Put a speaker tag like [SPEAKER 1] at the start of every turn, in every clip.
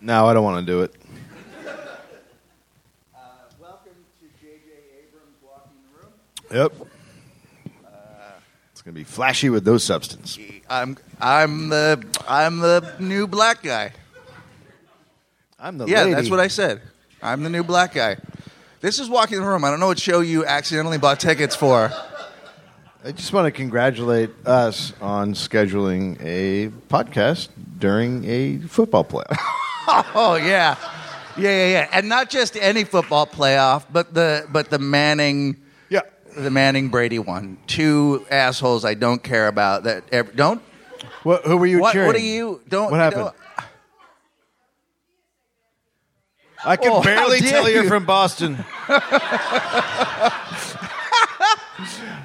[SPEAKER 1] No, I don't want to do it.
[SPEAKER 2] Uh, welcome to J.J. Abrams walking the room.
[SPEAKER 1] Yep. It's going to be flashy with no substance.
[SPEAKER 2] I'm I'm the I'm the new black guy.
[SPEAKER 1] I'm the
[SPEAKER 2] yeah,
[SPEAKER 1] lady.
[SPEAKER 2] that's what I said. I'm the new black guy. This is walking the room. I don't know what show you accidentally bought tickets for.
[SPEAKER 1] I just want to congratulate us on scheduling a podcast during a football playoff.
[SPEAKER 2] Oh yeah, yeah, yeah, yeah. And not just any football playoff, but the but the Manning
[SPEAKER 1] yeah.
[SPEAKER 2] the Manning Brady one. Two assholes I don't care about that ever, don't.
[SPEAKER 1] What, who were you
[SPEAKER 2] What,
[SPEAKER 1] cheering?
[SPEAKER 2] what are you? Don't.
[SPEAKER 1] What
[SPEAKER 2] you
[SPEAKER 1] happened?
[SPEAKER 2] don't-
[SPEAKER 1] I can
[SPEAKER 2] Oh, how
[SPEAKER 1] barely
[SPEAKER 2] dare
[SPEAKER 1] tell
[SPEAKER 2] you.
[SPEAKER 1] you're from Boston.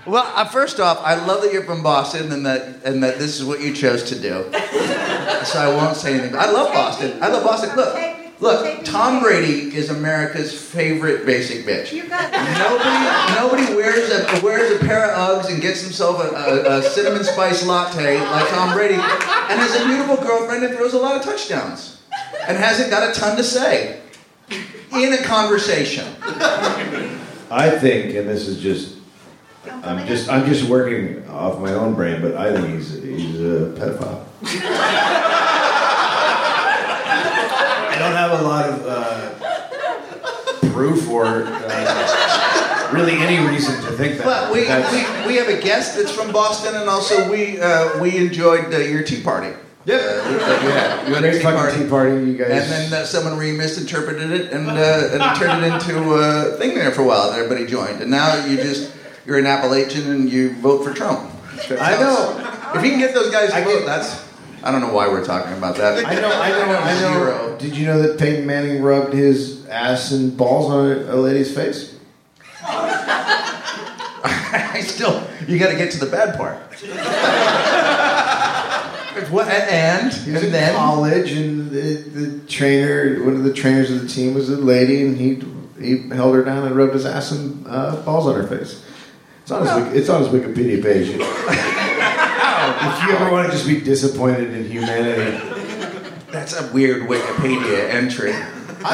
[SPEAKER 2] Well, uh, first off, I love that you're from Boston and that and that this is what you chose to do. so I won't say anything. I love Boston. I love Boston. Look, look, Tom Brady is America's favorite basic bitch.
[SPEAKER 3] You got that.
[SPEAKER 2] Nobody, nobody wears a wears a pair of Uggs and gets himself a, a, a cinnamon spice latte like Tom Brady, and has a beautiful girlfriend and throws a lot of touchdowns, and hasn't got a ton to say in a conversation.
[SPEAKER 4] I think, and this is just, I'm just, I'm just working off my own brain, but I think he's, he's a pedophile. I don't have a lot of uh, proof or uh, really any reason to think that.
[SPEAKER 2] But we,
[SPEAKER 4] That's-
[SPEAKER 2] we, we have a guest that's from Boston, and also we uh, we enjoyed uh, your tea party.
[SPEAKER 4] Yep.
[SPEAKER 2] Uh, that you had. You had a
[SPEAKER 4] Great
[SPEAKER 2] tea
[SPEAKER 4] fucking
[SPEAKER 2] party.
[SPEAKER 4] tea party, you guys.
[SPEAKER 2] And then uh, someone re misinterpreted it and, uh, and it turned it into a thing there for a while that everybody joined. And now you just, you're an Appalachian and you vote for Trump.
[SPEAKER 4] I know.
[SPEAKER 2] If you can get those guys to
[SPEAKER 4] I
[SPEAKER 2] vote,
[SPEAKER 4] get-
[SPEAKER 2] that's, I don't know why we're talking about that.
[SPEAKER 4] I know, I know, I know.
[SPEAKER 2] Zero.
[SPEAKER 4] Did you know that Peyton Manning rubbed his ass and balls on a, a lady's face?
[SPEAKER 2] I still, you got to get to the bad part. What- and,
[SPEAKER 4] He was
[SPEAKER 2] and
[SPEAKER 4] in
[SPEAKER 2] then
[SPEAKER 4] college, and the, the trainer, one of the trainers of the team, was a lady, and he he held her down and rubbed his ass and uh, balls on her face. It's on his, Wik- it's on his Wikipedia page. if you ever want to just be disappointed in humanity,
[SPEAKER 2] That's a weird Wikipedia entry. I, I,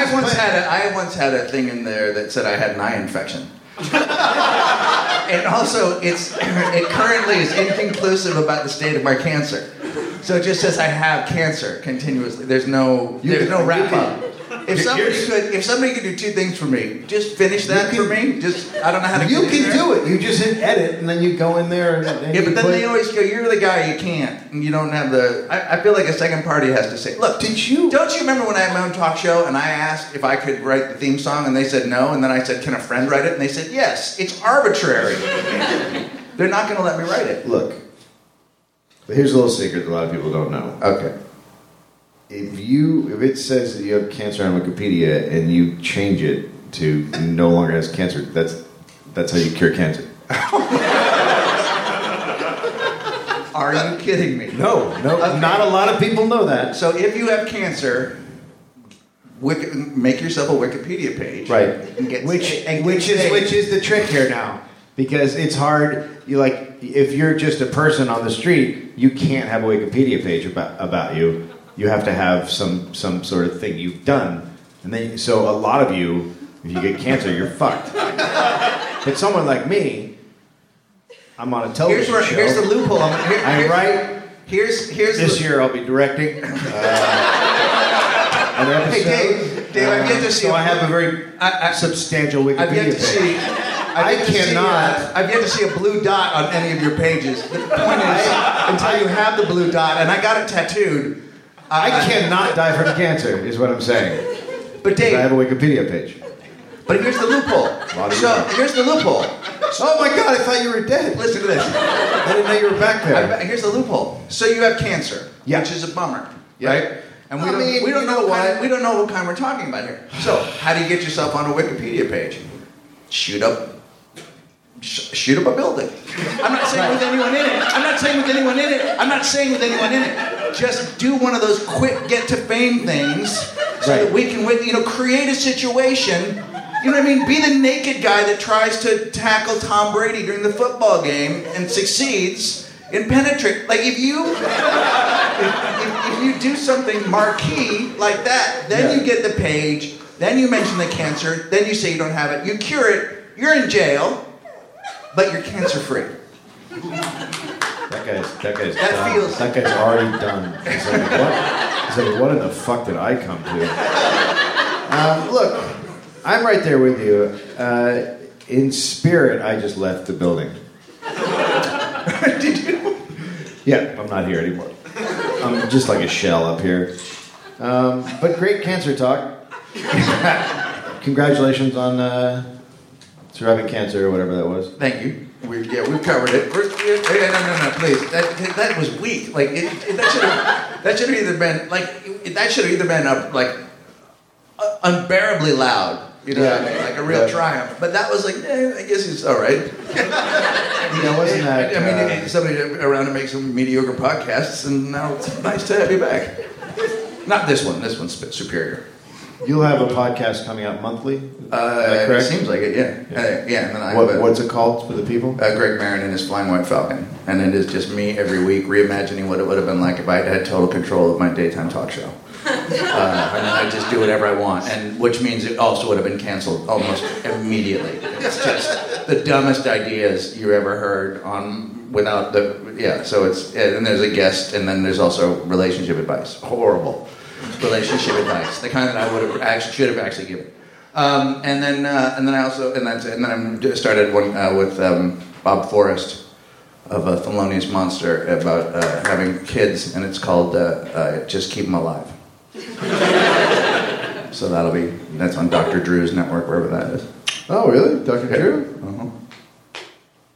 [SPEAKER 2] I once had a, I once had a thing in there that said I had an eye infection. and also, it's it currently is inconclusive about the state of my cancer. So it just says I have cancer continuously. There's no
[SPEAKER 4] You
[SPEAKER 2] there's
[SPEAKER 4] can-
[SPEAKER 2] no
[SPEAKER 4] you
[SPEAKER 2] wrap
[SPEAKER 4] can-
[SPEAKER 2] up. If somebody
[SPEAKER 4] Here's-
[SPEAKER 2] could if somebody could do two things for me, just finish that
[SPEAKER 4] You
[SPEAKER 2] for
[SPEAKER 4] can-
[SPEAKER 2] me. Just I don't know how to.
[SPEAKER 4] you
[SPEAKER 2] get in
[SPEAKER 4] can
[SPEAKER 2] there.
[SPEAKER 4] do it. You just hit edit, and then you go in there. And, and
[SPEAKER 2] Yeah,
[SPEAKER 4] you
[SPEAKER 2] but then
[SPEAKER 4] put-
[SPEAKER 2] they always go, "You're the guy you can't," and you don't have the. I, I feel like a second party has to say, "Look,
[SPEAKER 4] Did you-
[SPEAKER 2] Don't you remember when I had my own talk show and I asked if I could write the theme song and they said no, and then I said, "Can a friend write it?" And they said, "Yes." It's arbitrary. They're not going to let me write it.
[SPEAKER 4] look. Here's a little secret that a lot of people don't know.
[SPEAKER 2] Okay.
[SPEAKER 4] if you if it says that you have cancer on Wikipedia and you change it to no longer has cancer, that's that's how you cure cancer.
[SPEAKER 2] Are you kidding me?
[SPEAKER 4] No, no, not a lot of people know that.
[SPEAKER 2] So if you have cancer, wiki, make yourself a Wikipedia page,
[SPEAKER 4] Right.
[SPEAKER 2] And get
[SPEAKER 4] Which
[SPEAKER 2] and
[SPEAKER 4] which
[SPEAKER 2] get
[SPEAKER 4] is
[SPEAKER 2] saved.
[SPEAKER 4] which is the trick here now. Because it's hard you like if you're just a person on the street, you can't have a Wikipedia page about about you. You have to have some some sort of thing you've done. And then so a lot of you if you get cancer, you're fucked. But someone like me, I'm on a television
[SPEAKER 2] Here's where,
[SPEAKER 4] show.
[SPEAKER 2] here's the loophole. I'm, here,
[SPEAKER 4] I
[SPEAKER 2] here's-
[SPEAKER 4] write-
[SPEAKER 2] Here's here's the,
[SPEAKER 4] This year I'll be directing uh, an
[SPEAKER 2] Hey,
[SPEAKER 4] episode. Uh,
[SPEAKER 2] Dave, Dave, I've yet to see
[SPEAKER 4] So
[SPEAKER 2] a-
[SPEAKER 4] I have a very
[SPEAKER 2] I- I-
[SPEAKER 4] substantial Wikipedia
[SPEAKER 2] I've yet to
[SPEAKER 4] page.
[SPEAKER 2] see.
[SPEAKER 4] I
[SPEAKER 2] I've yet to see,
[SPEAKER 4] cannot.
[SPEAKER 2] uh, I've yet to see a blue dot on any of your pages. The point is, until you have the blue dot, and I got it tattooed.
[SPEAKER 4] I cannot die from cancer, is what I'm saying.
[SPEAKER 2] But
[SPEAKER 4] I have a
[SPEAKER 2] Dave,
[SPEAKER 4] Wikipedia page.
[SPEAKER 2] but here's the loophole.
[SPEAKER 4] Lot of
[SPEAKER 2] So
[SPEAKER 4] you.
[SPEAKER 2] here's the loophole.
[SPEAKER 4] Oh my god, I thought you were dead.
[SPEAKER 2] Listen to this.
[SPEAKER 4] I didn't know you were back there.
[SPEAKER 2] I- Here's the loophole. So you have cancer,
[SPEAKER 4] Yeah.
[SPEAKER 2] which is a bummer,
[SPEAKER 4] Yeah.
[SPEAKER 2] right? And we
[SPEAKER 4] I
[SPEAKER 2] don't,
[SPEAKER 4] mean,
[SPEAKER 2] we don't
[SPEAKER 4] you
[SPEAKER 2] know
[SPEAKER 4] know
[SPEAKER 2] what
[SPEAKER 4] what?
[SPEAKER 2] we don't know what kind we're talking about here. So how do you get yourself on a Wikipedia page? Shoot up. sh- Shoot up a building. I'm not saying with anyone in it. I'm not saying with anyone in it. I'm not saying with anyone in it. Just do one of those quick get to fame things so
[SPEAKER 4] Right.
[SPEAKER 2] that we can, win- you know, create a situation. You know what I mean? Be the naked guy that tries to tackle Tom Brady during the football game and succeeds and penetrate. Like if you, if, if you do something marquee like that, then
[SPEAKER 4] Yeah.
[SPEAKER 2] you get the page, then you mention the cancer, then you say you don't have it, you cure it, you're in jail, but you're cancer free.
[SPEAKER 4] That guy's that guy's
[SPEAKER 2] That
[SPEAKER 4] done.
[SPEAKER 2] feels-
[SPEAKER 4] that guy's already done. He's like, what? He's like, what in the fuck did I come to? Um, look, I'm right there with you. Uh, in spirit, I just left the building.
[SPEAKER 2] Did you?
[SPEAKER 4] Yeah, I'm not here anymore. I'm just like a shell up here. Um, but great cancer talk. Congratulations on uh, surviving cancer or whatever that was.
[SPEAKER 2] Thank you. We, yeah, we've covered it. We're, yeah, yeah, no, no, no, please. That, that was weak. Like it, it- that should have that should have either been like it- that should have either been up like uh, unbearably loud. You know what I mean? Like a real
[SPEAKER 4] Yeah.
[SPEAKER 2] triumph. But that was like, eh, I guess it's all right.
[SPEAKER 4] You know, wasn't that?
[SPEAKER 2] I mean,
[SPEAKER 4] uh,
[SPEAKER 2] it- somebody around to make some mediocre podcasts, and now it's nice to have you back. Not this one. This one's superior.
[SPEAKER 4] You'll have a podcast coming out monthly. Is
[SPEAKER 2] Uh,
[SPEAKER 4] that
[SPEAKER 2] it
[SPEAKER 4] correct?
[SPEAKER 2] seems like it. Yeah. Yeah. Uh, yeah and then I have
[SPEAKER 4] What,
[SPEAKER 2] a-
[SPEAKER 4] what's it called for the people?
[SPEAKER 2] uh, Greg Marin and his Flying White Falcon, and it is just me every week reimagining what it would have been like if I had had total control of my daytime talk show. Uh, and I just do whatever I want, and which means it also would have been canceled almost immediately. It's just the dumbest ideas you ever heard on without the yeah. So it's and there's a guest, and then there's also relationship advice. Horrible relationship advice, the kind that I would have actually, should have actually given. Um, and then uh, and then I also and that's it. and then I'm just started one uh, with um, Bob Forrest of a felonious monster about uh, having kids, and it's called uh, uh, "Just Keep Them Alive." so that'll be that's on Dr. Drew's network, wherever that is.
[SPEAKER 4] Oh, really? Dr. Drew?
[SPEAKER 2] Uh-huh.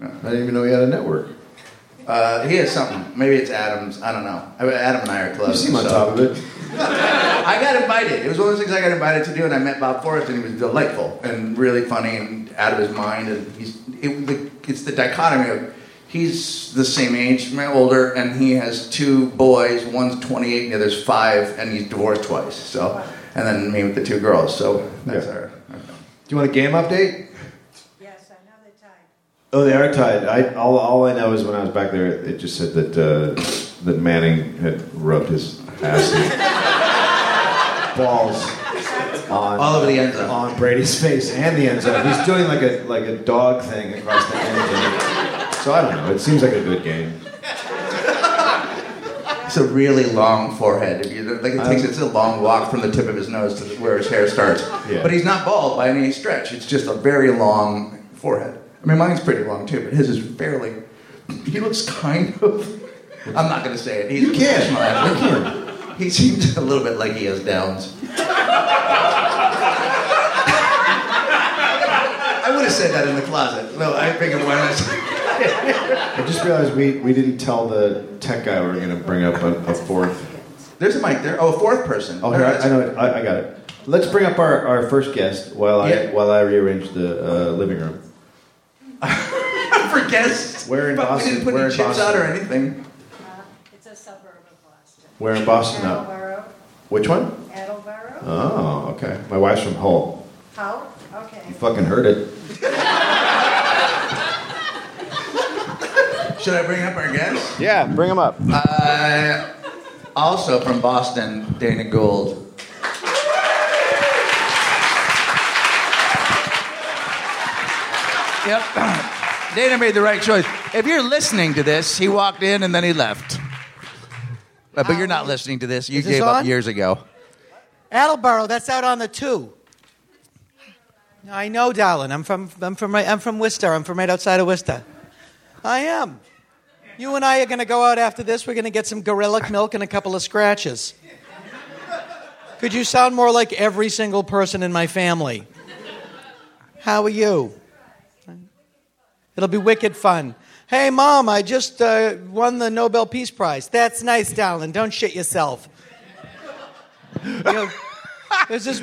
[SPEAKER 4] I didn't even know he had a network.
[SPEAKER 2] Uh, he has something. Maybe it's Adam's. I don't know. I- Adam and I are
[SPEAKER 4] You
[SPEAKER 2] close.
[SPEAKER 4] seem on
[SPEAKER 2] so-
[SPEAKER 4] top of it.
[SPEAKER 2] I got invited. It was one of those things I got invited to do, and I met Bob Forrest, and he was delightful and really funny and out of his mind. And he's it, the, it's the dichotomy of he's the same age, my older, and he has two boys. One's 28, and the other's five, and he's divorced twice. So, and then me with the two girls. So that's
[SPEAKER 4] Yeah.
[SPEAKER 2] our.
[SPEAKER 4] Do you want a game update?
[SPEAKER 3] Yes, I know the time.
[SPEAKER 4] Oh, they are tied. I, all, all I know is when I was back there, it just said that uh, that Manning had rubbed his ass and balls on
[SPEAKER 2] All over the end zone.
[SPEAKER 4] on Brady's face and the end zone. He's doing like a like a dog thing across the end zone. So I don't know. It seems like a good game.
[SPEAKER 2] It's a really long forehead. If you, like it takes
[SPEAKER 4] Uh,
[SPEAKER 2] it's a long walk from the tip of his nose to where his hair starts.
[SPEAKER 4] Yeah.
[SPEAKER 2] But he's not bald by any stretch. It's just a very long forehead. I mean, mine's pretty long too, but his is fairly. He looks kind of. I'm not going to say it. He's
[SPEAKER 4] You can.
[SPEAKER 2] not He seems a little bit like he has Downs. I would have said that in the closet. No, I figured why not.
[SPEAKER 4] I just realized we, we didn't tell the tech guy we were going to bring up a, a fourth.
[SPEAKER 2] There's a mic there. Oh, a fourth person.
[SPEAKER 4] Oh, here, I, I know it. I, I got it. Let's bring up our, our first guest while I
[SPEAKER 2] Yeah.
[SPEAKER 4] while I rearrange the uh, living room.
[SPEAKER 2] for guests.
[SPEAKER 4] Where in
[SPEAKER 2] but
[SPEAKER 4] Boston-
[SPEAKER 2] We didn't put
[SPEAKER 4] where
[SPEAKER 2] any
[SPEAKER 4] in
[SPEAKER 2] chips
[SPEAKER 4] Boston?
[SPEAKER 2] out or anything.
[SPEAKER 3] Uh, It's a suburb of Boston.
[SPEAKER 4] We're in Boston now.
[SPEAKER 3] Attleboro,
[SPEAKER 4] Which one?
[SPEAKER 3] Attleboro?
[SPEAKER 4] Oh, okay. My wife's from Hull.
[SPEAKER 3] How? Okay.
[SPEAKER 4] You fucking heard it.
[SPEAKER 2] Should I bring up our guest?
[SPEAKER 5] Yeah, bring him up.
[SPEAKER 2] Uh, also from Boston, Dana Gould. Yep. Dana made the right choice. If you're listening to this, he walked in and then he left. Uh, but you're not listening to this. You
[SPEAKER 6] Um, Is this
[SPEAKER 2] gave up
[SPEAKER 6] on?
[SPEAKER 2] years ago.
[SPEAKER 6] Attleboro, that's out on the two. No, I know, darling. I'm from, I'm from, right, I'm from Worcester. I'm from right outside of Worcester. I am. You and I are going to go out after this. We're going to get some gorilla milk and a couple of scratches. Could you sound more like every single person in my family? How are you? It'll be wicked fun. Hey, Mom, I just uh, won the Nobel Peace Prize. That's nice, darling. Don't shit yourself. You know, there's this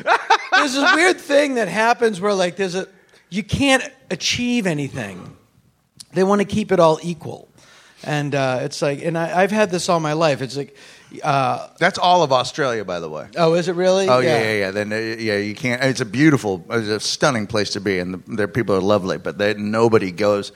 [SPEAKER 6] there's this weird thing that happens where like there's a you can't achieve anything. They want to keep it all equal, and uh, it's like and I, I've had this all my life. It's like, uh,
[SPEAKER 2] That's all of Australia, by the way.
[SPEAKER 6] oh, is it really?
[SPEAKER 2] Oh yeah, yeah, yeah. Then uh, yeah, you can't. It's a beautiful, it's a stunning place to be, and the, their people are lovely. But they, nobody goes.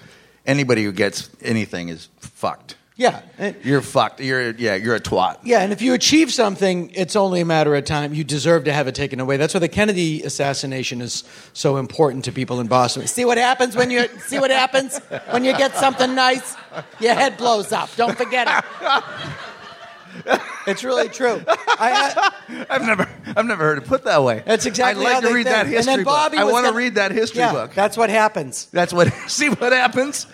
[SPEAKER 2] Anybody who gets anything is fucked.
[SPEAKER 6] Yeah. And-
[SPEAKER 2] You're fucked. You're yeah. You're a twat.
[SPEAKER 6] Yeah, and if you achieve something, it's only a matter of time. You deserve to have it taken away. That's why the Kennedy assassination is so important to people in Boston. See what happens when you see what happens when you get something nice, your head blows up. Don't forget it. It's really true. I, uh,
[SPEAKER 2] I've never I've never heard it put that way.
[SPEAKER 6] that's exactly.
[SPEAKER 2] I'd like
[SPEAKER 6] how
[SPEAKER 2] to
[SPEAKER 6] they
[SPEAKER 2] read
[SPEAKER 6] think.
[SPEAKER 2] that history
[SPEAKER 6] and then Bobby
[SPEAKER 2] book. I
[SPEAKER 6] was
[SPEAKER 2] want to
[SPEAKER 6] gonna-
[SPEAKER 2] read that history
[SPEAKER 6] yeah,
[SPEAKER 2] book.
[SPEAKER 6] That's what happens.
[SPEAKER 2] That's what. See what happens.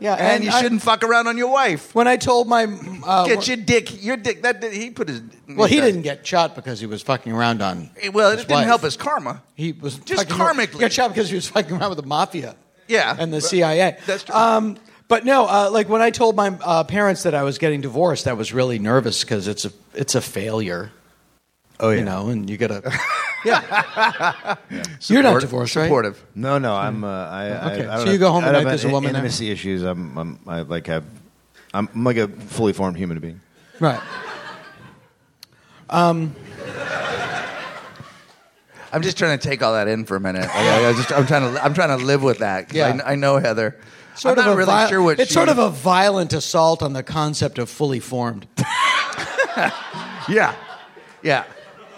[SPEAKER 6] Yeah,
[SPEAKER 2] and,
[SPEAKER 6] and
[SPEAKER 2] you
[SPEAKER 6] I-
[SPEAKER 2] shouldn't fuck around on your wife.
[SPEAKER 6] When I told my uh,
[SPEAKER 2] Get your dick. Your dick. That he put his.
[SPEAKER 6] well, he didn't get shot because he was fucking around on.
[SPEAKER 2] Well, it
[SPEAKER 6] his
[SPEAKER 2] didn't help
[SPEAKER 6] wife.
[SPEAKER 2] his karma.
[SPEAKER 6] He was
[SPEAKER 2] Just
[SPEAKER 6] fucking around-
[SPEAKER 2] karmically.
[SPEAKER 6] got shot because he was fucking around with the mafia.
[SPEAKER 2] Yeah.
[SPEAKER 6] and the
[SPEAKER 2] But-
[SPEAKER 6] CIA.
[SPEAKER 2] That's true.
[SPEAKER 6] Um, but no, uh, like when I told my uh, parents that I was getting divorced, I was really nervous because it's a it's a failure.
[SPEAKER 4] Oh, yeah.
[SPEAKER 6] You know, and you gotta. Yeah. You're not
[SPEAKER 2] Support-
[SPEAKER 6] divorced, right?
[SPEAKER 2] supportive.
[SPEAKER 4] No, no, I'm. Uh, I, I-
[SPEAKER 6] Okay,
[SPEAKER 4] I,
[SPEAKER 6] so
[SPEAKER 4] don't
[SPEAKER 6] you go home
[SPEAKER 4] I don't
[SPEAKER 6] tonight,
[SPEAKER 4] have
[SPEAKER 6] there's a
[SPEAKER 4] in-
[SPEAKER 6] woman there?
[SPEAKER 4] Intimacy issues. I'm. I'm. I like have. I'm, I'm like a fully formed human being.
[SPEAKER 6] Right.
[SPEAKER 2] I'm just trying to take all that in for a minute. Like, I, I just, I'm trying to I'm trying to live with that. 'cause
[SPEAKER 6] Yeah.
[SPEAKER 2] I, kn- I know Heather.
[SPEAKER 6] Sort
[SPEAKER 2] I'm
[SPEAKER 6] of
[SPEAKER 2] not
[SPEAKER 6] a
[SPEAKER 2] really
[SPEAKER 6] vi-
[SPEAKER 2] sure what
[SPEAKER 6] it's
[SPEAKER 2] she-
[SPEAKER 6] sort of a violent assault on the concept of fully formed.
[SPEAKER 2] yeah, yeah,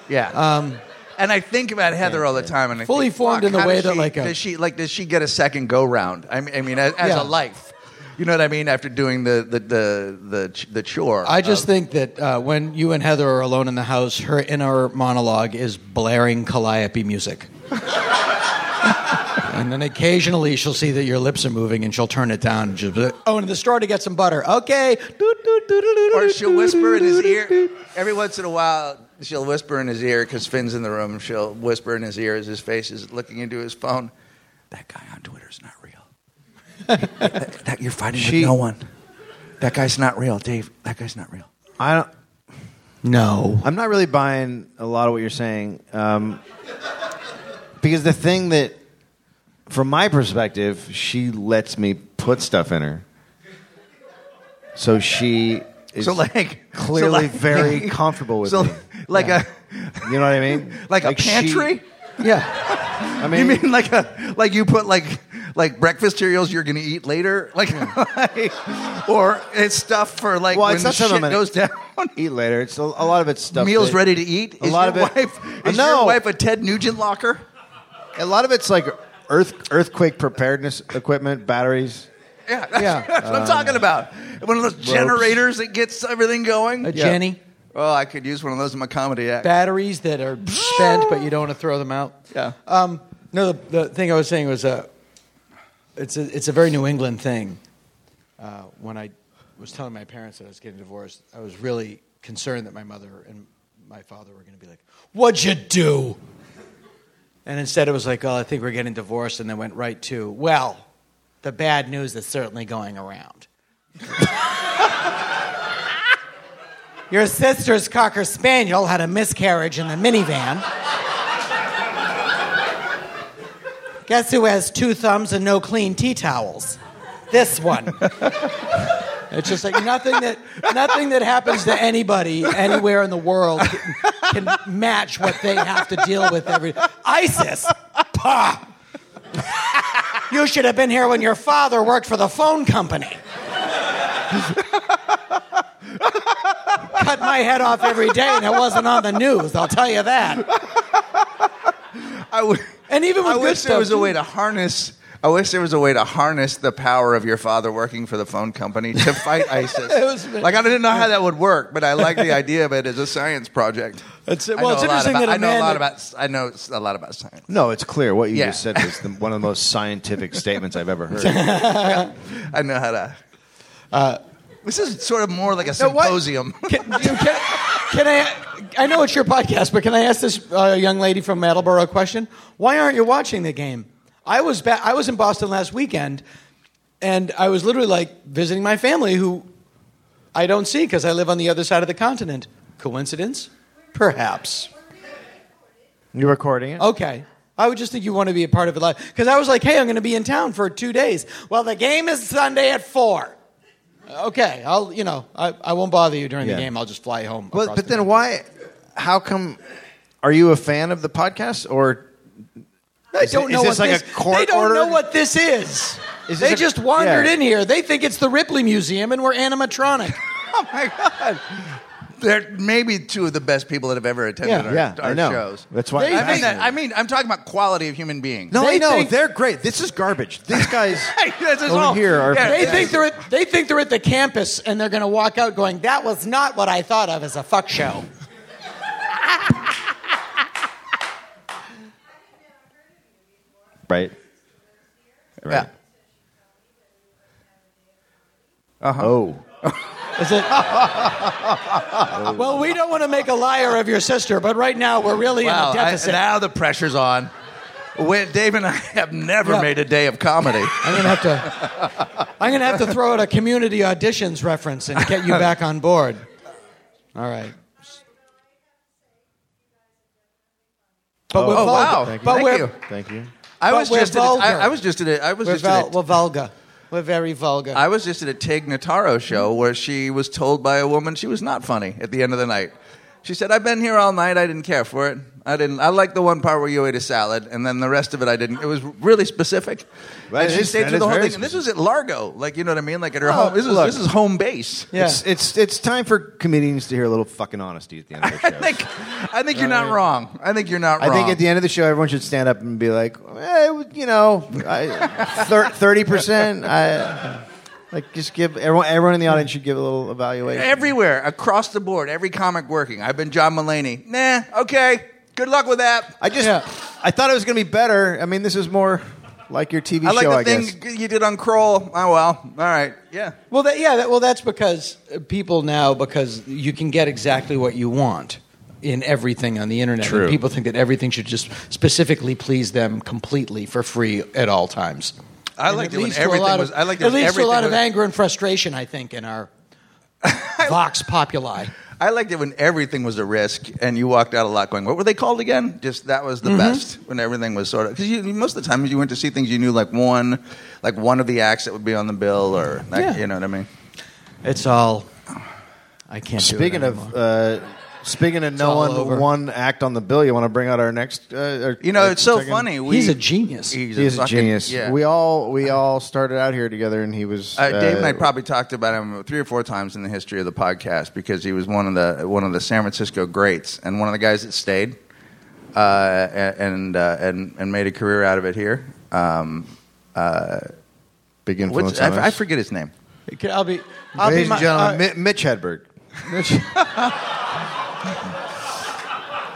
[SPEAKER 2] yeah. Um, and I think about Heather all the time, and I
[SPEAKER 6] Fully
[SPEAKER 2] think,
[SPEAKER 6] formed
[SPEAKER 2] fuck,
[SPEAKER 6] in the
[SPEAKER 2] how
[SPEAKER 6] way
[SPEAKER 2] does
[SPEAKER 6] that,
[SPEAKER 2] she-
[SPEAKER 6] like, a-
[SPEAKER 2] does she like does she get a second go round? I mean, I mean as, as
[SPEAKER 6] Yeah.
[SPEAKER 2] a life, you know what I mean? After doing the the the the, ch- the chore,
[SPEAKER 6] I just
[SPEAKER 2] of-
[SPEAKER 6] think that uh, when you and Heather are alone in the house, her inner monologue is blaring calliope music. and then occasionally she'll see that your lips are moving and she'll turn it down. And she'll be like, oh, and to the store to get some butter. Okay.
[SPEAKER 2] or she'll whisper in his ear. Every once in a while, she'll whisper in his ear because Finn's in the room. She'll whisper in his ear as his face is looking into his phone. That guy on Twitter's not real. that, that- you're fighting
[SPEAKER 4] She-
[SPEAKER 2] with no one. That guy's not real, Dave. That guy's not real.
[SPEAKER 4] I don't.
[SPEAKER 6] No.
[SPEAKER 4] I'm not really buying a lot of what you're saying, um, because the thing that, from my perspective, she lets me put stuff in her. So she is
[SPEAKER 2] So like
[SPEAKER 4] clearly
[SPEAKER 2] so like-
[SPEAKER 4] very comfortable with
[SPEAKER 2] so
[SPEAKER 4] me.
[SPEAKER 2] like
[SPEAKER 4] You know what I mean?
[SPEAKER 2] a like, a
[SPEAKER 4] she-
[SPEAKER 2] pantry.
[SPEAKER 6] Yeah.
[SPEAKER 4] I
[SPEAKER 2] you
[SPEAKER 4] mean,
[SPEAKER 2] mean like a like you put like like breakfast cereals you're gonna eat later, like, or it's stuff for like
[SPEAKER 4] Hmm. well,
[SPEAKER 2] when
[SPEAKER 4] it's not
[SPEAKER 2] shit
[SPEAKER 4] something I'm gonna
[SPEAKER 2] goes down.
[SPEAKER 4] Eat later. It's a, a lot of it's stuff.
[SPEAKER 2] meals
[SPEAKER 4] that-
[SPEAKER 2] ready to eat.
[SPEAKER 4] A
[SPEAKER 2] is
[SPEAKER 4] lot
[SPEAKER 2] your
[SPEAKER 4] of it-
[SPEAKER 2] wife, is
[SPEAKER 4] No.
[SPEAKER 2] your wife a Ted Nugent locker?
[SPEAKER 4] A lot of it's like earth earthquake preparedness equipment, batteries.
[SPEAKER 2] Yeah, that's,
[SPEAKER 6] Yeah.
[SPEAKER 2] that's what I'm talking about. One of those generators that gets everything going.
[SPEAKER 6] A Uh, Jenny.
[SPEAKER 2] Oh, I could use one of those in my comedy act.
[SPEAKER 6] Batteries that are spent, but you don't want to throw them out.
[SPEAKER 2] Yeah.
[SPEAKER 6] Um, no, the, the thing I was saying was uh, it's, a, it's a very New England thing. Uh, when I was telling my parents that I was getting divorced, I was really concerned that my mother and my father were going to be like, What'd you do? And instead it was like, Oh, I think we're getting divorced. And they went right to, Well, the bad news is certainly going around. Your sister's Cocker Spaniel had a miscarriage in the minivan. Guess who has two thumbs and no clean tea towels? This one. It's just like nothing that nothing that happens to anybody anywhere in the world can, can match what they have to deal with every ISIS. Pah. You should have been here when your father worked for the phone company. Cut my head off every day and it wasn't on the news, I'll tell you that.
[SPEAKER 2] I would.
[SPEAKER 6] And even with
[SPEAKER 2] I
[SPEAKER 6] good
[SPEAKER 2] wish there
[SPEAKER 6] stuff,
[SPEAKER 2] was a
[SPEAKER 6] too.
[SPEAKER 2] way to harness. I wish there was a way to harness the power of your father working for the phone company to fight ISIS.
[SPEAKER 6] It was-
[SPEAKER 2] like I didn't know how that would work, but I like the idea of it as a science project.
[SPEAKER 6] It's-
[SPEAKER 2] I
[SPEAKER 6] well,
[SPEAKER 2] know
[SPEAKER 6] it's
[SPEAKER 2] a lot
[SPEAKER 6] interesting
[SPEAKER 2] about-
[SPEAKER 6] that a
[SPEAKER 2] I know
[SPEAKER 6] man
[SPEAKER 2] a lot
[SPEAKER 6] that-
[SPEAKER 2] about. I know a lot about science.
[SPEAKER 4] No, it's clear. What you
[SPEAKER 2] Yeah.
[SPEAKER 4] just said was the, one of the most scientific statements I've ever heard.
[SPEAKER 2] I know how to. this is sort of more like a
[SPEAKER 6] Uh, what-
[SPEAKER 2] symposium.
[SPEAKER 6] Can, you- can- can I? I know it's your podcast, but can I ask this uh, young lady from Attleboro a question? Why aren't you watching the game? I was ba- I was in Boston last weekend, and I was literally like visiting my family who I don't see because I live on the other side of the continent. Coincidence? Perhaps.
[SPEAKER 4] You're recording it.
[SPEAKER 6] Okay. I would just think you want to be a part of it live. Because I was like, hey, I'm going to be in town for two days. Well, the game is Sunday at four. Okay, I'll, you know, I, I won't bother you during
[SPEAKER 4] Yeah.
[SPEAKER 6] the game. I'll just fly home.
[SPEAKER 4] But,
[SPEAKER 6] across
[SPEAKER 4] but
[SPEAKER 6] the
[SPEAKER 4] then
[SPEAKER 6] country.
[SPEAKER 4] why? How come? Are you a fan of the podcast, or
[SPEAKER 6] I
[SPEAKER 4] is
[SPEAKER 6] don't know
[SPEAKER 4] this
[SPEAKER 6] what
[SPEAKER 4] like
[SPEAKER 6] this
[SPEAKER 4] a court
[SPEAKER 6] They don't
[SPEAKER 4] order?
[SPEAKER 6] know what this is.
[SPEAKER 4] Is this
[SPEAKER 6] They
[SPEAKER 4] a-
[SPEAKER 6] just wandered
[SPEAKER 4] yeah.
[SPEAKER 6] in here. They think it's the Ripley Museum and we're animatronic. oh my God.
[SPEAKER 2] They're maybe two of the best people that have ever attended our,
[SPEAKER 4] yeah,
[SPEAKER 2] our
[SPEAKER 4] I know.
[SPEAKER 2] shows.
[SPEAKER 4] That's why.
[SPEAKER 6] They
[SPEAKER 4] I'm
[SPEAKER 2] I mean,
[SPEAKER 4] fascinated.
[SPEAKER 2] that, I mean, I'm talking about quality of human beings.
[SPEAKER 4] no,
[SPEAKER 6] they
[SPEAKER 4] I know
[SPEAKER 6] think-
[SPEAKER 4] they're great. This is garbage. These guys
[SPEAKER 2] This is
[SPEAKER 4] over
[SPEAKER 2] all-
[SPEAKER 4] here are.
[SPEAKER 2] Yeah,
[SPEAKER 6] They
[SPEAKER 2] yeah.
[SPEAKER 6] think they're at, they think they're at the campus and they're going to walk out going, "That was not what I thought of as a fuck show."
[SPEAKER 4] right.
[SPEAKER 2] Yeah.
[SPEAKER 4] Oh,
[SPEAKER 6] Is it? well, we don't want to make a liar of your sister, but right now we're really
[SPEAKER 2] Wow,
[SPEAKER 6] in a
[SPEAKER 2] I-
[SPEAKER 6] deficit. I,
[SPEAKER 2] now the pressure's on. When Dave and I have never
[SPEAKER 6] Yeah.
[SPEAKER 2] made a day of comedy.
[SPEAKER 6] am gonna have to. I'm gonna have to throw out a community auditions reference and get you back on board. All right. But we're
[SPEAKER 2] Oh,
[SPEAKER 6] vulgar.
[SPEAKER 2] wow.
[SPEAKER 6] But
[SPEAKER 2] Thank you.
[SPEAKER 6] we're,
[SPEAKER 2] Thank you.
[SPEAKER 4] thank you.
[SPEAKER 2] I
[SPEAKER 6] But
[SPEAKER 2] was
[SPEAKER 6] we're
[SPEAKER 2] just at a, I,
[SPEAKER 6] vulgar.
[SPEAKER 2] I was just at a, I was
[SPEAKER 6] we're,
[SPEAKER 2] just at
[SPEAKER 6] vul-
[SPEAKER 2] a,
[SPEAKER 6] we're vulgar. We're very vulgar.
[SPEAKER 2] I was just at a Tig Notaro show where she was told by a woman she was not funny at the end of the night. She said, "I've been here all night. I didn't care for it. I didn't. I liked the one part where you ate a salad, and then the rest of it I didn't. It was really specific.
[SPEAKER 4] That
[SPEAKER 2] and she
[SPEAKER 4] is-
[SPEAKER 2] stayed
[SPEAKER 4] that
[SPEAKER 2] through
[SPEAKER 4] is
[SPEAKER 2] the whole
[SPEAKER 4] very Oh,
[SPEAKER 2] thing. And this was at Largo, like you know what I mean, like at her home. This is
[SPEAKER 4] look.
[SPEAKER 2] this is home base.
[SPEAKER 6] yeah.
[SPEAKER 4] It's, it's it's time for comedians to hear a little fucking honesty at the end of the
[SPEAKER 2] I
[SPEAKER 4] show.
[SPEAKER 2] think, I think you're not wrong. I think you're not
[SPEAKER 4] I
[SPEAKER 2] wrong.
[SPEAKER 4] think at the end of the show, everyone should stand up and be like, eh, it was, you know, thirty percent. I like just give everyone. Everyone in the audience should give a little evaluation.
[SPEAKER 2] everywhere across the board, every comic working. I've been John Mulaney. Nah, okay. Good luck with that.
[SPEAKER 4] I just
[SPEAKER 6] Yeah.
[SPEAKER 4] I thought it was going to be better. I mean, this is more like your TV
[SPEAKER 2] I like
[SPEAKER 4] show.
[SPEAKER 2] the
[SPEAKER 4] I guess.
[SPEAKER 2] thing you did on Kroll. Oh well. All right. Yeah.
[SPEAKER 6] Well, that, yeah. That, well, that's because uh, people now because you can get exactly what you want in everything on the internet.
[SPEAKER 4] True.
[SPEAKER 6] And people think that everything should just specifically please them completely for free at all times.
[SPEAKER 2] I
[SPEAKER 6] And
[SPEAKER 2] liked
[SPEAKER 6] it
[SPEAKER 2] it when
[SPEAKER 6] leads to a
[SPEAKER 2] everything
[SPEAKER 6] lot of-
[SPEAKER 2] was- I liked it
[SPEAKER 6] It
[SPEAKER 2] when
[SPEAKER 6] leads to a lot
[SPEAKER 2] everything
[SPEAKER 6] of
[SPEAKER 2] was-
[SPEAKER 6] anger and frustration, I think, in our vox populi.
[SPEAKER 2] I liked it when everything was a risk, and you walked out a lot going, "What were they called again?" Just that was the
[SPEAKER 6] Mm-hmm.
[SPEAKER 2] best when everything was sort of because you, most of the time you went to see things you knew like one, like one of the acts that would be on the bill, or like,
[SPEAKER 6] Yeah.
[SPEAKER 2] you know what I mean.
[SPEAKER 6] It's all. I can't. do it
[SPEAKER 4] Speaking of.
[SPEAKER 6] anymore.
[SPEAKER 4] Uh, Speaking of no
[SPEAKER 6] all
[SPEAKER 4] one,
[SPEAKER 6] over.
[SPEAKER 4] one act on the bill, you want to bring out our next? Uh, our-
[SPEAKER 2] You know,
[SPEAKER 4] our
[SPEAKER 2] it's so
[SPEAKER 4] second-
[SPEAKER 2] funny. We,
[SPEAKER 6] he's a genius.
[SPEAKER 2] He's
[SPEAKER 4] He is a
[SPEAKER 2] fucking-
[SPEAKER 4] genius.
[SPEAKER 2] Yeah.
[SPEAKER 4] We all we all started out here together, and he was
[SPEAKER 2] Uh, Dave and I
[SPEAKER 4] uh,
[SPEAKER 2] probably talked about him three or four times in the history of the podcast because he was one of the one of the San Francisco greats and one of the guys that stayed uh, and uh, and and made a career out of it here. Um,
[SPEAKER 4] big
[SPEAKER 2] what's,
[SPEAKER 4] influence. on
[SPEAKER 2] I, I
[SPEAKER 4] us.
[SPEAKER 2] forget his name.
[SPEAKER 6] Okay, I'll be. I'll
[SPEAKER 4] Ladies
[SPEAKER 6] be my,
[SPEAKER 4] and gentlemen,
[SPEAKER 6] uh,
[SPEAKER 4] Mi- Mitch Hedberg.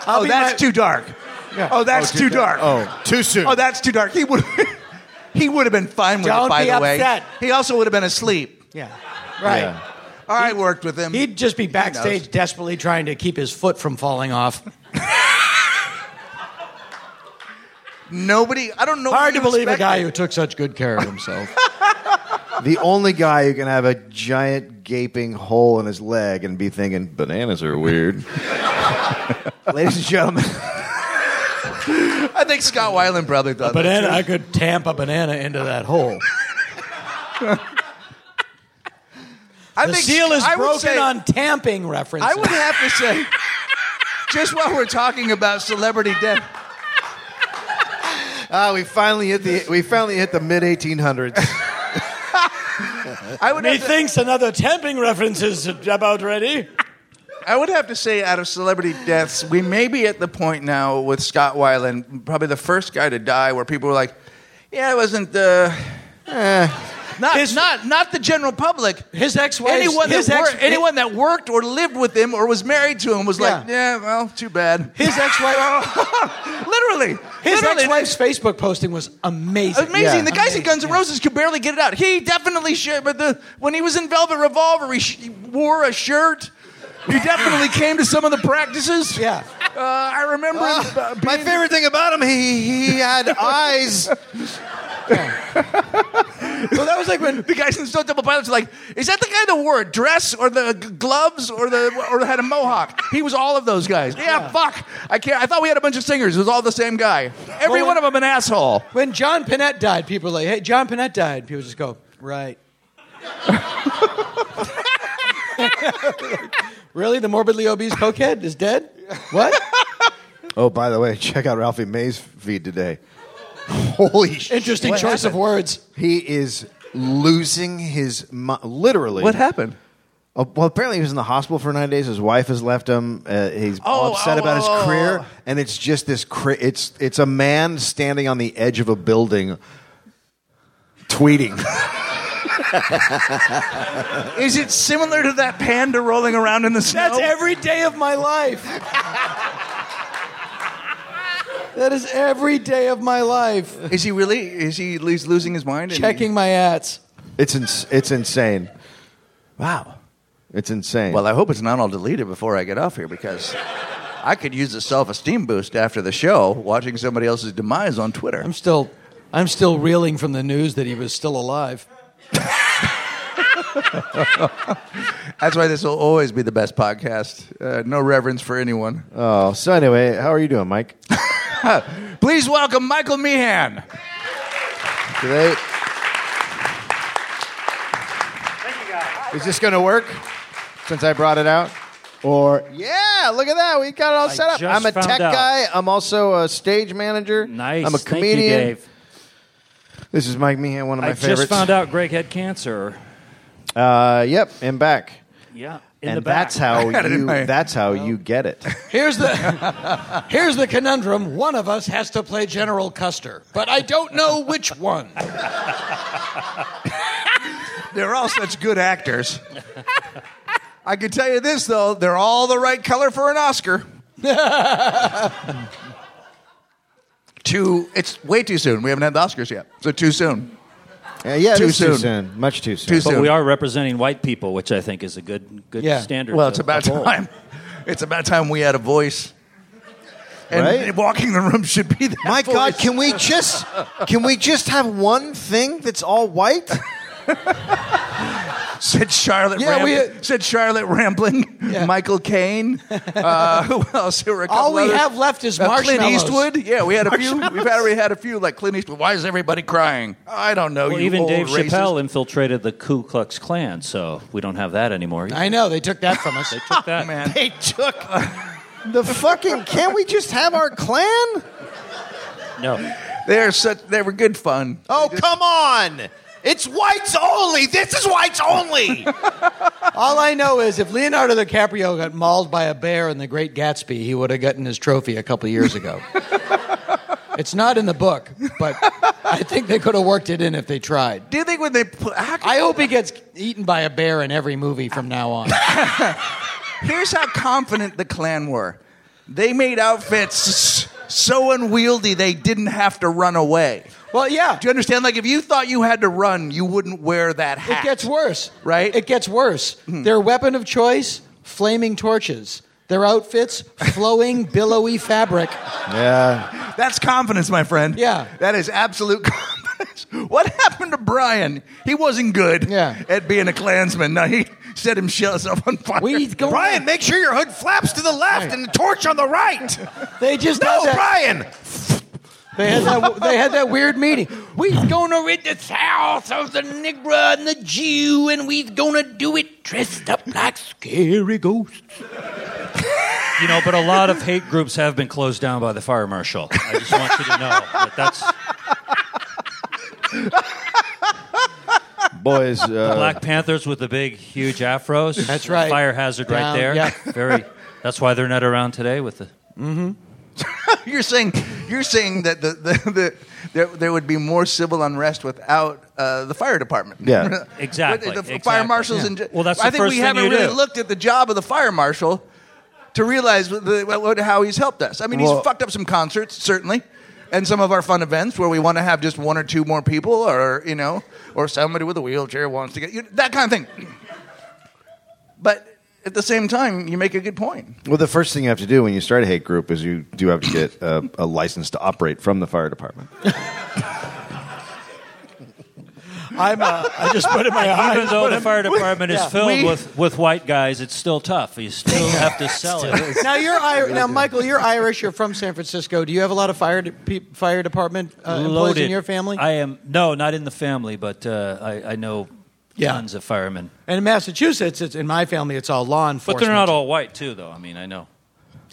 [SPEAKER 6] I'll be my-
[SPEAKER 2] too dark. Oh, that's too, dark.
[SPEAKER 4] Oh, too soon.
[SPEAKER 2] Oh, that's too dark. He would he would have been fine with
[SPEAKER 6] Don't
[SPEAKER 2] it. By
[SPEAKER 6] be
[SPEAKER 2] the way,
[SPEAKER 6] upset.
[SPEAKER 2] he also would have been asleep.
[SPEAKER 6] Yeah. Right.
[SPEAKER 4] Yeah.
[SPEAKER 2] All right, worked with him.
[SPEAKER 6] He'd just be
[SPEAKER 2] knows.
[SPEAKER 6] backstage desperately trying to keep his foot from falling off.
[SPEAKER 2] Nobody. I don't know.
[SPEAKER 6] Hard to believe a guy
[SPEAKER 2] who.
[SPEAKER 6] who took such good care of himself.
[SPEAKER 4] the only guy who can have a giant gaping hole in his leg and be thinking bananas are weird. Ladies and gentlemen,
[SPEAKER 2] I think Scott Weiland probably thought. that.
[SPEAKER 6] banana, I could tamp a banana into that hole.
[SPEAKER 2] I
[SPEAKER 6] uh, The
[SPEAKER 2] think
[SPEAKER 6] seal is
[SPEAKER 2] I would
[SPEAKER 6] broken
[SPEAKER 2] say-
[SPEAKER 6] on tamping references.
[SPEAKER 2] I would have to say, just while we're talking about celebrity death,
[SPEAKER 4] ah, we finally hit the we finally hit the mid 1800s.
[SPEAKER 2] I would have to,
[SPEAKER 6] Methinks another tamping reference is about ready.
[SPEAKER 2] I would have to say, out of celebrity deaths, we may be at the point now with Scott Weiland, probably the first guy to die, where people were like, "Yeah, it wasn't the." eh, Not,
[SPEAKER 6] His-
[SPEAKER 2] not, not the general public.
[SPEAKER 6] His ex-wife.
[SPEAKER 2] Anyone,
[SPEAKER 6] his
[SPEAKER 2] that
[SPEAKER 6] ex,
[SPEAKER 2] wor- anyone that worked or lived with him or was married to him was like, yeah, well, too bad.
[SPEAKER 6] His ex-wife.
[SPEAKER 2] literally,
[SPEAKER 6] His
[SPEAKER 2] literally,
[SPEAKER 6] ex-wife's Facebook posting was amazing.
[SPEAKER 2] Amazing.
[SPEAKER 4] Yeah.
[SPEAKER 2] The guys at Guns N'
[SPEAKER 6] Yeah.
[SPEAKER 2] Roses could barely get it out. He definitely should. But the when he was in Velvet Revolver, he, sh- he wore a shirt. He definitely came to some of the practices.
[SPEAKER 6] Yeah.
[SPEAKER 2] Uh, I remember. him, uh,
[SPEAKER 4] My
[SPEAKER 2] being-
[SPEAKER 4] favorite thing about him, he he had eyes.
[SPEAKER 2] Well, that was like when the guys in the Stone Temple Pilots were like, "Is that the guy that wore a dress or the g- gloves or the or had a mohawk?" He was all of those guys. Yeah, fuck. I can't. I thought we had a bunch of singers. It was all the same guy. Every
[SPEAKER 6] Well,
[SPEAKER 2] one of them an asshole.
[SPEAKER 6] When John Panette died, people were like, hey, John Panette died. People just go, right. really? The morbidly obese cokehead is dead? What?
[SPEAKER 4] Oh, by the way, check out Ralphie May's feed today. Holy shit.
[SPEAKER 6] Interesting choice of words.
[SPEAKER 4] He is losing his mi- literally.
[SPEAKER 2] What happened?
[SPEAKER 4] Uh, well, apparently he was in the hospital for nine days. His wife has left him. Uh, he's
[SPEAKER 6] Oh,
[SPEAKER 4] upset
[SPEAKER 6] oh,
[SPEAKER 4] about
[SPEAKER 6] oh,
[SPEAKER 4] his
[SPEAKER 6] oh,
[SPEAKER 4] career,
[SPEAKER 6] oh.
[SPEAKER 4] and it's just this. Cra- it's it's a man standing on the edge of a building, tweeting.
[SPEAKER 2] Is it similar to that panda rolling around in the snow?
[SPEAKER 6] That's every day of my life. that is every day of my life.
[SPEAKER 2] Is he really? Is he lo- losing his mind? and-
[SPEAKER 6] Checking my ads.
[SPEAKER 4] It's ins- it's insane.
[SPEAKER 2] Wow.
[SPEAKER 4] It's insane.
[SPEAKER 2] Well, I hope it's not all deleted before I get off here because I could use a self-esteem boost after the show watching somebody else's demise on Twitter.
[SPEAKER 6] I'm still, I'm still reeling from the news that he was still alive.
[SPEAKER 2] That's why this will always be the best podcast. Uh, no reverence for anyone. Uh,
[SPEAKER 4] oh, so anyway, how are you doing, Mike?
[SPEAKER 2] Please welcome Michael Meehan.
[SPEAKER 4] Today. Is this going to work since I brought it out? Or yeah, look at that. We got it all set up.
[SPEAKER 7] just
[SPEAKER 4] I'm a
[SPEAKER 7] found
[SPEAKER 4] tech
[SPEAKER 7] out.
[SPEAKER 4] guy. I'm also a stage manager.
[SPEAKER 7] Nice.
[SPEAKER 4] I'm a
[SPEAKER 7] Thank you,
[SPEAKER 4] comedian.
[SPEAKER 7] Dave.
[SPEAKER 4] This is Mike Meehan, one of my
[SPEAKER 7] I
[SPEAKER 4] favorites.
[SPEAKER 7] just found out Greg had cancer.
[SPEAKER 4] Uh, yep, and back.
[SPEAKER 7] Yeah, in
[SPEAKER 4] and
[SPEAKER 7] the back.
[SPEAKER 4] that's how
[SPEAKER 2] got it in
[SPEAKER 4] you.
[SPEAKER 2] my-
[SPEAKER 4] That's how you get it.
[SPEAKER 6] Here's the, here's the conundrum. One of us has to play General Custer, but I don't know which one.
[SPEAKER 2] They're all such good actors. I can tell you this though, they're all the right color for an Oscar. too it's way too soon. We haven't had the Oscars yet. So too soon.
[SPEAKER 4] Yeah, yeah, it
[SPEAKER 2] Too
[SPEAKER 4] is too
[SPEAKER 2] soon.
[SPEAKER 4] soon. Much too soon.
[SPEAKER 2] Too
[SPEAKER 7] But
[SPEAKER 2] soon.
[SPEAKER 7] we are representing white people, which I think is a good good
[SPEAKER 6] Yeah.
[SPEAKER 7] standard.
[SPEAKER 2] well,
[SPEAKER 7] to
[SPEAKER 2] it's about
[SPEAKER 7] uphold.
[SPEAKER 2] time. It's about time we had a voice. And
[SPEAKER 4] Right?
[SPEAKER 2] walking the room should be that.
[SPEAKER 4] My
[SPEAKER 2] voice.
[SPEAKER 4] God, can we just can we just have one thing that's all white?
[SPEAKER 2] said Charlotte.
[SPEAKER 6] Yeah,
[SPEAKER 2] Ram-
[SPEAKER 6] we- uh,
[SPEAKER 2] said Charlotte Rambling.
[SPEAKER 6] Yeah.
[SPEAKER 2] Michael Caine. Uh, who else? There were a
[SPEAKER 6] All
[SPEAKER 2] couple
[SPEAKER 6] we
[SPEAKER 2] others.
[SPEAKER 6] have left is
[SPEAKER 2] Uh, Clint
[SPEAKER 6] marshmallows.
[SPEAKER 2] Eastwood. Yeah, we had a few. We've already had a few like Clint Eastwood. Why is everybody crying? I don't know.
[SPEAKER 7] Well,
[SPEAKER 2] you
[SPEAKER 7] even
[SPEAKER 2] old
[SPEAKER 7] Dave
[SPEAKER 2] racist.
[SPEAKER 7] Chappelle infiltrated the Ku Klux Klan, so we don't have that anymore.
[SPEAKER 6] I know they took that from us.
[SPEAKER 7] They took that.
[SPEAKER 2] Man.
[SPEAKER 4] They took the fucking. Can't we just have our clan?
[SPEAKER 7] No,
[SPEAKER 2] They're such. They were good fun.
[SPEAKER 4] Oh come on! It's whites only. This is whites only.
[SPEAKER 6] All I know is if Leonardo DiCaprio got mauled by a bear in The Great Gatsby, he would have gotten his trophy a couple years ago. it's not in the book, but I think they could have worked it in if they tried.
[SPEAKER 2] Do you think when they put? How can,
[SPEAKER 6] I hope he gets eaten by a bear in every movie from now on.
[SPEAKER 2] here's how confident the Klan were. They made outfits so unwieldy they didn't have to run away.
[SPEAKER 6] Well, yeah,
[SPEAKER 2] Do you understand? Like if you thought you had to run, you wouldn't wear that hat.
[SPEAKER 6] it gets worse,
[SPEAKER 2] Right?
[SPEAKER 6] It gets worse. Their weapon of choice: flaming torches. Their outfits: flowing, billowy fabric.
[SPEAKER 4] Yeah.
[SPEAKER 2] That's confidence, my friend.
[SPEAKER 6] Yeah.
[SPEAKER 2] That is absolute confidence. What happened to Brian? He wasn't good
[SPEAKER 6] Yeah.
[SPEAKER 2] at being a Klansman. No, he set himself on fire.
[SPEAKER 6] We go
[SPEAKER 4] Brian, make sure your hood flaps to the left and the torch on the right.
[SPEAKER 6] They just
[SPEAKER 4] No,
[SPEAKER 6] had that.
[SPEAKER 4] Brian.
[SPEAKER 6] They had that. They had that weird meeting. We's gonna rid the South of the Negro and the Jew, and we's gonna do it dressed up like scary ghosts.
[SPEAKER 7] you know, but a lot of hate groups have been closed down by the fire marshal. I just want you to know that that's
[SPEAKER 4] Boys, uh,
[SPEAKER 7] Black Panthers with the big, huge afros.
[SPEAKER 6] That's right.
[SPEAKER 7] Fire hazard
[SPEAKER 6] Down,
[SPEAKER 7] right there.
[SPEAKER 6] yeah.
[SPEAKER 7] Very. That's why they're not around today with the.
[SPEAKER 2] You're saying you're saying that the, the, the there, there would be more civil unrest without uh, the fire department.
[SPEAKER 4] Yeah.
[SPEAKER 7] Exactly,
[SPEAKER 2] But The f-
[SPEAKER 7] exactly.
[SPEAKER 2] fire marshals and ju-
[SPEAKER 7] Well, that's
[SPEAKER 2] I
[SPEAKER 7] the
[SPEAKER 2] think
[SPEAKER 7] first
[SPEAKER 2] we
[SPEAKER 7] thing
[SPEAKER 2] haven't
[SPEAKER 7] you
[SPEAKER 2] really
[SPEAKER 7] do.
[SPEAKER 2] looked at the job of the fire marshal to realize what the, what, how he's helped us. I mean,
[SPEAKER 4] Well-
[SPEAKER 2] he's fucked up some concerts certainly, and some of our fun events where we want to have just one or two more people, or you know, or somebody with a wheelchair wants to get you, that kind of thing. But at the same time, you make a good point.
[SPEAKER 4] well, the first thing you have to do when you start a hate group is you do have to get a, a license to operate from the fire department.
[SPEAKER 6] I'm. Uh,
[SPEAKER 7] I just put in my eyes. Even though the fire department is filled
[SPEAKER 2] We-
[SPEAKER 7] with, with white guys, it's still tough. You still have to sell it.
[SPEAKER 6] now you're Irish. Now, Michael, you're Irish. You're from San Francisco. Do you have a lot of fire de- pe- fire department uh, employees in your family?
[SPEAKER 7] I am no, not in the family, but uh, I, I know
[SPEAKER 6] Yeah.
[SPEAKER 7] tons of firemen.
[SPEAKER 6] and in Massachusetts, it's in my family. It's all law
[SPEAKER 7] But
[SPEAKER 6] enforcement.
[SPEAKER 7] they're not all white too, though. I mean, I know.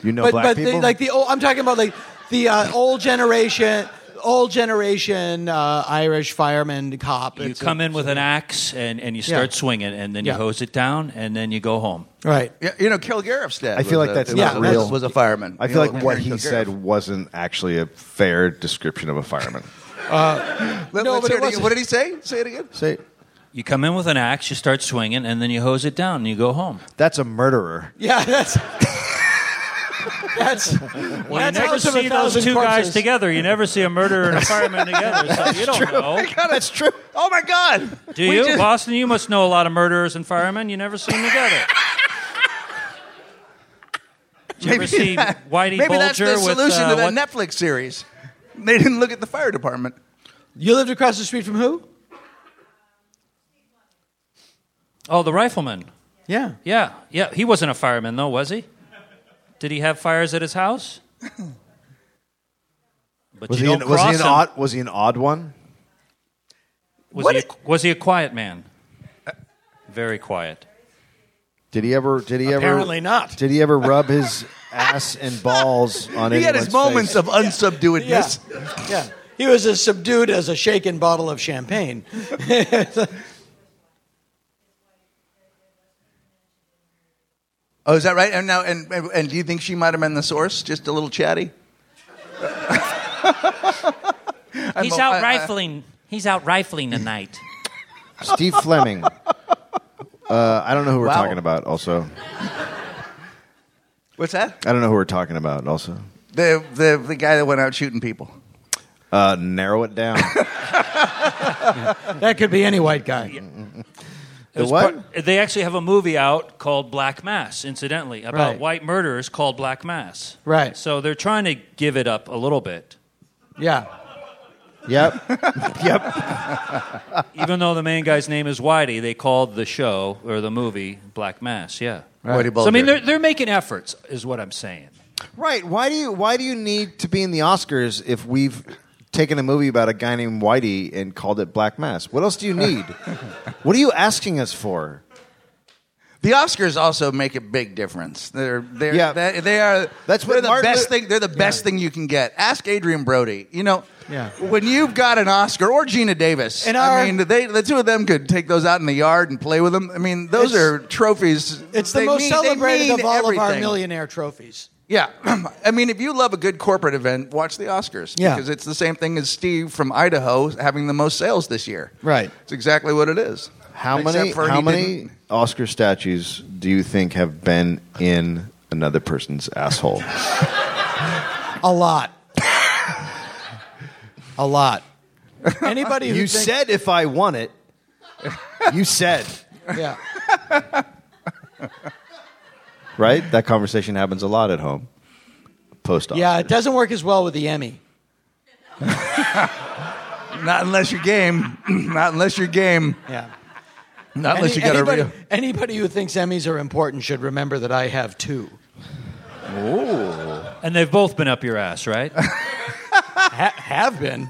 [SPEAKER 4] You know,
[SPEAKER 6] But
[SPEAKER 4] black
[SPEAKER 6] but
[SPEAKER 4] people.
[SPEAKER 6] the, like the old, I'm talking about like the uh, old generation. old generation uh, Irish fireman cop.
[SPEAKER 7] You
[SPEAKER 6] It's a-
[SPEAKER 7] come in with an axe and, and you start
[SPEAKER 6] Yeah.
[SPEAKER 7] swinging, and then
[SPEAKER 6] Yeah.
[SPEAKER 7] you hose it down, and then you go home.
[SPEAKER 6] right.
[SPEAKER 2] Yeah, you know, Kilgarifstad.
[SPEAKER 4] I feel
[SPEAKER 2] was
[SPEAKER 4] like
[SPEAKER 2] a-
[SPEAKER 4] that's
[SPEAKER 2] was
[SPEAKER 6] not
[SPEAKER 2] a-
[SPEAKER 4] real.
[SPEAKER 2] Was a fireman.
[SPEAKER 4] I
[SPEAKER 2] You
[SPEAKER 4] feel like
[SPEAKER 2] know,
[SPEAKER 4] what
[SPEAKER 2] Henry
[SPEAKER 4] he
[SPEAKER 2] Kilgariff.
[SPEAKER 4] said wasn't actually a fair description of a fireman.
[SPEAKER 2] Let,
[SPEAKER 6] No,
[SPEAKER 2] let's
[SPEAKER 6] but
[SPEAKER 2] hear
[SPEAKER 6] it
[SPEAKER 2] it again.
[SPEAKER 6] wasn't.
[SPEAKER 2] What did he say? Say it again.
[SPEAKER 4] Say,
[SPEAKER 7] You come in with an axe, you start swinging, and then you hose it down, and you go home.
[SPEAKER 4] that's a murderer.
[SPEAKER 6] Yeah, that's. That's
[SPEAKER 7] Well,
[SPEAKER 6] that's
[SPEAKER 7] you never
[SPEAKER 6] House of a
[SPEAKER 7] see those
[SPEAKER 6] Thousand
[SPEAKER 7] two guys
[SPEAKER 6] Corpses.
[SPEAKER 7] together. You never see a murderer and a fireman together. So you don't know.
[SPEAKER 4] That's true.
[SPEAKER 2] Oh my God!
[SPEAKER 7] Do you? Boston, you must know a lot of murderers and firemen. You never see them together. Did you ever see Whitey
[SPEAKER 2] Maybe
[SPEAKER 7] Bulger
[SPEAKER 2] that's the
[SPEAKER 7] with
[SPEAKER 2] solution
[SPEAKER 7] uh,
[SPEAKER 2] to that
[SPEAKER 7] what-
[SPEAKER 2] Netflix series. They didn't look at the fire department.
[SPEAKER 6] You lived across the street from who?
[SPEAKER 7] Oh, the rifleman.
[SPEAKER 6] Yeah.
[SPEAKER 7] Yeah, yeah. He wasn't a fireman though, was he? Did he have fires at his house? But
[SPEAKER 4] Was
[SPEAKER 7] you
[SPEAKER 4] he,
[SPEAKER 7] don't
[SPEAKER 4] an, was, he
[SPEAKER 7] cross
[SPEAKER 4] an
[SPEAKER 7] him.
[SPEAKER 4] odd, was he an odd one?
[SPEAKER 7] Was
[SPEAKER 2] What
[SPEAKER 7] he,
[SPEAKER 2] i-
[SPEAKER 7] a, was he a quiet man? Very quiet.
[SPEAKER 4] Did he ever? Did he ever?
[SPEAKER 6] Apparently not.
[SPEAKER 4] Did he ever rub his ass and balls on?
[SPEAKER 2] He had
[SPEAKER 4] anyone's
[SPEAKER 2] his moments
[SPEAKER 4] face?
[SPEAKER 2] of unsubduedness.
[SPEAKER 6] Yeah. Yeah. He was as subdued as a shaken bottle of champagne.
[SPEAKER 2] Oh, is that right? And now, and, and and do you think she might have been the source? Just a little chatty.
[SPEAKER 7] He's
[SPEAKER 2] I- I-
[SPEAKER 7] out rifling. He's out rifling tonight.
[SPEAKER 4] Steve Fleming. Uh, I don't know who we're
[SPEAKER 2] Wow.
[SPEAKER 4] talking about. Also,
[SPEAKER 2] What's that?
[SPEAKER 4] I don't know who we're talking about. Also,
[SPEAKER 2] The the the guy that went out shooting people.
[SPEAKER 4] uh, narrow it down.
[SPEAKER 6] that could be any white guy.
[SPEAKER 4] the
[SPEAKER 7] was
[SPEAKER 4] what?
[SPEAKER 7] part- they actually have a movie out called Black Mass, incidentally, about
[SPEAKER 6] Right.
[SPEAKER 7] white murderers called Black Mass.
[SPEAKER 6] Right.
[SPEAKER 7] So they're trying to give it up a little bit,
[SPEAKER 6] Yeah.
[SPEAKER 4] Yep. yep.
[SPEAKER 7] even though the main guy's name is Whitey. They called the show or the movie Black Mass. Yeah.
[SPEAKER 2] Whitey
[SPEAKER 7] So I
[SPEAKER 2] Bulger.
[SPEAKER 7] mean, they're they're making efforts, is what I'm saying.
[SPEAKER 4] Right. Why do you why do you need to be in the Oscars if we've taken a movie about a guy named Whitey and called it Black Mass? What else do you need? what are you asking us for?
[SPEAKER 2] The Oscars also make a big difference. They're they're
[SPEAKER 4] Yeah.
[SPEAKER 2] they, they are
[SPEAKER 4] That's what
[SPEAKER 2] they're the
[SPEAKER 4] Martin
[SPEAKER 2] best
[SPEAKER 4] Lu-
[SPEAKER 2] thing. They're the best thing you can get. Ask Adrian Brody. You know,
[SPEAKER 6] Yeah.
[SPEAKER 2] when you've got an Oscar or Gina Davis,
[SPEAKER 6] And our-
[SPEAKER 2] I mean, they the two of them could take those out in the yard and play with them. I mean, those
[SPEAKER 6] It's-
[SPEAKER 2] are trophies.
[SPEAKER 6] It's the
[SPEAKER 2] They
[SPEAKER 6] most
[SPEAKER 2] mean- they
[SPEAKER 6] celebrated
[SPEAKER 2] mean
[SPEAKER 6] of all of our
[SPEAKER 2] everything.
[SPEAKER 6] millionaire trophies.
[SPEAKER 2] Yeah, I mean, if you love a good corporate event, watch the Oscars.
[SPEAKER 6] Yeah.
[SPEAKER 2] because it's the same thing as Steve from Idaho having the most sales this year.
[SPEAKER 6] Right.
[SPEAKER 2] it's exactly what it is.
[SPEAKER 4] How
[SPEAKER 2] Except
[SPEAKER 4] many
[SPEAKER 2] for
[SPEAKER 4] how
[SPEAKER 2] he
[SPEAKER 4] many
[SPEAKER 2] didn't-
[SPEAKER 4] Oscar statues do you think have been in another person's asshole?
[SPEAKER 6] A lot. a lot. Anybody who
[SPEAKER 4] you
[SPEAKER 6] thinks-
[SPEAKER 4] said if I won it. You said,
[SPEAKER 6] Yeah.
[SPEAKER 4] right? That conversation happens a lot at home. Post
[SPEAKER 6] Yeah, it doesn't work as well with the Emmy.
[SPEAKER 2] Not unless you're game. Not unless you're game.
[SPEAKER 6] Yeah.
[SPEAKER 2] Not unless you
[SPEAKER 6] Any-
[SPEAKER 2] got a
[SPEAKER 6] anybody,
[SPEAKER 2] real.
[SPEAKER 6] anybody who thinks Emmys are important should remember that I have two.
[SPEAKER 7] And they've both been up your ass, right? That's
[SPEAKER 6] Ha- have been.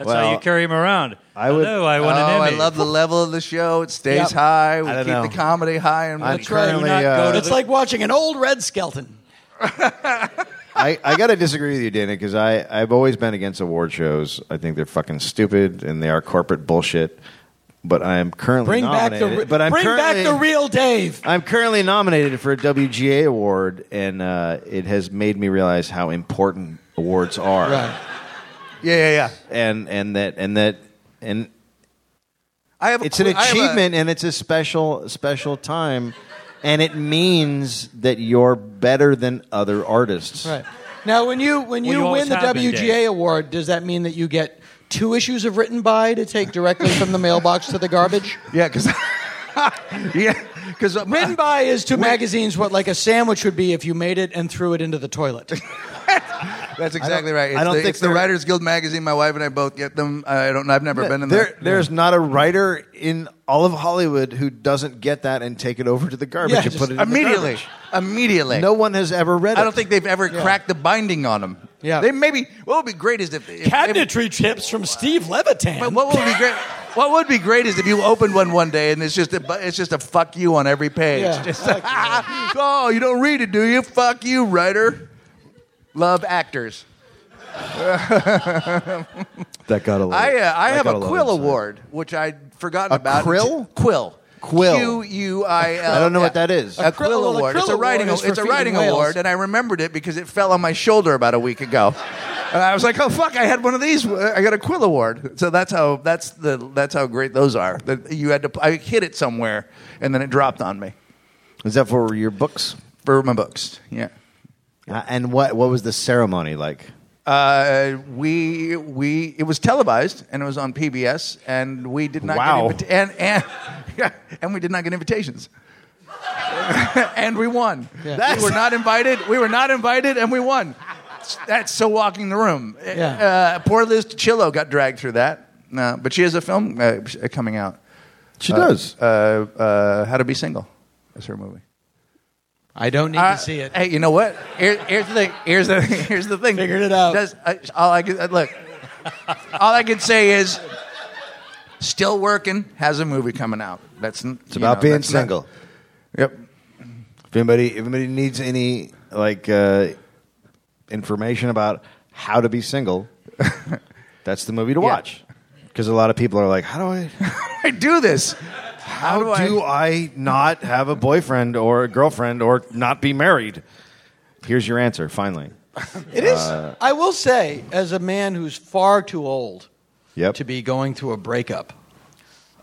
[SPEAKER 4] Well,
[SPEAKER 7] how you carry them around.
[SPEAKER 4] I would-
[SPEAKER 7] Hello, I
[SPEAKER 2] Oh,
[SPEAKER 7] won an
[SPEAKER 2] I
[SPEAKER 7] Emmy.
[SPEAKER 2] love the level of the show. It stays
[SPEAKER 6] Yep.
[SPEAKER 2] high. We
[SPEAKER 4] I don't
[SPEAKER 2] keep
[SPEAKER 4] know.
[SPEAKER 2] the comedy high. And
[SPEAKER 4] I'm
[SPEAKER 6] That's right.
[SPEAKER 4] currently
[SPEAKER 7] Do not
[SPEAKER 4] uh,
[SPEAKER 7] go to
[SPEAKER 6] It's like watching an old red skeleton.
[SPEAKER 4] I, I got to disagree with you, Dana, because I, I've always been against award shows. I think they're fucking stupid and they are corporate bullshit. But I am currently
[SPEAKER 6] Bring back
[SPEAKER 4] nominated.
[SPEAKER 6] the re-
[SPEAKER 4] but I'm
[SPEAKER 6] bring
[SPEAKER 4] currently,
[SPEAKER 6] back the real Dave.
[SPEAKER 4] I'm currently nominated for a WGA award, and uh, it has made me realize how important awards are,
[SPEAKER 2] yeah, yeah, yeah.
[SPEAKER 4] and and that and that and
[SPEAKER 2] I have. a
[SPEAKER 4] it's an
[SPEAKER 2] que- I have a-
[SPEAKER 4] achievement, and it's a special special time, and it means that you're better than other artists.
[SPEAKER 6] Right. Now, when you when
[SPEAKER 7] Well,
[SPEAKER 6] you
[SPEAKER 7] you always
[SPEAKER 6] win the
[SPEAKER 7] have been,
[SPEAKER 6] WGA
[SPEAKER 7] Dave.
[SPEAKER 6] award, does that mean that you get two issues of written by to take directly from the mailbox to the garbage?
[SPEAKER 2] yeah, because. yeah, because
[SPEAKER 6] Written by is to magazines what like a sandwich would be if you made it and threw it into the toilet.
[SPEAKER 2] That's exactly right. It's
[SPEAKER 4] I don't
[SPEAKER 2] the,
[SPEAKER 4] think
[SPEAKER 2] it's the
[SPEAKER 4] they're-
[SPEAKER 2] Writers Guild magazine. My wife and I both get them. I don't. I've never been in
[SPEAKER 4] There,
[SPEAKER 2] there.
[SPEAKER 4] there's not a writer in all of Hollywood who doesn't get that and take it over to the garbage
[SPEAKER 6] Yeah,
[SPEAKER 4] and
[SPEAKER 6] just
[SPEAKER 4] put it in
[SPEAKER 2] immediately.
[SPEAKER 4] The garbage.
[SPEAKER 2] Immediately.
[SPEAKER 4] No one has ever read it.
[SPEAKER 2] I don't think they've ever cracked the binding on them.
[SPEAKER 6] Yeah.
[SPEAKER 2] They maybe. What would be great is if if-
[SPEAKER 6] tips from Steve Levitan.
[SPEAKER 2] But what would be great? What would be great is if you opened one one day and it's just a bu- it's just a fuck you on every page.
[SPEAKER 6] Yeah.
[SPEAKER 2] Just like, oh, you don't read it, do you? Fuck you, writer. Love actors.
[SPEAKER 4] That got a little.
[SPEAKER 2] I, uh, I
[SPEAKER 4] that
[SPEAKER 2] have
[SPEAKER 4] got
[SPEAKER 2] a
[SPEAKER 4] lot
[SPEAKER 2] Quill
[SPEAKER 4] inside.
[SPEAKER 2] Award, which I'd forgotten about.
[SPEAKER 4] krill?
[SPEAKER 2] Quill.
[SPEAKER 4] Quill.
[SPEAKER 2] Q U I L.
[SPEAKER 4] I don't know what that is.
[SPEAKER 2] A
[SPEAKER 4] A
[SPEAKER 2] Quill
[SPEAKER 6] well, a
[SPEAKER 2] Award. it's
[SPEAKER 6] krill
[SPEAKER 2] a writing.
[SPEAKER 6] award is for
[SPEAKER 2] it's a
[SPEAKER 6] feeding
[SPEAKER 2] writing
[SPEAKER 6] whales.
[SPEAKER 2] award, and I remembered it because it fell on my shoulder about a week ago, and I was like, "Oh fuck! I had one of these. I got a Quill Award." So that's how that's the that's how great those are. That you had to. I hit it somewhere, and then it dropped on me
[SPEAKER 4] Is that for your books?
[SPEAKER 2] for my books. Yeah.
[SPEAKER 4] Uh, and what what was the ceremony like?
[SPEAKER 2] Uh, we we it was televised and it was on PBS and we did not
[SPEAKER 4] Wow.
[SPEAKER 2] get invita- and and yeah, and we did not get invitations. and we won. We were not invited. We were not invited and we won. That's so walking the room.
[SPEAKER 6] Yeah.
[SPEAKER 2] Uh, poor Liz Chillo got dragged through that. No, but she has a film uh, coming out.
[SPEAKER 4] She does.
[SPEAKER 2] Uh, uh, How to be single. That's her movie.
[SPEAKER 6] I don't need
[SPEAKER 2] Uh,
[SPEAKER 6] to see it.
[SPEAKER 2] Hey, you know what? Here, here's the thing. Here's the here's the thing.
[SPEAKER 6] Figured it out.
[SPEAKER 2] Does, I, all I could, look. All I can say is, still working. Has a movie coming out. That's
[SPEAKER 4] it's about being single.
[SPEAKER 2] yep.
[SPEAKER 4] If anybody, if anybody needs any like uh, information about how to be single, that's the movie to
[SPEAKER 2] Yeah.
[SPEAKER 4] watch. Because a lot of people are like, how do I,
[SPEAKER 2] I do this. How, do, I?
[SPEAKER 4] do I not have a boyfriend or a girlfriend or not be married? Here's your answer. Finally,
[SPEAKER 6] It is. I will say, as a man who's far too old
[SPEAKER 4] yep.
[SPEAKER 6] to be going through a breakup,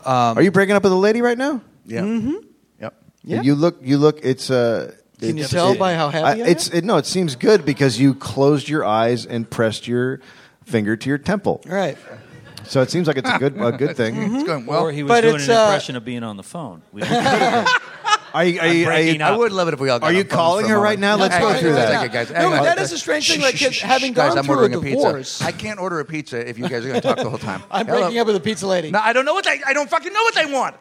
[SPEAKER 4] are you breaking up with a lady right now?
[SPEAKER 2] yeah. Mm-hmm. Yep.
[SPEAKER 6] Yeah.
[SPEAKER 4] You look. You look. It's Uh,
[SPEAKER 6] Can you
[SPEAKER 4] it's-
[SPEAKER 6] tell by how happy I am?
[SPEAKER 4] it's it, no. It seems good because you closed your eyes and pressed your finger to your temple.
[SPEAKER 6] right?
[SPEAKER 4] So it seems like it's a good a good thing.
[SPEAKER 6] Hmm?
[SPEAKER 2] It's going well.
[SPEAKER 7] or he was
[SPEAKER 6] but
[SPEAKER 7] doing
[SPEAKER 6] it's,
[SPEAKER 7] an
[SPEAKER 6] uh,
[SPEAKER 7] impression of being on the phone. We
[SPEAKER 4] Are you, are you, are you,
[SPEAKER 7] breaking up.
[SPEAKER 2] I would love it if we all. Got
[SPEAKER 4] Are you
[SPEAKER 2] on phones
[SPEAKER 4] calling
[SPEAKER 2] for a
[SPEAKER 4] her right
[SPEAKER 2] moment.
[SPEAKER 4] now? Let's
[SPEAKER 2] Hang
[SPEAKER 4] go
[SPEAKER 2] on,
[SPEAKER 4] through
[SPEAKER 2] just a
[SPEAKER 4] that.
[SPEAKER 2] second, guys. Hang
[SPEAKER 6] No, but
[SPEAKER 2] on.
[SPEAKER 6] that is a strange thing, like, 'cause having
[SPEAKER 2] guys,
[SPEAKER 6] gone
[SPEAKER 2] I'm
[SPEAKER 6] through a
[SPEAKER 2] ordering pizza.
[SPEAKER 6] divorce-
[SPEAKER 2] I can't order a pizza if you guys are going to talk the whole time.
[SPEAKER 6] I'm
[SPEAKER 2] Hello.
[SPEAKER 6] breaking up with a pizza lady.
[SPEAKER 2] No, I don't know what they. I don't fucking know what they want.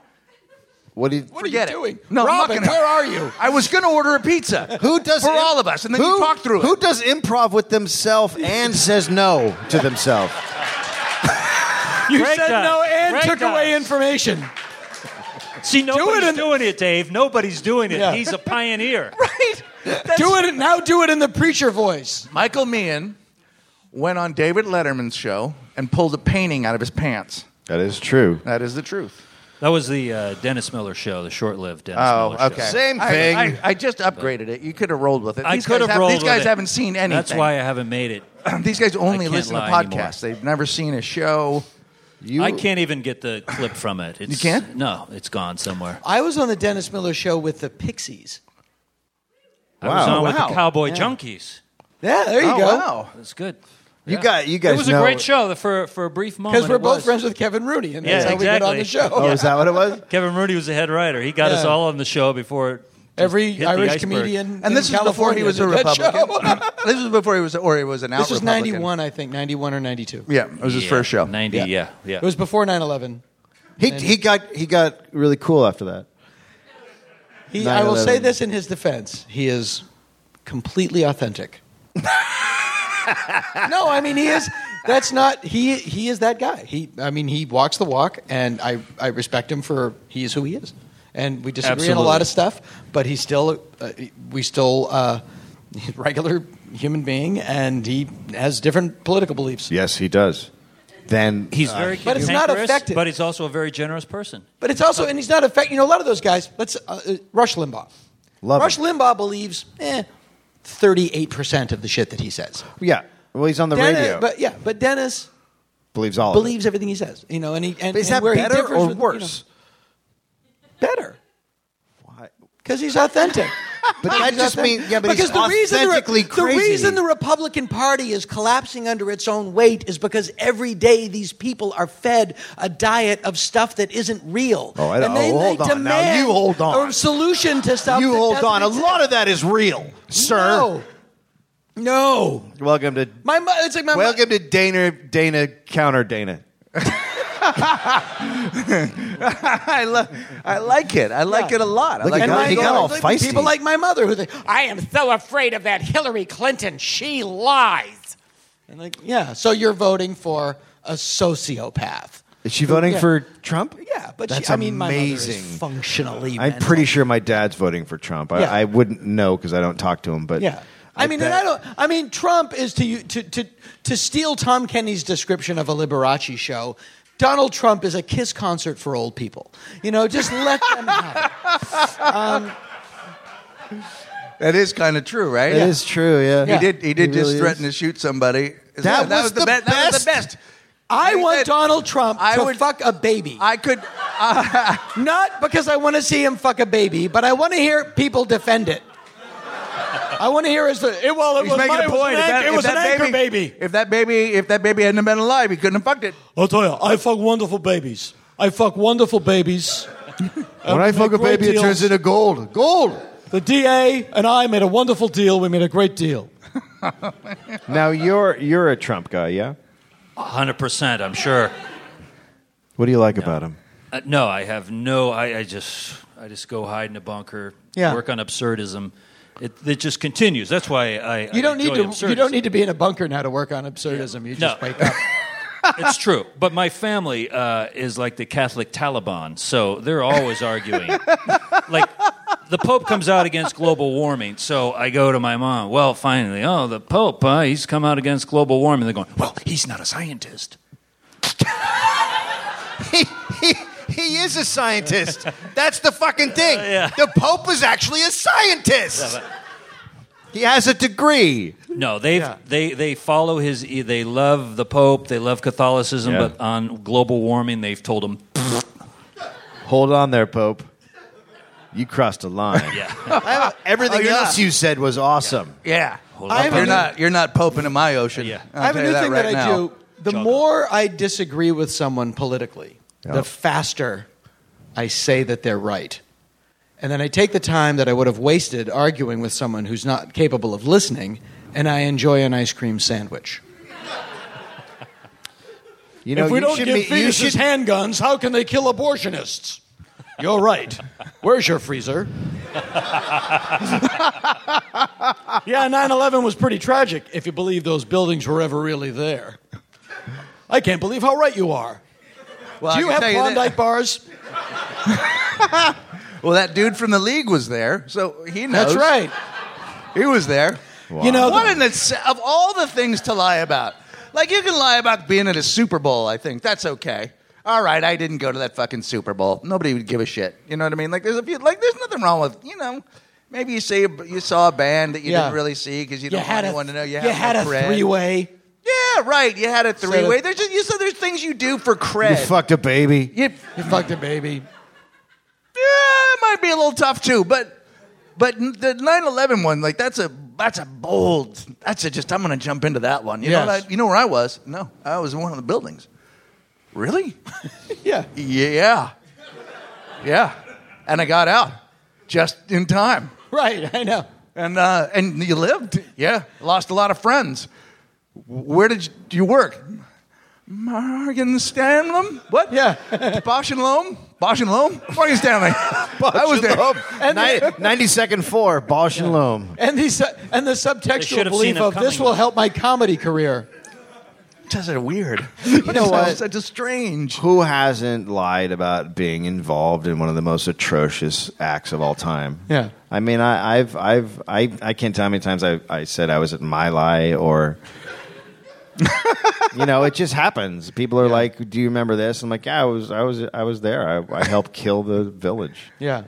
[SPEAKER 4] What do you,
[SPEAKER 6] what are
[SPEAKER 2] Forget
[SPEAKER 6] you
[SPEAKER 2] it.
[SPEAKER 6] doing?
[SPEAKER 2] No, I'm not
[SPEAKER 6] Robin,
[SPEAKER 2] gonna-
[SPEAKER 6] where are you?
[SPEAKER 2] I was going to order a pizza.
[SPEAKER 4] who does
[SPEAKER 2] for
[SPEAKER 4] im-
[SPEAKER 2] all of us, and then
[SPEAKER 4] who-
[SPEAKER 2] you talk through
[SPEAKER 4] Who
[SPEAKER 2] it.
[SPEAKER 4] does improv with themselves and says no to themselves?
[SPEAKER 7] you
[SPEAKER 6] Said no and took away information.
[SPEAKER 7] See, nobody's
[SPEAKER 6] it in-
[SPEAKER 7] doing it, Dave. Nobody's doing it.
[SPEAKER 6] Yeah.
[SPEAKER 7] He's a pioneer.
[SPEAKER 2] Right? That's-
[SPEAKER 6] Do it now. Do it in the preacher voice.
[SPEAKER 2] Michael Meehan went on David Letterman's show and pulled a painting out of his pants.
[SPEAKER 4] That is true.
[SPEAKER 2] That is the truth.
[SPEAKER 7] That was the uh, Dennis Miller show, the short-lived Dennis
[SPEAKER 2] Oh,
[SPEAKER 7] Miller
[SPEAKER 2] okay.
[SPEAKER 7] show.
[SPEAKER 4] Same
[SPEAKER 2] I-
[SPEAKER 4] thing.
[SPEAKER 2] I, I just upgraded it. You could have rolled with it.
[SPEAKER 7] I
[SPEAKER 2] These
[SPEAKER 7] could
[SPEAKER 2] guys
[SPEAKER 7] have
[SPEAKER 2] have-
[SPEAKER 7] rolled
[SPEAKER 2] These guys
[SPEAKER 7] with it.
[SPEAKER 2] haven't seen anything.
[SPEAKER 7] That's why I haven't made it.
[SPEAKER 2] these guys only
[SPEAKER 7] I can't
[SPEAKER 2] listen to
[SPEAKER 7] lie
[SPEAKER 2] podcasts. They've never seen a show.
[SPEAKER 4] You,
[SPEAKER 7] I can't even get the clip from it. It's,
[SPEAKER 2] can't?
[SPEAKER 7] No, it's gone somewhere.
[SPEAKER 6] I was on the Dennis Miller show with the Pixies.
[SPEAKER 7] I was
[SPEAKER 4] Wow.
[SPEAKER 7] on with the
[SPEAKER 4] Wow.
[SPEAKER 7] Cowboy Junkies.
[SPEAKER 6] Yeah, there you
[SPEAKER 2] oh,
[SPEAKER 6] go.
[SPEAKER 2] wow.
[SPEAKER 7] That's good.
[SPEAKER 4] You got. You guys.
[SPEAKER 7] It was a
[SPEAKER 4] know-
[SPEAKER 7] great show the- for for a brief moment.
[SPEAKER 6] Because we're
[SPEAKER 7] it
[SPEAKER 6] both
[SPEAKER 7] was.
[SPEAKER 6] friends with Kevin Rooney, and
[SPEAKER 7] Yeah,
[SPEAKER 6] that's how we get on the
[SPEAKER 7] exactly.
[SPEAKER 6] show.
[SPEAKER 4] Oh, is that what it was?
[SPEAKER 7] Kevin Rooney was the head writer. He got us
[SPEAKER 6] Yeah.
[SPEAKER 7] all on the show before it just hit
[SPEAKER 6] Every
[SPEAKER 7] the
[SPEAKER 6] Irish
[SPEAKER 7] iceberg.
[SPEAKER 6] comedian, in
[SPEAKER 2] And this is before he
[SPEAKER 6] California
[SPEAKER 2] was a
[SPEAKER 6] did that show.
[SPEAKER 2] Republican. this was before he was, or he was an out
[SPEAKER 6] this was
[SPEAKER 2] Republican.
[SPEAKER 6] '91, I think, '91 or '92.
[SPEAKER 2] Yeah, it was his
[SPEAKER 7] Yeah,
[SPEAKER 2] first show.
[SPEAKER 7] Ninety, yeah, yeah.
[SPEAKER 6] It was before 9/11.
[SPEAKER 4] He he got he got really cool after that.
[SPEAKER 6] He, I will
[SPEAKER 4] 9/11.
[SPEAKER 6] say this in his defense: he is completely authentic. no, I mean he is. That's not he. He is that guy. He. I mean he walks the walk, and I I respect him for he is who he is, and we disagree on a lot
[SPEAKER 7] Absolutely.
[SPEAKER 6] of stuff, but he's still uh, we still uh, regular human being, and he has different political beliefs.
[SPEAKER 4] Yes, he does. Then
[SPEAKER 7] He's very,
[SPEAKER 6] But it's not
[SPEAKER 7] cantankerous,
[SPEAKER 6] affected.
[SPEAKER 7] But he's also a very generous person.
[SPEAKER 6] But it's also, and he's not affect. You know, a lot of those guys. Let's uh, uh, Rush Limbaugh.
[SPEAKER 4] Love
[SPEAKER 6] Rush
[SPEAKER 4] him.
[SPEAKER 6] Limbaugh believes eh, thirty-eight percent of the shit that he says.
[SPEAKER 4] yeah. uh, Well, he's on the
[SPEAKER 6] Dennis,
[SPEAKER 4] radio.
[SPEAKER 6] but yeah, but Dennis
[SPEAKER 4] believes all. of it.
[SPEAKER 6] believes everything he says. You know, and he and
[SPEAKER 4] Is
[SPEAKER 6] and
[SPEAKER 4] that
[SPEAKER 6] where he
[SPEAKER 4] better
[SPEAKER 6] differs
[SPEAKER 4] or
[SPEAKER 6] with, you know,
[SPEAKER 4] worse?
[SPEAKER 6] better because he's authentic.
[SPEAKER 4] But that just means yeah. But he's
[SPEAKER 6] because the reason the,
[SPEAKER 4] authentically
[SPEAKER 6] re- the
[SPEAKER 4] crazy.
[SPEAKER 6] reason the Republican Party is collapsing under its own weight is because every day these people are fed a diet of stuff that isn't real.
[SPEAKER 4] Oh, I don't-
[SPEAKER 6] and they,
[SPEAKER 4] oh,
[SPEAKER 6] they
[SPEAKER 4] hold on. Now,
[SPEAKER 6] demand
[SPEAKER 4] you hold on.
[SPEAKER 6] A solution to stuff.
[SPEAKER 4] you
[SPEAKER 6] that
[SPEAKER 4] hold
[SPEAKER 6] doesn't
[SPEAKER 4] on. A
[SPEAKER 6] exist.
[SPEAKER 4] lot of that is real, sir.
[SPEAKER 6] No. No.
[SPEAKER 4] Welcome to
[SPEAKER 6] My mo- it's like my mo-
[SPEAKER 4] Welcome to Dana Dana Counter Dana.
[SPEAKER 2] I, lo- I like it. I like
[SPEAKER 6] Yeah.
[SPEAKER 2] it a lot. I
[SPEAKER 4] Look
[SPEAKER 2] like
[SPEAKER 4] at
[SPEAKER 2] it.
[SPEAKER 4] God, he got all
[SPEAKER 6] like
[SPEAKER 4] feisty.
[SPEAKER 6] people like my mother who think I am
[SPEAKER 8] so afraid of that Hillary Clinton. She lies.
[SPEAKER 6] and like yeah, so you're voting for a sociopath.
[SPEAKER 4] Is she voting
[SPEAKER 6] Yeah.
[SPEAKER 4] for Trump?
[SPEAKER 6] Yeah, but
[SPEAKER 4] That's
[SPEAKER 6] she, I mean my mother is
[SPEAKER 4] amazing.
[SPEAKER 6] functionally
[SPEAKER 4] I'm
[SPEAKER 6] mental.
[SPEAKER 4] pretty sure my dad's voting for Trump. I,
[SPEAKER 6] Yeah.
[SPEAKER 4] I wouldn't know because I don't talk to him. But
[SPEAKER 6] Yeah.
[SPEAKER 9] I mean, and I don't. I mean, Trump is to you to to to steal Tom Kenny's description of a Liberace show. Donald Trump is a kiss concert for old people. You know, just let them have it.
[SPEAKER 2] That is kind of true, right?
[SPEAKER 4] It is true. uh, Yeah.
[SPEAKER 2] He did. He did just
[SPEAKER 4] really
[SPEAKER 2] threaten
[SPEAKER 4] is.
[SPEAKER 2] to shoot somebody. That,
[SPEAKER 4] was the
[SPEAKER 2] be- That was the best.
[SPEAKER 9] I
[SPEAKER 2] He
[SPEAKER 9] want
[SPEAKER 2] said,
[SPEAKER 9] Donald Trump
[SPEAKER 2] I
[SPEAKER 9] to
[SPEAKER 2] would-
[SPEAKER 9] fuck a baby.
[SPEAKER 2] I could.
[SPEAKER 9] Not because I want to see him fuck a baby, but I want to hear people defend it. I want to hear his. It, well, it
[SPEAKER 2] He's
[SPEAKER 9] was
[SPEAKER 2] making
[SPEAKER 9] my,
[SPEAKER 2] a point.
[SPEAKER 9] It was an, anchor,
[SPEAKER 2] If that-
[SPEAKER 9] it
[SPEAKER 2] if
[SPEAKER 9] was an
[SPEAKER 2] that
[SPEAKER 9] anchor baby.
[SPEAKER 2] If that baby, if that baby hadn't been alive, he couldn't have fucked it.
[SPEAKER 7] I'll tell you, I fuck wonderful babies. I fuck wonderful babies.
[SPEAKER 4] When I fuck a
[SPEAKER 7] Great
[SPEAKER 4] baby, it turns
[SPEAKER 7] deals.
[SPEAKER 4] into gold. Gold.
[SPEAKER 7] The DA and I made a wonderful deal. We made a great deal.
[SPEAKER 4] Now you're you're a Trump guy, yeah.
[SPEAKER 7] 100%, I'm sure.
[SPEAKER 4] What do you like about him?
[SPEAKER 7] Uh, no, I have no. I, I just I just go hide in a bunker.
[SPEAKER 9] Yeah.
[SPEAKER 7] Work on absurdism. It, it just continues. That's why I. I
[SPEAKER 6] You don't need
[SPEAKER 7] enjoy
[SPEAKER 6] to.
[SPEAKER 7] Absurdism.
[SPEAKER 6] You don't need to be in a bunker now to work on absurdism. You just
[SPEAKER 7] No.
[SPEAKER 6] wake up.
[SPEAKER 7] It's true. But my family uh, is like the Catholic Taliban, so they're always arguing. like the Pope comes out against global warming, so I go to my mom. Well, finally, oh, the Pope, uh, he's come out against global warming. They're going, well, he's not a scientist.
[SPEAKER 4] he, he, he is a scientist. That's the fucking thing. The Pope is actually a scientist. he has a degree.
[SPEAKER 7] No, they they they follow his. e, They love the Pope. They love Catholicism,
[SPEAKER 4] Yeah.
[SPEAKER 7] but on global warming, they've told him
[SPEAKER 4] Hold on there, Pope. You crossed a line. Oh, Everything else you said was awesome.
[SPEAKER 2] Yeah.
[SPEAKER 9] I have
[SPEAKER 2] you're
[SPEAKER 9] a-
[SPEAKER 2] not. You're not poping in my ocean.
[SPEAKER 7] Yeah.
[SPEAKER 2] I'll
[SPEAKER 9] I have a
[SPEAKER 2] tell you
[SPEAKER 9] new thing
[SPEAKER 2] right
[SPEAKER 9] that I
[SPEAKER 2] now.
[SPEAKER 9] do. The more I disagree with someone politically, the faster I say that they're right. And then I take the time that I would have wasted arguing with someone who's not capable of listening, and I enjoy an ice cream sandwich.
[SPEAKER 4] You know, you should meet- you should-
[SPEAKER 6] handguns, how can they kill abortionists? You're right. Where's your freezer? yeah, 9 11 was pretty tragic if you believe those buildings were ever really there. I can't believe how right you are.
[SPEAKER 2] Well, I
[SPEAKER 6] Do you
[SPEAKER 2] can
[SPEAKER 6] have
[SPEAKER 2] tell that-
[SPEAKER 6] Klondike bars?
[SPEAKER 2] Well, that dude from the league was there, so he knows.
[SPEAKER 6] That's right.
[SPEAKER 2] He was there.
[SPEAKER 6] You know,
[SPEAKER 2] What in the s- of all the things to lie about? Like you can lie about being at a Super Bowl. I think that's okay. All right, I didn't go to that fucking Super Bowl. Nobody would give a shit. You know what I mean? Like there's a few. Like there's nothing wrong with you know. Maybe you say you saw a band that you
[SPEAKER 6] Yeah.
[SPEAKER 2] didn't really see because you,
[SPEAKER 6] you
[SPEAKER 2] don't want
[SPEAKER 6] had a,
[SPEAKER 2] anyone to know you,
[SPEAKER 6] had
[SPEAKER 2] no
[SPEAKER 6] a
[SPEAKER 2] cred.
[SPEAKER 6] three way.
[SPEAKER 2] Yeah, right. You had a
[SPEAKER 6] of-
[SPEAKER 2] three way. There's just you said there's things you do for
[SPEAKER 4] you
[SPEAKER 2] cred.
[SPEAKER 4] fucked a baby.
[SPEAKER 2] You-
[SPEAKER 6] You fucked a baby.
[SPEAKER 2] yeah, it might be a little tough too, but but the 9/11 one, like that's a that's a bold. That's a just. I'm gonna jump into that one. You know,
[SPEAKER 6] Yes.
[SPEAKER 2] what I- you know where I was? No, I was in one of the buildings. Really?
[SPEAKER 6] Yeah.
[SPEAKER 2] Yeah, yeah. And I got out just in time.
[SPEAKER 6] Right, I know.
[SPEAKER 2] And uh, and you lived? Yeah. Lost a lot of friends. Where did you, do you work? Morgan Stanley? What?
[SPEAKER 6] Yeah.
[SPEAKER 2] Bosch and Loam? Bosch and Loam? Morgan Stanley. I was there.
[SPEAKER 6] And the,
[SPEAKER 4] Ninety second four, Bosch and Loam.
[SPEAKER 6] and the, su- and the
[SPEAKER 7] should have
[SPEAKER 6] subtextual
[SPEAKER 7] seen
[SPEAKER 6] belief
[SPEAKER 7] it
[SPEAKER 6] of this
[SPEAKER 7] coming,
[SPEAKER 6] will
[SPEAKER 7] though.
[SPEAKER 6] help my comedy career.
[SPEAKER 2] Just a weird. You
[SPEAKER 4] know what?
[SPEAKER 2] Such a strange.
[SPEAKER 4] Who hasn't lied about being involved in one of the most atrocious acts of all time?
[SPEAKER 6] Yeah.
[SPEAKER 4] I mean, I, I've, I've, I, I can't tell how many times I, I said I was at my lie or, you know, it just happens. People are like, "Do you remember this?" I'm like, "Yeah, I was, I was, I was there. I, I helped kill the village."
[SPEAKER 6] Yeah.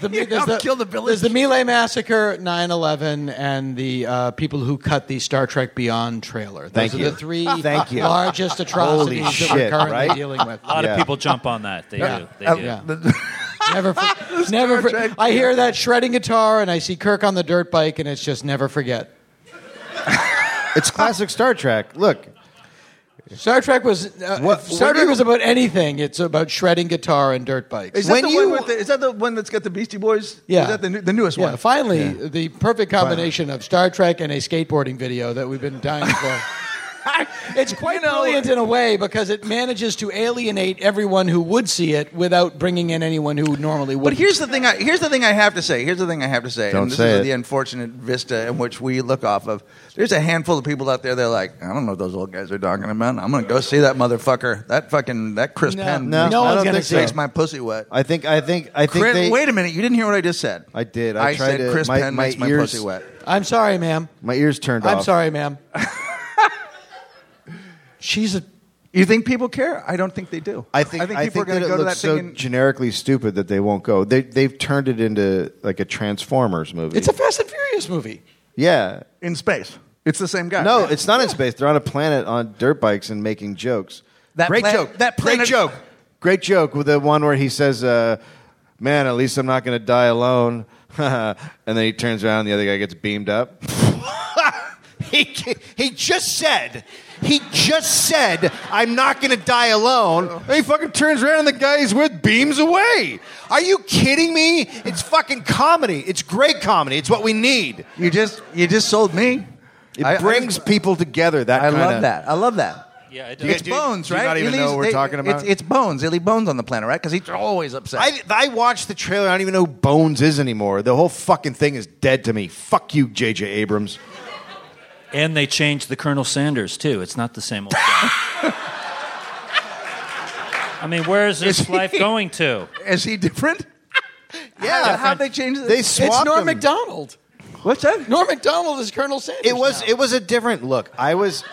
[SPEAKER 6] the, there's
[SPEAKER 2] helped
[SPEAKER 6] the,
[SPEAKER 2] kill the village.
[SPEAKER 6] There's the Melee Massacre, 9 11, and the uh, people who cut the Star Trek Beyond trailer. Those
[SPEAKER 4] Thank
[SPEAKER 6] are
[SPEAKER 4] you.
[SPEAKER 6] the three
[SPEAKER 4] Thank you.
[SPEAKER 6] largest atrocities that we're
[SPEAKER 4] shit,
[SPEAKER 6] currently
[SPEAKER 4] right?
[SPEAKER 6] dealing with.
[SPEAKER 7] A lot
[SPEAKER 4] Yeah.
[SPEAKER 7] of people jump on that. They do.
[SPEAKER 4] Uh,
[SPEAKER 7] They do.
[SPEAKER 6] Yeah. never for, never for- I hear that shredding guitar and I see Kirk on the dirt bike and it's just never forget.
[SPEAKER 4] It's classic Star Trek. Look,
[SPEAKER 6] Star Trek was uh,
[SPEAKER 4] What-
[SPEAKER 6] if Star
[SPEAKER 4] what do
[SPEAKER 6] Trek
[SPEAKER 4] you-
[SPEAKER 6] was about anything. It's about shredding guitar and dirt bikes.
[SPEAKER 2] Is that,
[SPEAKER 4] When
[SPEAKER 2] the
[SPEAKER 4] you-
[SPEAKER 2] one with the, is that the one that's got the Beastie Boys?
[SPEAKER 6] Yeah.
[SPEAKER 2] Is that the, new, the newest
[SPEAKER 6] Yeah,
[SPEAKER 2] one?
[SPEAKER 6] finally, the perfect combination of Star Trek and a skateboarding video that we've been dying for. it's quite brilliant in a way because it manages to alienate everyone who would see it without bringing in anyone who normally would.
[SPEAKER 2] But here's the thing. I, here's the thing I have to say. Here's the thing I have to say.
[SPEAKER 4] Don't
[SPEAKER 2] and this
[SPEAKER 4] say
[SPEAKER 2] is
[SPEAKER 4] it.
[SPEAKER 2] the unfortunate vista in which we look off of. There's a handful of people out there. They're like, I don't know what those old guys are talking about. I'm gonna go see that motherfucker. That fucking that Chris
[SPEAKER 6] No,
[SPEAKER 2] Penn.
[SPEAKER 4] no,
[SPEAKER 6] No
[SPEAKER 4] I
[SPEAKER 6] one's
[SPEAKER 4] don't
[SPEAKER 6] gonna
[SPEAKER 4] think
[SPEAKER 6] see
[SPEAKER 4] so.
[SPEAKER 6] it.
[SPEAKER 2] makes my pussy wet.
[SPEAKER 4] I think, I think, I think
[SPEAKER 2] Chris-
[SPEAKER 4] they.
[SPEAKER 2] wait a minute. You didn't hear what I just said.
[SPEAKER 4] I did. I tried
[SPEAKER 2] said
[SPEAKER 4] to-
[SPEAKER 2] Chris
[SPEAKER 4] my-
[SPEAKER 2] Penn
[SPEAKER 4] my
[SPEAKER 2] makes my
[SPEAKER 4] ears-
[SPEAKER 2] pussy wet.
[SPEAKER 6] I'm sorry, ma'am.
[SPEAKER 4] My ears turned off.
[SPEAKER 6] I'm sorry, ma'am. She's a.
[SPEAKER 2] You think people care? I don't think they do.
[SPEAKER 4] I think,
[SPEAKER 2] I think people are going
[SPEAKER 4] that
[SPEAKER 2] to
[SPEAKER 4] it
[SPEAKER 2] go to
[SPEAKER 4] looks
[SPEAKER 2] that
[SPEAKER 4] so
[SPEAKER 2] thing. And,
[SPEAKER 4] generically stupid that they won't go. They, they've turned it into like a Transformers movie.
[SPEAKER 6] It's a Fast and Furious movie.
[SPEAKER 4] yeah.
[SPEAKER 2] in space. It's the same guy.
[SPEAKER 4] No,
[SPEAKER 2] right?
[SPEAKER 4] it's not in space. They're on a planet on dirt bikes and making jokes.
[SPEAKER 2] That
[SPEAKER 4] Great
[SPEAKER 2] pla-
[SPEAKER 4] joke.
[SPEAKER 2] that
[SPEAKER 4] Great
[SPEAKER 2] planet-
[SPEAKER 4] joke. Great joke with the one where he says, uh, "Man, at least I'm not going to die alone." and then he turns around, and the other guy gets beamed up. he he just said. He just said, I'm not going to die alone. And he fucking turns around and the guy he's with beams away. Are you kidding me? It's fucking comedy. It's great comedy. It's what we need.
[SPEAKER 2] you just you just sold me.
[SPEAKER 4] It
[SPEAKER 2] I- I-
[SPEAKER 4] brings people together. That
[SPEAKER 2] I
[SPEAKER 4] kinda,
[SPEAKER 2] love that. I love that.
[SPEAKER 7] Yeah, it
[SPEAKER 4] you
[SPEAKER 7] does.
[SPEAKER 2] It's
[SPEAKER 4] do
[SPEAKER 2] Bones,
[SPEAKER 4] do you
[SPEAKER 2] right?
[SPEAKER 4] not even
[SPEAKER 2] He leaves-
[SPEAKER 4] know we're talking about?
[SPEAKER 2] It's, it's Bones. He leaves Bones on the planet, right? Because he's always upset.
[SPEAKER 4] I, I watched the trailer. I don't even know who Bones is anymore. The whole fucking thing is dead to me. Fuck you, J.J. Abrams.
[SPEAKER 7] And they changed the Colonel Sanders too. It's not the same old guy. I mean, where is this
[SPEAKER 2] Is he-
[SPEAKER 7] life going to?
[SPEAKER 2] Is he different?
[SPEAKER 4] Yeah,
[SPEAKER 2] How'd they change this?
[SPEAKER 4] They
[SPEAKER 6] It's
[SPEAKER 4] swapped
[SPEAKER 6] Norm
[SPEAKER 4] them.
[SPEAKER 6] McDonald.
[SPEAKER 2] What's that?
[SPEAKER 6] Norm McDonald is Colonel Sanders.
[SPEAKER 4] It was
[SPEAKER 6] now.
[SPEAKER 4] it was a different look. I was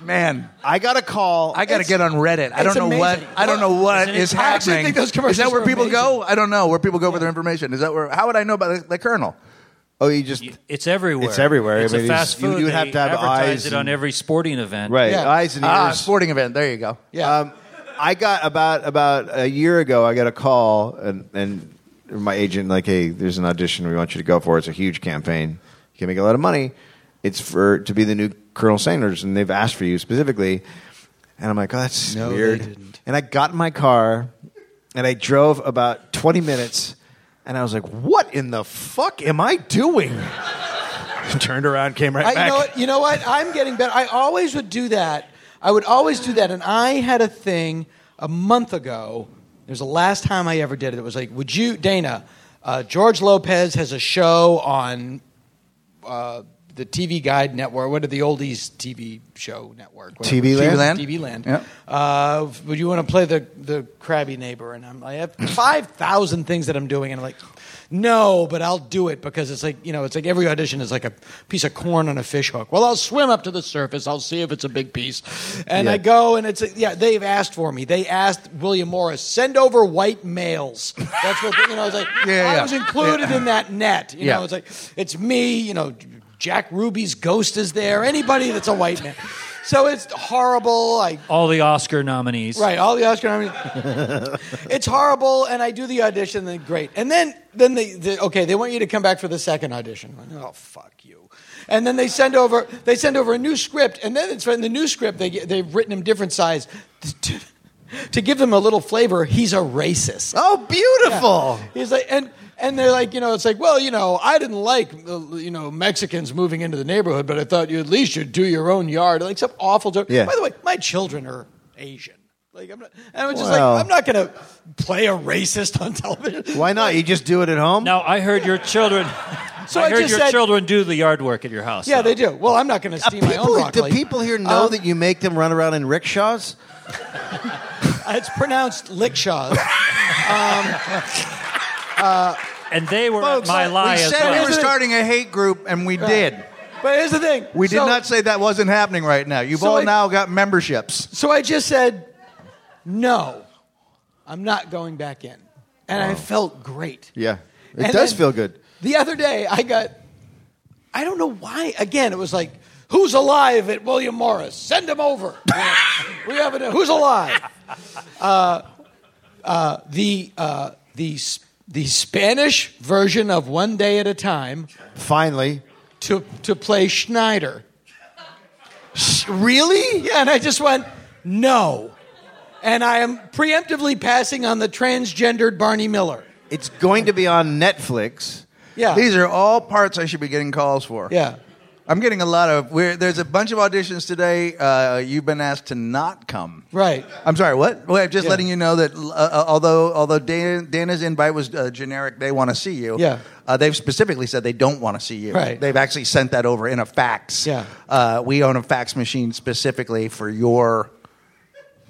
[SPEAKER 2] Man,
[SPEAKER 4] I got a call.
[SPEAKER 2] I got to
[SPEAKER 6] It's-
[SPEAKER 2] get on Reddit. I
[SPEAKER 6] it's
[SPEAKER 2] don't know what
[SPEAKER 6] amazing.
[SPEAKER 2] I don't know what
[SPEAKER 7] Isn't it-
[SPEAKER 2] is
[SPEAKER 7] I actually
[SPEAKER 2] happening.
[SPEAKER 6] think those
[SPEAKER 2] is that
[SPEAKER 6] commercials
[SPEAKER 2] where
[SPEAKER 6] are
[SPEAKER 2] people go?
[SPEAKER 6] amazing.
[SPEAKER 2] I don't know where people go for their information. Is that where? How would I know about the, the colonel?
[SPEAKER 4] oh, you just
[SPEAKER 7] It's everywhere.
[SPEAKER 4] It's everywhere. I
[SPEAKER 7] It's
[SPEAKER 4] mean,
[SPEAKER 7] a fast
[SPEAKER 4] you- you
[SPEAKER 7] food.
[SPEAKER 4] would have
[SPEAKER 7] They
[SPEAKER 4] to have
[SPEAKER 7] advertise
[SPEAKER 4] eyes
[SPEAKER 7] it on
[SPEAKER 4] and-
[SPEAKER 7] every sporting event.
[SPEAKER 4] right
[SPEAKER 6] Yeah.
[SPEAKER 4] eyes and ears.
[SPEAKER 2] Ah, sporting event. There you go.
[SPEAKER 6] Yeah.
[SPEAKER 4] Um, I got about about a year ago. I got a call, and and my agent like, hey, there's an audition we want you to go for. It's a huge campaign. You can make a lot of money. It's for to be the new Colonel Sanders, and they've asked for you specifically. And I'm like, oh, that's
[SPEAKER 6] No, they
[SPEAKER 4] weird.
[SPEAKER 6] didn't.
[SPEAKER 4] And I got in my car, and I drove about 20 minutes, and I was like, what in the fuck am I doing? Turned around, came right
[SPEAKER 6] I, you
[SPEAKER 4] back.
[SPEAKER 6] know what? You know what? I'm getting better. I always would do that. I would always do that. And I had a thing a month ago. It was the last time I ever did it. It was like, would you, Dana? Uh, George Lopez has a show on uh, the TV Guide Network. What are the oldies TV show network? whatever.
[SPEAKER 4] TV Land?
[SPEAKER 6] TV Land.
[SPEAKER 2] Yeah.
[SPEAKER 6] Uh, would you want to play the the crabby neighbor? And I'm, I have five thousand things that I'm doing, and I'm like, no, but I'll do it because it's like you know, it's like every audition is like a piece of corn on a fish hook. Well, I'll swim up to the surface. I'll see if it's a big piece, and
[SPEAKER 4] Yeah.
[SPEAKER 6] I go, and it's like, yeah, they've asked for me. They asked William Morris send over white males. That's what you know. It's like
[SPEAKER 2] Yeah, yeah,
[SPEAKER 6] I was
[SPEAKER 2] yeah.
[SPEAKER 6] included in that net. You
[SPEAKER 2] Yeah.
[SPEAKER 6] know, it's like it's me. You know, Jack Ruby's ghost is there. Anybody that's a white man. So it's horrible. I
[SPEAKER 7] All the Oscar nominees.
[SPEAKER 6] Right, all the Oscar nominees. it's horrible, and I do the audition, then great. And then, then they, they, okay, they want you to come back for the second audition. I'm like, oh, fuck you. And then they send over, they send over a new script, and then it's in the new script, they, get- they've written him different size. To, to give them a little flavor, he's a racist.
[SPEAKER 4] oh, beautiful.
[SPEAKER 6] He's like, and and they're like, you know, it's like, well, you know, I didn't like, uh, you know, Mexicans moving into the neighborhood, but I thought you at least you'd do your own yard, like some awful joke.
[SPEAKER 4] Yeah.
[SPEAKER 6] By the way, my children are Asian. Like I'm not, and I was just
[SPEAKER 4] Well.
[SPEAKER 6] like, I'm not gonna play a racist on television.
[SPEAKER 4] Why not? You just do it at home?
[SPEAKER 7] Now I heard your children.
[SPEAKER 6] So
[SPEAKER 7] I
[SPEAKER 6] I
[SPEAKER 7] heard
[SPEAKER 6] just
[SPEAKER 7] your
[SPEAKER 6] said-
[SPEAKER 7] children do the yard work at your house.
[SPEAKER 6] Yeah,
[SPEAKER 7] though.
[SPEAKER 6] they do. Well, I'm not gonna
[SPEAKER 4] Uh,
[SPEAKER 6] steam my own
[SPEAKER 4] people, do
[SPEAKER 6] broccoli.
[SPEAKER 4] people here know
[SPEAKER 6] Um,
[SPEAKER 4] that you make them run around in rickshaws?
[SPEAKER 6] Uh, It's pronounced lickshaws.
[SPEAKER 7] And they were at my lie
[SPEAKER 2] we
[SPEAKER 7] as
[SPEAKER 2] said we
[SPEAKER 7] well.
[SPEAKER 2] were starting a hate group, and we did.
[SPEAKER 6] But here's the thing.
[SPEAKER 2] We did
[SPEAKER 6] So-
[SPEAKER 2] not say that wasn't happening right now. You've
[SPEAKER 6] So
[SPEAKER 2] all
[SPEAKER 6] I-
[SPEAKER 2] now got memberships.
[SPEAKER 6] So I just said, no, I'm not going back in. And I felt great.
[SPEAKER 4] Yeah. It
[SPEAKER 6] And
[SPEAKER 4] does
[SPEAKER 6] then
[SPEAKER 4] feel good.
[SPEAKER 6] The other day, I got, I don't know why, again, it was like, who's alive at William Morris? Send him over. we have a, who's alive? Uh, uh, the, uh, the, s- the Spanish version of One Day at a Time
[SPEAKER 4] Finally.
[SPEAKER 6] to, to play Schneider.
[SPEAKER 4] Really?
[SPEAKER 6] Yeah, and I just went, no. And I am preemptively passing on the transgendered Barney Miller.
[SPEAKER 4] It's going to be on Netflix.
[SPEAKER 6] Yeah.
[SPEAKER 2] These are all parts I should be getting calls for.
[SPEAKER 6] yeah.
[SPEAKER 2] I'm getting a lot of. We're, there's a bunch of auditions today. Uh, you've been asked to not come.
[SPEAKER 6] Right.
[SPEAKER 2] I'm sorry. What? Well, I'm just
[SPEAKER 6] Yeah.
[SPEAKER 2] letting you know that uh, uh, although although Dan, Dana's invite was uh, generic, they want to see you.
[SPEAKER 6] Yeah.
[SPEAKER 2] Uh, they've specifically said they don't want to see you.
[SPEAKER 6] Right.
[SPEAKER 2] They've actually sent that over in a fax.
[SPEAKER 6] Yeah.
[SPEAKER 2] Uh, we own a fax machine specifically for your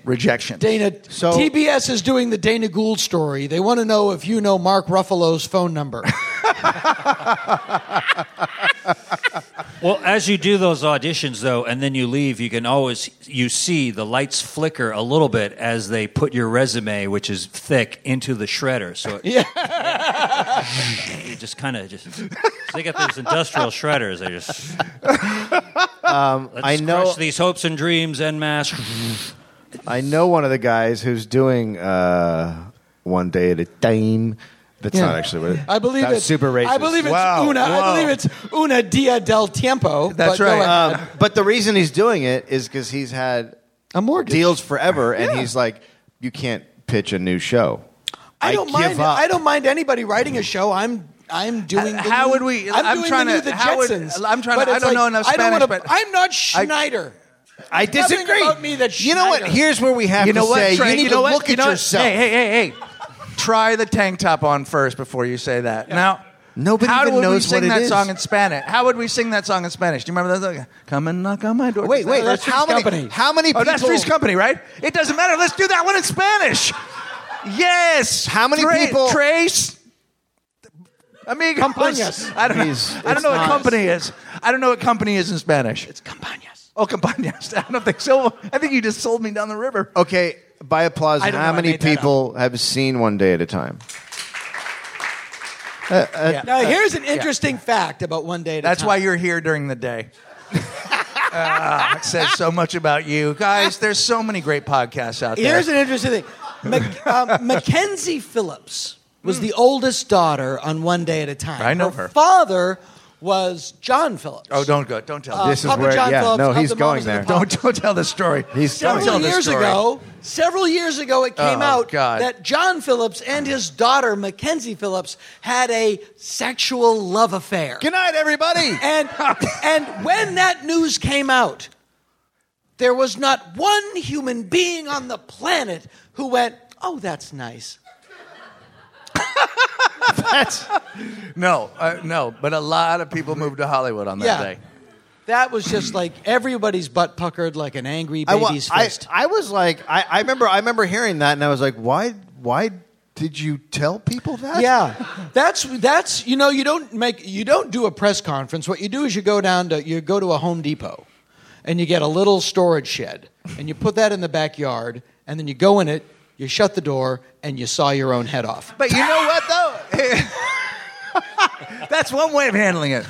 [SPEAKER 2] rejection.
[SPEAKER 6] Dana,
[SPEAKER 4] So-
[SPEAKER 6] TBS is doing the Dana Gould story. They want to know if you know Mark Ruffalo's phone number.
[SPEAKER 7] Well, as you do those auditions though, and then you leave, you can always you see the lights flicker a little bit as they put your resume, which is thick, into the shredder. So it, yeah. it just kind of just they got those industrial shredders. They just let's
[SPEAKER 4] Um, I know
[SPEAKER 7] crush these hopes and dreams en masse.
[SPEAKER 4] I know one of the guys who's doing uh, one day at a time. That's not actually what it,
[SPEAKER 6] I believe
[SPEAKER 4] that's
[SPEAKER 6] it's
[SPEAKER 4] super racist.
[SPEAKER 6] I believe it's
[SPEAKER 2] Wow,
[SPEAKER 6] una.
[SPEAKER 2] whoa.
[SPEAKER 6] I believe it's una dia del tiempo.
[SPEAKER 2] That's
[SPEAKER 6] but go
[SPEAKER 2] right.
[SPEAKER 6] ahead.
[SPEAKER 4] Um, but the reason he's doing it is because he's had
[SPEAKER 6] a mortgage.
[SPEAKER 4] deals forever, and he's like, you can't pitch a new show.
[SPEAKER 6] I don't
[SPEAKER 4] give
[SPEAKER 6] mind.
[SPEAKER 4] up.
[SPEAKER 6] I don't mind anybody writing a show. I'm. I'm doing. The
[SPEAKER 2] How
[SPEAKER 6] new-
[SPEAKER 2] would we-
[SPEAKER 6] I'm,
[SPEAKER 2] I'm
[SPEAKER 6] doing
[SPEAKER 2] trying
[SPEAKER 6] the new
[SPEAKER 2] to-
[SPEAKER 6] The
[SPEAKER 2] how would-
[SPEAKER 6] Jetsons.
[SPEAKER 2] I'm trying to-
[SPEAKER 6] But
[SPEAKER 2] I
[SPEAKER 6] it's
[SPEAKER 2] don't
[SPEAKER 6] like,
[SPEAKER 2] know enough
[SPEAKER 6] I don't
[SPEAKER 2] Spanish,
[SPEAKER 6] wanna-
[SPEAKER 2] but-
[SPEAKER 6] I'm not Schneider.
[SPEAKER 4] I
[SPEAKER 6] nothing
[SPEAKER 4] disagree.
[SPEAKER 6] about me that
[SPEAKER 4] you know what?
[SPEAKER 6] Schneider-
[SPEAKER 4] Here's where we have
[SPEAKER 2] You
[SPEAKER 4] to
[SPEAKER 2] know what,
[SPEAKER 4] say
[SPEAKER 2] Trey,
[SPEAKER 4] you need
[SPEAKER 2] you
[SPEAKER 4] to
[SPEAKER 2] know what?
[SPEAKER 4] look
[SPEAKER 2] You
[SPEAKER 4] at
[SPEAKER 2] know what?
[SPEAKER 4] yourself.
[SPEAKER 2] Hey, hey, hey, hey. Try the tank top on first before you say that. Now,
[SPEAKER 4] Nobody
[SPEAKER 2] how
[SPEAKER 4] even
[SPEAKER 2] would
[SPEAKER 4] knows
[SPEAKER 2] we sing
[SPEAKER 4] what it
[SPEAKER 2] that
[SPEAKER 4] is.
[SPEAKER 2] song in Spanish? How would we sing that song in Spanish? Do you remember that? song? Come and knock on my door.
[SPEAKER 4] Wait, wait.
[SPEAKER 6] That's
[SPEAKER 4] how many?
[SPEAKER 6] Three's Company.
[SPEAKER 4] How many
[SPEAKER 2] Oh,
[SPEAKER 4] people?
[SPEAKER 2] that's Three's Company, right? It doesn't matter. Let's do that one in Spanish. Yes.
[SPEAKER 4] How many people-
[SPEAKER 2] Trace. Amigos.
[SPEAKER 6] Compañías.
[SPEAKER 2] I don't know.
[SPEAKER 4] He's-
[SPEAKER 2] I
[SPEAKER 4] it's
[SPEAKER 2] don't know
[SPEAKER 4] not-
[SPEAKER 2] what company is. I don't know what company is in Spanish.
[SPEAKER 6] It's campañas.
[SPEAKER 2] Oh, compañías. I don't think so. I think you just sold me down the river.
[SPEAKER 4] Okay, by applause.
[SPEAKER 6] I don't
[SPEAKER 4] How
[SPEAKER 6] know, I
[SPEAKER 4] many
[SPEAKER 6] made that
[SPEAKER 4] people have seen One Day at a Time?
[SPEAKER 6] Now here's an interesting fact about one day. At a
[SPEAKER 2] That's
[SPEAKER 6] Time.
[SPEAKER 2] why you're here during the day. Ah, it says so much about you guys. There's so many great podcasts out there.
[SPEAKER 6] Here's an interesting thing. Mac- uh, Mackenzie Phillips was the oldest daughter on One Day at a Time.
[SPEAKER 2] I know her.
[SPEAKER 6] father was John Phillips.
[SPEAKER 2] oh, don't go. Don't tell.
[SPEAKER 6] Uh,
[SPEAKER 2] this.
[SPEAKER 4] This is
[SPEAKER 6] Papa
[SPEAKER 4] where-
[SPEAKER 6] John
[SPEAKER 4] yeah,
[SPEAKER 6] Phillips
[SPEAKER 4] no,
[SPEAKER 6] of the
[SPEAKER 4] he's
[SPEAKER 6] Mamas
[SPEAKER 4] going
[SPEAKER 6] and the
[SPEAKER 4] there.
[SPEAKER 6] Papas.
[SPEAKER 2] Don't don't tell the story.
[SPEAKER 4] He's
[SPEAKER 2] don't tell
[SPEAKER 6] several
[SPEAKER 4] telling
[SPEAKER 2] the
[SPEAKER 6] years
[SPEAKER 2] story.
[SPEAKER 6] ago, several years ago, it came
[SPEAKER 2] Oh,
[SPEAKER 6] out
[SPEAKER 2] God.
[SPEAKER 6] that John Phillips and his daughter Mackenzie Phillips had a sexual love affair.
[SPEAKER 4] Good night, everybody.
[SPEAKER 6] And and when that news came out, there was not one human being on the planet who went, "Oh, that's nice."
[SPEAKER 2] No, uh, no. But a lot of people moved to Hollywood on that
[SPEAKER 6] Yeah.
[SPEAKER 2] day.
[SPEAKER 6] That was just like everybody's butt puckered like an angry
[SPEAKER 4] I wa-
[SPEAKER 6] baby's
[SPEAKER 4] I,
[SPEAKER 6] fist.
[SPEAKER 4] I was like, I, I remember, I remember hearing that, and I was like, why, why did you tell people that?
[SPEAKER 6] yeah, that's that's you know you don't make you don't do a press conference. What you do is you go down to you go to a Home Depot, and you get a little storage shed, and you put that in the backyard, and then you go in it, you shut the door, and you saw your own head off.
[SPEAKER 2] But you know what though? That's one way of handling it.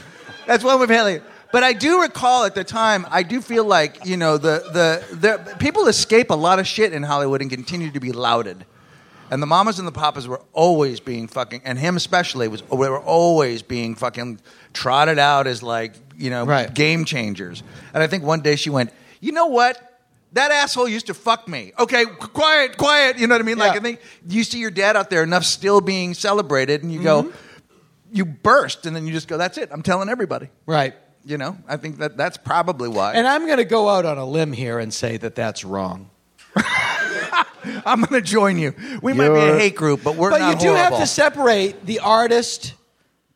[SPEAKER 2] That's one way of handling it. But I do recall at the time, I do feel like you know the the, the people escape a lot of shit in Hollywood and continue to be lauded. And the mamas and the papas were always being fucking, and him especially was. We were always being fucking trotted out as like you know
[SPEAKER 6] Right.
[SPEAKER 2] game changers. And I think one day she went, you know what? That asshole used to fuck me. Okay, qu- quiet, quiet. You know what I mean? Like
[SPEAKER 6] Yeah.
[SPEAKER 2] I think you see your dad out there enough still being celebrated, and you go,
[SPEAKER 6] Mm-hmm.
[SPEAKER 2] you burst, and then you just go, that's it. I'm telling everybody.
[SPEAKER 6] Right.
[SPEAKER 2] You know, I think that that's probably why.
[SPEAKER 6] And I'm going to go out on a limb here and say that that's wrong.
[SPEAKER 2] I'm going to join you. We might be a
[SPEAKER 4] You're-
[SPEAKER 2] hate group, but we're
[SPEAKER 6] But
[SPEAKER 2] not
[SPEAKER 6] you do have
[SPEAKER 2] horrible.
[SPEAKER 6] to separate the artist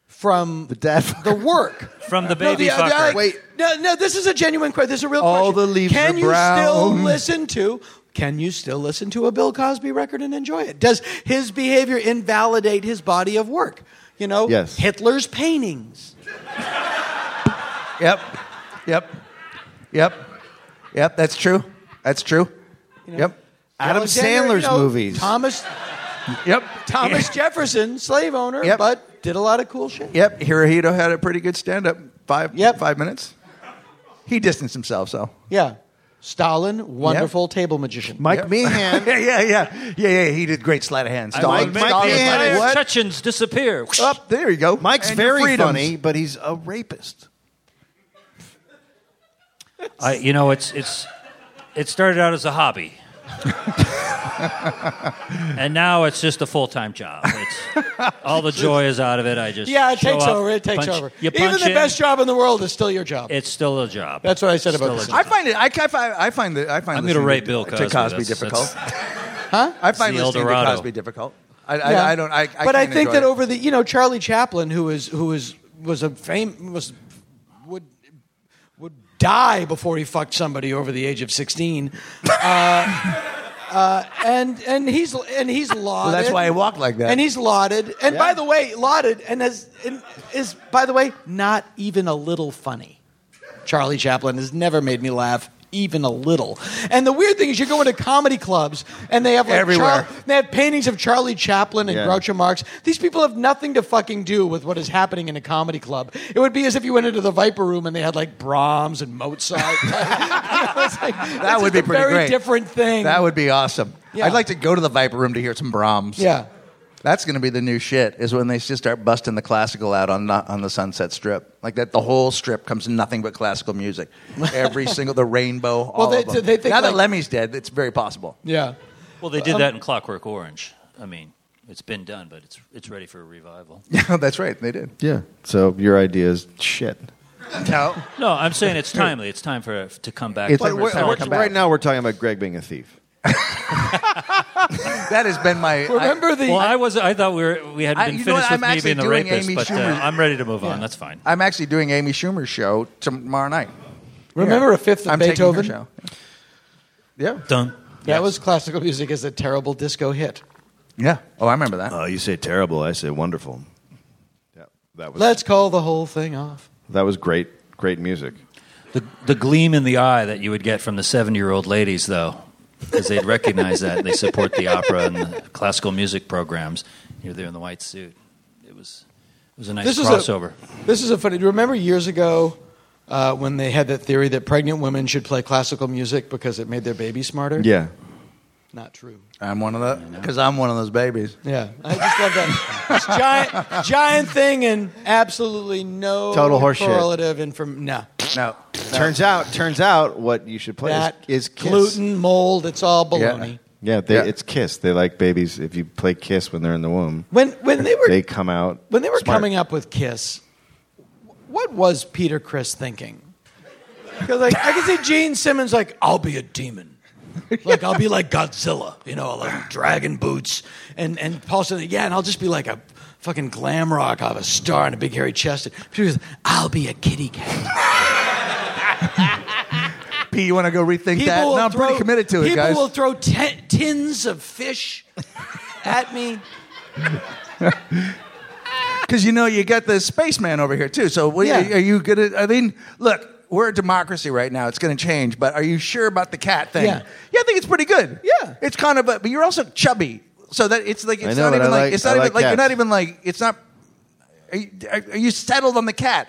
[SPEAKER 6] from
[SPEAKER 4] The dad.
[SPEAKER 6] the work.
[SPEAKER 7] From the baby
[SPEAKER 6] no, the-
[SPEAKER 7] fucker.
[SPEAKER 6] I-
[SPEAKER 4] Wait.
[SPEAKER 6] No, no, this is a genuine question. This is a real
[SPEAKER 2] All
[SPEAKER 6] question.
[SPEAKER 2] the leaves
[SPEAKER 6] can
[SPEAKER 2] are
[SPEAKER 6] you still
[SPEAKER 2] brown.
[SPEAKER 6] listen to can you still listen to a Bill Cosby record and enjoy it? Does his behavior invalidate his body of work? You know,
[SPEAKER 4] Yes.
[SPEAKER 6] Hitler's paintings.
[SPEAKER 2] Yep. Yep. Yep. Yep. That's true. That's true. Yep.
[SPEAKER 4] Adam
[SPEAKER 6] Alexander,
[SPEAKER 4] Sandler's
[SPEAKER 6] you know,
[SPEAKER 4] movies.
[SPEAKER 6] Thomas
[SPEAKER 2] Yep.
[SPEAKER 6] Thomas Jefferson, slave owner,
[SPEAKER 2] Yep.
[SPEAKER 6] but did a lot of cool shit.
[SPEAKER 2] Yep. Hirohito had a pretty good stand up. Five
[SPEAKER 6] Yep.
[SPEAKER 2] five minutes. He distanced himself, so.
[SPEAKER 6] Yeah. Stalin, wonderful table magician.
[SPEAKER 4] Mike Meehan.
[SPEAKER 2] Yeah, yeah, yeah. Yeah, yeah. He did great sleight of hand.
[SPEAKER 4] Mike-
[SPEAKER 2] Stalin.
[SPEAKER 4] Mike Meehan
[SPEAKER 2] Stalin.
[SPEAKER 4] is-
[SPEAKER 2] What?
[SPEAKER 7] Chechens disappear.
[SPEAKER 2] Up there you go.
[SPEAKER 4] Mike's
[SPEAKER 2] And your
[SPEAKER 4] very
[SPEAKER 2] freedoms.
[SPEAKER 4] funny, but he's a rapist.
[SPEAKER 7] I, you know, it's it's it started out as a hobby, and now it's just a full time job. It's, all the joy is out of it. I just
[SPEAKER 6] yeah, it
[SPEAKER 7] show
[SPEAKER 6] takes
[SPEAKER 7] up,
[SPEAKER 6] over. It takes
[SPEAKER 7] punch-
[SPEAKER 6] over.
[SPEAKER 7] You
[SPEAKER 6] Even
[SPEAKER 7] punch
[SPEAKER 6] the
[SPEAKER 7] in,
[SPEAKER 6] best job in the world is still your job.
[SPEAKER 7] It's still a job.
[SPEAKER 6] That's what I said about
[SPEAKER 7] Still a
[SPEAKER 6] this.
[SPEAKER 7] job.
[SPEAKER 2] I find it. I, I find. I find that. I find.
[SPEAKER 7] I'm gonna
[SPEAKER 2] listening
[SPEAKER 7] rate Bill
[SPEAKER 2] to
[SPEAKER 7] Cosby.
[SPEAKER 2] Cosby
[SPEAKER 7] That's-
[SPEAKER 2] difficult.
[SPEAKER 7] that's-
[SPEAKER 6] huh?
[SPEAKER 2] I find
[SPEAKER 7] the El
[SPEAKER 2] listening to
[SPEAKER 7] Dorado.
[SPEAKER 2] Cosby difficult. I,
[SPEAKER 6] Yeah.
[SPEAKER 2] I, I don't. I, I
[SPEAKER 6] but I
[SPEAKER 2] can't
[SPEAKER 6] think
[SPEAKER 2] enjoy
[SPEAKER 6] that
[SPEAKER 2] it.
[SPEAKER 6] over the you know Charlie Chaplin, who is who is was a fame was would would die before he fucked somebody over the age of sixteen. Uh, uh, and and he's and he's lauded.
[SPEAKER 2] that's why he walked like that.
[SPEAKER 6] And he's lauded. And by the way, lauded and is, and is by the way not even a little funny. Charlie Chaplin has never made me laugh even a little. And the weird thing is, you go into comedy clubs and they have like
[SPEAKER 2] Everywhere.
[SPEAKER 6] Char- they have paintings of Charlie Chaplin and
[SPEAKER 4] Yeah.
[SPEAKER 6] Groucho Marx. These people have nothing to fucking do with what is happening in a comedy club. It would be as if you went into the Viper Room and they had like Brahms and Mozart. You know, it's like,
[SPEAKER 2] That
[SPEAKER 6] it's
[SPEAKER 2] would
[SPEAKER 6] just
[SPEAKER 2] be
[SPEAKER 6] a
[SPEAKER 2] pretty
[SPEAKER 6] very
[SPEAKER 2] great.
[SPEAKER 6] different thing.
[SPEAKER 2] That would be awesome.
[SPEAKER 6] Yeah.
[SPEAKER 2] I'd like to go to the Viper Room to hear some Brahms.
[SPEAKER 6] yeah.
[SPEAKER 2] That's going to be the new shit. Is when they just start busting the classical out on the, on the Sunset Strip, like that. The whole strip comes nothing but classical music. Every single the rainbow. Well, all
[SPEAKER 6] they-
[SPEAKER 2] of them.
[SPEAKER 6] they think
[SPEAKER 2] now that
[SPEAKER 6] like-
[SPEAKER 2] Lemmy's dead, it's very possible.
[SPEAKER 6] Yeah.
[SPEAKER 7] Well, they did that in Clockwork Orange. I mean, it's been done, but it's it's ready for a revival.
[SPEAKER 2] Yeah, that's right. They did.
[SPEAKER 4] Yeah. So your idea is shit.
[SPEAKER 2] No,
[SPEAKER 7] No, I'm saying it's timely. It's time for it to come back.
[SPEAKER 2] It's
[SPEAKER 7] to
[SPEAKER 2] like- Sorry,
[SPEAKER 4] We're-
[SPEAKER 2] come back.
[SPEAKER 4] right now, we're talking about Greg being a thief.
[SPEAKER 2] that has been my.
[SPEAKER 6] Remember the
[SPEAKER 7] well, I was. I thought we were. We had
[SPEAKER 2] I-
[SPEAKER 7] been
[SPEAKER 2] you know
[SPEAKER 7] finished
[SPEAKER 2] what,
[SPEAKER 7] with
[SPEAKER 2] I'm
[SPEAKER 7] me
[SPEAKER 2] actually
[SPEAKER 7] being the
[SPEAKER 2] doing
[SPEAKER 7] rapist,
[SPEAKER 2] Amy
[SPEAKER 7] but uh,
[SPEAKER 2] Schumer's-
[SPEAKER 7] I'm ready to move on. That's fine.
[SPEAKER 2] I, am actually doing Amy Schumer's show tomorrow night.
[SPEAKER 6] Remember
[SPEAKER 2] Here.
[SPEAKER 6] a fifth of
[SPEAKER 2] I'm taking her
[SPEAKER 6] Beethoven?
[SPEAKER 2] show.
[SPEAKER 7] Done.
[SPEAKER 6] That was classical music as a terrible disco hit.
[SPEAKER 2] Yeah. Oh, I remember that.
[SPEAKER 6] Uh,
[SPEAKER 4] Oh, you say terrible. I say wonderful. Yeah, that was
[SPEAKER 6] Let's call the whole thing off.
[SPEAKER 4] that was great. Great music.
[SPEAKER 7] The the gleam in the eye that you would get from the seventy year old ladies, though, because they'd recognize that and they support the opera and the classical music programs. You're there in the white suit. It was it was a nice
[SPEAKER 6] This is a-
[SPEAKER 7] crossover.
[SPEAKER 6] This is a funny. Do you remember years ago uh, when they had that theory that pregnant women should play classical music because it made their baby smarter?
[SPEAKER 4] Yeah.
[SPEAKER 6] Not true.
[SPEAKER 2] I'm one of the because I'm one of those babies.
[SPEAKER 6] Yeah, I just love that This giant, giant thing and absolutely no
[SPEAKER 4] Total horseshit.
[SPEAKER 6] correlative inform. No,
[SPEAKER 2] No.
[SPEAKER 4] Turns out, turns out, what you should play is-
[SPEAKER 6] that
[SPEAKER 4] is, Kiss.
[SPEAKER 6] gluten mold. It's all baloney.
[SPEAKER 4] Yeah, they,
[SPEAKER 2] Yeah.
[SPEAKER 4] it's Kiss. They like babies. If you play Kiss when they're in the womb,
[SPEAKER 6] When when they were
[SPEAKER 4] they come out.
[SPEAKER 6] when they were
[SPEAKER 4] smart.
[SPEAKER 6] coming up with Kiss, what was Peter Chris thinking? Because like I can see Gene Simmons like I'll be a demon, like I'll be like Godzilla, you know, like dragon boots, and and Paul said yeah, and I'll just be like a fucking glam rock. I'll have a star and a big hairy chest. And Peter was, I'll be a kitty cat.
[SPEAKER 2] P, you want to go rethink that?
[SPEAKER 6] will
[SPEAKER 2] No, I'm pretty
[SPEAKER 6] throw-
[SPEAKER 2] committed to it,
[SPEAKER 6] people
[SPEAKER 2] guys.
[SPEAKER 6] will throw ti- tins of fish at me.
[SPEAKER 2] Because you know you got the spaceman over here too. So what,
[SPEAKER 6] Yeah.
[SPEAKER 2] are you gonna? I mean, look, we're a democracy right now. It's going to change. But are you sure about the cat thing?
[SPEAKER 6] Yeah.
[SPEAKER 2] I think it's pretty good.
[SPEAKER 6] Yeah.
[SPEAKER 2] it's kind of. A, but you're also chubby, so that it's like
[SPEAKER 4] I
[SPEAKER 2] it's
[SPEAKER 4] know,
[SPEAKER 2] not
[SPEAKER 4] but
[SPEAKER 2] even
[SPEAKER 4] I
[SPEAKER 2] like,
[SPEAKER 4] like-
[SPEAKER 2] it's not
[SPEAKER 4] I
[SPEAKER 2] even
[SPEAKER 4] like
[SPEAKER 2] like you're
[SPEAKER 4] cats.
[SPEAKER 2] not even like it's not. Are you, are, are you settled on the cat?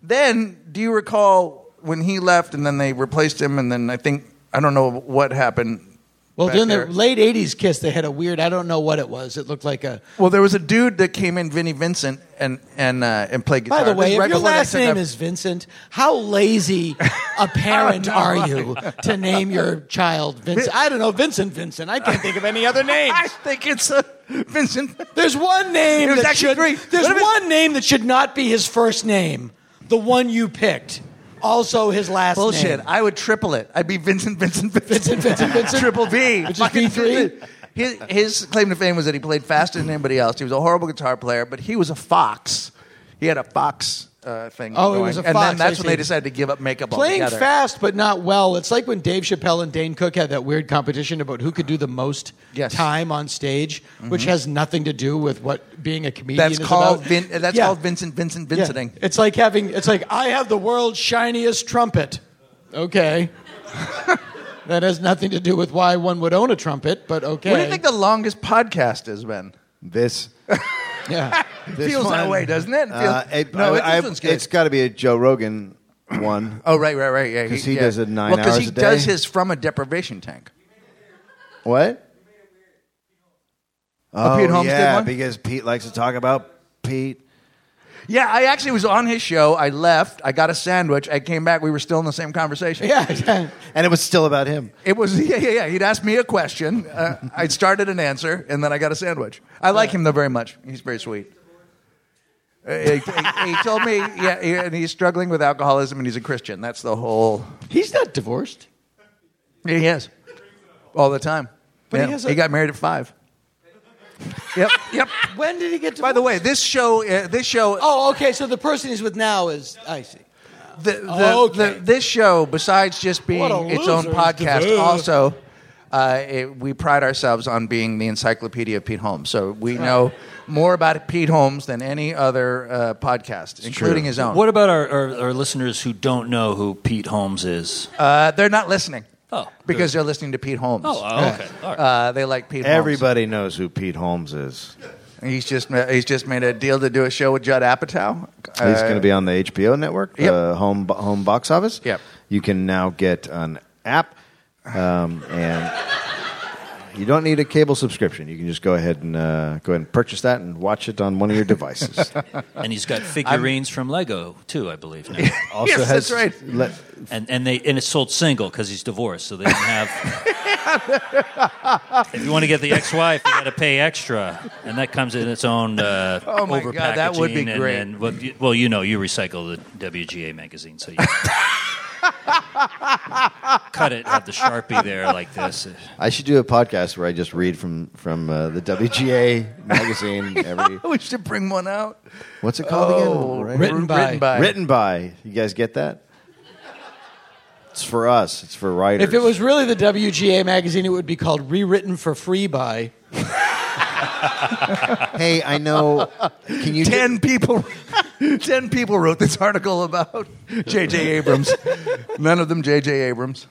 [SPEAKER 2] Then do you recall when he left and then they replaced him and then I think I don't know what happened.
[SPEAKER 6] Well,
[SPEAKER 2] back
[SPEAKER 6] during the
[SPEAKER 2] there.
[SPEAKER 6] late '80s Kiss, they had a weird. I don't know what it was. It looked like a.
[SPEAKER 2] Well, there was a dude that came in, Vinnie Vincent, and and uh, and played guitar.
[SPEAKER 6] By the
[SPEAKER 2] This is
[SPEAKER 6] way,
[SPEAKER 2] right
[SPEAKER 6] if your
[SPEAKER 2] before they
[SPEAKER 6] last
[SPEAKER 2] took
[SPEAKER 6] name
[SPEAKER 2] off-
[SPEAKER 6] is Vincent, how lazy a parent are you to name your child Vincent? I don't know, Vincent Vincent. I can't think of any other name.
[SPEAKER 2] I think it's uh, Vincent.
[SPEAKER 6] There's one
[SPEAKER 2] It
[SPEAKER 6] name
[SPEAKER 2] was
[SPEAKER 6] that
[SPEAKER 2] actually
[SPEAKER 6] should
[SPEAKER 2] three.
[SPEAKER 6] there's
[SPEAKER 2] What if it-
[SPEAKER 6] one name that should not be his first name, the one you picked. Also his last
[SPEAKER 2] Bullshit.
[SPEAKER 6] name.
[SPEAKER 2] I would triple it. I'd be Vincent, Vincent, Vincent,
[SPEAKER 6] Vincent, Vincent, Vincent.
[SPEAKER 2] triple V.
[SPEAKER 6] Which is
[SPEAKER 2] Fucking
[SPEAKER 6] V3?
[SPEAKER 2] Vincent. His, his claim to fame was that he played faster than anybody else. He was a horrible guitar player, but he was a fox. He had a fox uh, thing.
[SPEAKER 6] Oh, he
[SPEAKER 2] going.
[SPEAKER 6] was a
[SPEAKER 2] And
[SPEAKER 6] fox,
[SPEAKER 2] then
[SPEAKER 6] I
[SPEAKER 2] that's when they
[SPEAKER 6] see.
[SPEAKER 2] decided to give up makeup
[SPEAKER 6] Playing
[SPEAKER 2] altogether.
[SPEAKER 6] fast but not well. It's like when Dave Chappelle and Dane Cook had that weird competition about who could do the most
[SPEAKER 2] Yes. Mm-hmm.
[SPEAKER 6] time on stage, which has nothing to do with what being a comedian
[SPEAKER 2] That's
[SPEAKER 6] is
[SPEAKER 2] called
[SPEAKER 6] about.
[SPEAKER 2] Vin, uh, that's
[SPEAKER 6] Yeah.
[SPEAKER 2] called Vincent, Vincent,
[SPEAKER 6] Yeah.
[SPEAKER 2] Vincenting.
[SPEAKER 6] It's like having. It's like I have the world's shiniest trumpet. Okay. that has nothing to do with why one would own a trumpet, but okay.
[SPEAKER 2] What do you think the longest podcast has been?
[SPEAKER 4] This,
[SPEAKER 6] yeah.
[SPEAKER 4] this
[SPEAKER 2] Feels that
[SPEAKER 4] one-
[SPEAKER 2] way, doesn't it?
[SPEAKER 4] Uh,
[SPEAKER 2] Feels-
[SPEAKER 4] it- I-
[SPEAKER 2] no, it- this
[SPEAKER 4] I-
[SPEAKER 2] one's good.
[SPEAKER 4] It's got to be a Joe Rogan one.
[SPEAKER 2] Oh, right, right, right. Yeah,
[SPEAKER 4] 'Cause he
[SPEAKER 2] yeah.
[SPEAKER 4] does it nine
[SPEAKER 2] well, 'cause
[SPEAKER 4] hours
[SPEAKER 2] he
[SPEAKER 4] a day.
[SPEAKER 2] does his from a deprivation tank.
[SPEAKER 4] What?
[SPEAKER 2] Oh, Pete Holmes did
[SPEAKER 4] yeah,
[SPEAKER 2] one?
[SPEAKER 4] because Pete likes to talk about Pete.
[SPEAKER 2] Yeah, I actually was on his show. I left. I got a sandwich. I came back. We were still in the same conversation.
[SPEAKER 6] Yeah.
[SPEAKER 4] And it was still about him.
[SPEAKER 2] It was, yeah, yeah, yeah. He'd ask me a question. Uh, I started an answer, and then I got a sandwich. I like him, though, very much. He's very sweet. Uh, he, he- he told me, yeah, he- and he's struggling with alcoholism, and he's a Christian. That's the whole.
[SPEAKER 6] He's not divorced.
[SPEAKER 2] He is. All the time.
[SPEAKER 6] But he
[SPEAKER 2] Yeah.
[SPEAKER 6] has a-
[SPEAKER 2] he got married at five. yep, yep.
[SPEAKER 6] When did he get divorced?
[SPEAKER 2] By the way, this show, uh, this show,
[SPEAKER 6] Oh, okay. So the person he's with now is I see.
[SPEAKER 2] the, the,
[SPEAKER 6] Oh, Okay.
[SPEAKER 2] the, this show, besides just being
[SPEAKER 6] What a
[SPEAKER 2] its own
[SPEAKER 6] loser is
[SPEAKER 2] podcast,
[SPEAKER 6] the-
[SPEAKER 2] also uh, it, we pride ourselves on being the encyclopedia of Pete Holmes. So we know more about Pete Holmes than any other uh, podcast, including his own.
[SPEAKER 7] What about our, our, our listeners who don't know who Pete Holmes is?
[SPEAKER 2] Uh, they're not listening.
[SPEAKER 7] Oh,
[SPEAKER 2] Because they're listening to Pete Holmes.
[SPEAKER 7] Oh, uh, okay. All right.
[SPEAKER 2] Uh, they like Pete
[SPEAKER 4] Everybody knows who Pete Holmes is.
[SPEAKER 2] Holmes. He's just, ma- he's just made a deal to do a show with Judd Apatow. Uh,
[SPEAKER 4] He's going to be on the HBO network,
[SPEAKER 2] Yep.
[SPEAKER 4] uh, home home box office.
[SPEAKER 2] Yep.
[SPEAKER 4] You can now get an app, um, and you don't need a cable subscription. You can just go ahead and uh, go ahead and purchase that and watch it on one of your devices.
[SPEAKER 7] and he's got figurines from Lego too, I believe. Now.
[SPEAKER 4] also
[SPEAKER 2] Yes,
[SPEAKER 4] has
[SPEAKER 2] that's right.
[SPEAKER 4] le-
[SPEAKER 7] and and they and it's sold single because he's divorced, so they didn't have. if you want to get the ex-wife, you got to pay extra, and that comes in its own. Uh,
[SPEAKER 2] Oh my God, that would be
[SPEAKER 7] overpackaging and-
[SPEAKER 2] great.
[SPEAKER 7] And, well, you, well, you know, you recycle the WGA magazine, so you cut it. Have the sharpie there like this.
[SPEAKER 4] I should do a podcast where I just read from from uh, the WGA magazine. Every
[SPEAKER 2] we should bring one out.
[SPEAKER 4] what's it called
[SPEAKER 2] Oh,
[SPEAKER 4] again? Right?
[SPEAKER 6] Written by-
[SPEAKER 4] Written by. You guys get that? It's for us. It's for writers.
[SPEAKER 6] If it was really the WGA magazine, it would be called Rewritten for Free by.
[SPEAKER 4] hey, I know. Can you
[SPEAKER 2] ten people, ten people wrote this article about J.J. Abrams. None of them J.J. Abrams.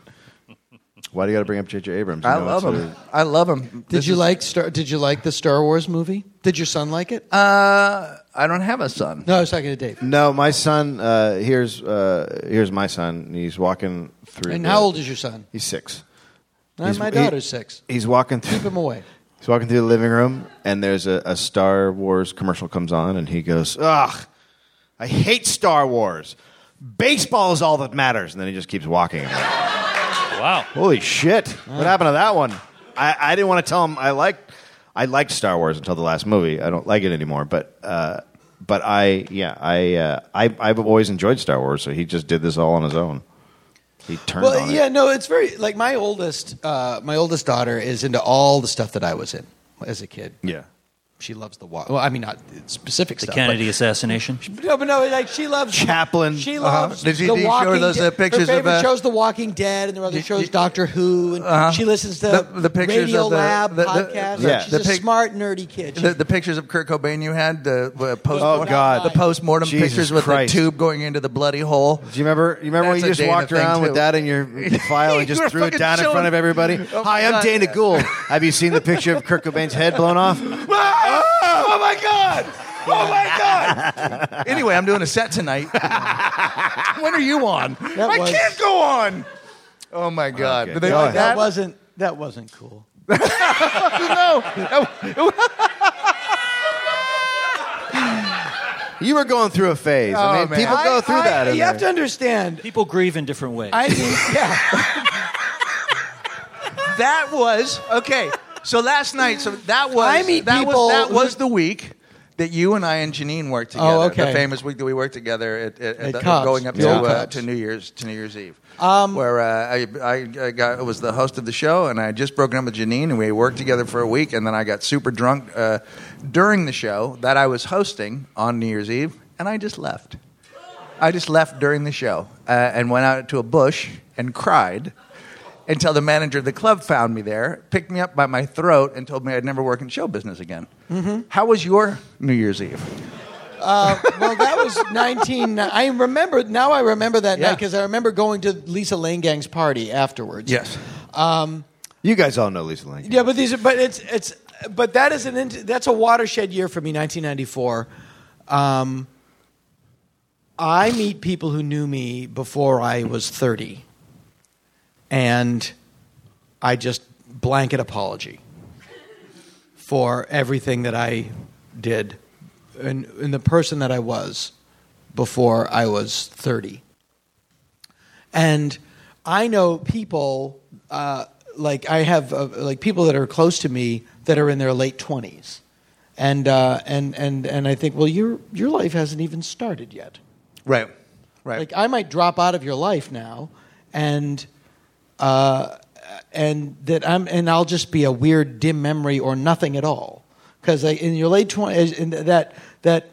[SPEAKER 4] Why do you got to bring up J.J. Abrams? You
[SPEAKER 2] I
[SPEAKER 4] know
[SPEAKER 2] love
[SPEAKER 4] it's
[SPEAKER 2] him. I love him.
[SPEAKER 6] Did you like Star, Did you like the Star Wars movie? Did your son like it?
[SPEAKER 2] Uh, I don't have a son.
[SPEAKER 6] no, I was talking to Dave.
[SPEAKER 4] a- no, my son. Uh, here's uh, here's my son. and He's walking through.
[SPEAKER 6] And
[SPEAKER 4] the-
[SPEAKER 6] how old is your son?
[SPEAKER 4] He's six.
[SPEAKER 6] Uh,
[SPEAKER 4] He's-
[SPEAKER 6] my
[SPEAKER 4] he-
[SPEAKER 6] daughter's six.
[SPEAKER 4] He's walking
[SPEAKER 6] Keep him
[SPEAKER 4] through.
[SPEAKER 6] away.
[SPEAKER 4] He's walking through the living room, and there's a, a Star Wars commercial comes on, and he goes, "Ugh, I hate Star Wars. Baseball is all that matters." And then he just keeps walking. I'm like,
[SPEAKER 7] Wow.
[SPEAKER 4] Holy shit! What happened to that one? I, I didn't want to tell him I liked I liked Star Wars until the last movie. I don't like it anymore, but uh, but I yeah I, uh, I I've always enjoyed Star Wars, so he just did this all on his own. He turned
[SPEAKER 6] Well,
[SPEAKER 4] on
[SPEAKER 6] yeah,
[SPEAKER 4] it.
[SPEAKER 6] no, it's very like my oldest. Uh, my oldest daughter is into all the stuff that I was in as a kid.
[SPEAKER 4] Yeah,
[SPEAKER 6] She loves the wa- well. I mean, not specific
[SPEAKER 7] The
[SPEAKER 6] stuff.
[SPEAKER 7] Kennedy assassination.
[SPEAKER 6] But, no, but no, like she loves
[SPEAKER 4] Chaplin.
[SPEAKER 6] She loves.
[SPEAKER 2] Uh-huh. Did she-
[SPEAKER 6] the
[SPEAKER 2] did she show
[SPEAKER 6] Walking
[SPEAKER 2] her those, uh,
[SPEAKER 6] Dead-
[SPEAKER 2] pictures of,
[SPEAKER 6] her favorite
[SPEAKER 2] uh,
[SPEAKER 6] shows The Walking Dead, and her other
[SPEAKER 2] Did-
[SPEAKER 6] shows
[SPEAKER 2] did-
[SPEAKER 6] Doctor Who, and
[SPEAKER 2] Uh-huh.
[SPEAKER 6] she listens to
[SPEAKER 2] The- the pictures of
[SPEAKER 6] Radio
[SPEAKER 2] the- the-
[SPEAKER 6] Lab
[SPEAKER 2] the-
[SPEAKER 6] podcast.
[SPEAKER 4] Yeah.
[SPEAKER 6] She's
[SPEAKER 4] the
[SPEAKER 6] a
[SPEAKER 2] pic-
[SPEAKER 6] smart nerdy kid. She's
[SPEAKER 2] The, the pictures of Kurt Cobain you had, the uh, post
[SPEAKER 4] Oh, God.
[SPEAKER 2] the post-mortem
[SPEAKER 4] Jesus
[SPEAKER 2] pictures with
[SPEAKER 4] Christ.
[SPEAKER 2] the tube going into the bloody hole.
[SPEAKER 4] Do you remember? You remember when
[SPEAKER 2] That's a
[SPEAKER 4] you just
[SPEAKER 2] Dana
[SPEAKER 4] walked
[SPEAKER 2] thing,
[SPEAKER 4] around
[SPEAKER 2] too.
[SPEAKER 4] with that in your file and
[SPEAKER 2] You were
[SPEAKER 4] just threw it
[SPEAKER 2] fucking
[SPEAKER 4] down in
[SPEAKER 2] showing-
[SPEAKER 4] front of everybody?
[SPEAKER 2] Oh,
[SPEAKER 4] Hi, I'm
[SPEAKER 2] God,
[SPEAKER 4] Dana
[SPEAKER 2] yeah.
[SPEAKER 4] Gould. Have you seen the picture of Kurt Cobain's head blown off?
[SPEAKER 2] Oh my god! Oh my god! anyway, I'm doing a set tonight. when are you on? I
[SPEAKER 6] was-
[SPEAKER 2] can't go on. Oh my god!
[SPEAKER 4] Okay,
[SPEAKER 2] Did they
[SPEAKER 4] go
[SPEAKER 2] like
[SPEAKER 4] ahead.
[SPEAKER 6] that
[SPEAKER 2] that?
[SPEAKER 6] wasn't that wasn't cool.
[SPEAKER 4] You were going through a phase. I mean,
[SPEAKER 2] Oh, man.
[SPEAKER 4] people go through
[SPEAKER 6] I-
[SPEAKER 4] that. in
[SPEAKER 6] You have to
[SPEAKER 4] their-
[SPEAKER 6] understand.
[SPEAKER 7] People grieve in different ways.
[SPEAKER 6] I think yeah.
[SPEAKER 2] That was okay. So last night, so that was
[SPEAKER 6] I meet
[SPEAKER 2] that
[SPEAKER 6] people
[SPEAKER 2] was that
[SPEAKER 6] who-
[SPEAKER 2] was the week that you and I and Janine worked together.
[SPEAKER 6] Oh, okay.
[SPEAKER 2] The famous week that we worked together at, at, at
[SPEAKER 6] At
[SPEAKER 2] the-
[SPEAKER 6] Cubs.
[SPEAKER 2] going up to,
[SPEAKER 6] Yeah.
[SPEAKER 2] uh,
[SPEAKER 6] Cubs.
[SPEAKER 2] to New Year's to New Year's Eve.
[SPEAKER 6] Um,
[SPEAKER 2] where uh, I, I, I got I was the host of the show, and I had just broken up with Janine, and we worked together for a week, and then I got super drunk uh, during the show that I was hosting on New Year's Eve, and I just left. I just left during the show uh, and went out to a bush and cried until the manager of the club found me there, picked me up by my throat, and told me I'd never work in show business again. How was your New Year's Eve?
[SPEAKER 6] uh, Well, that was 19. I remember now. I remember that night
[SPEAKER 2] Yeah.
[SPEAKER 6] 'cause night because I remember going to Lisa Langang's party afterwards.
[SPEAKER 4] You guys all know Lisa Lang.
[SPEAKER 6] Yeah, but these are but it's it's but that is an int- that's a watershed year for me, 1994. Um, I meet people who knew me before I was 30, and I just blanket apology for everything that I did and, and the person that I was before I was 30. And I know people, uh, like I have, uh, like people that are close to me that are in their late twenties, and uh, and and and I think, well, your your life hasn't even started yet.
[SPEAKER 2] Right, right.
[SPEAKER 6] Like I might drop out of your life now, and uh, and that I'm and I'll just be a weird dim memory or nothing at all. Because in your late twenties, that that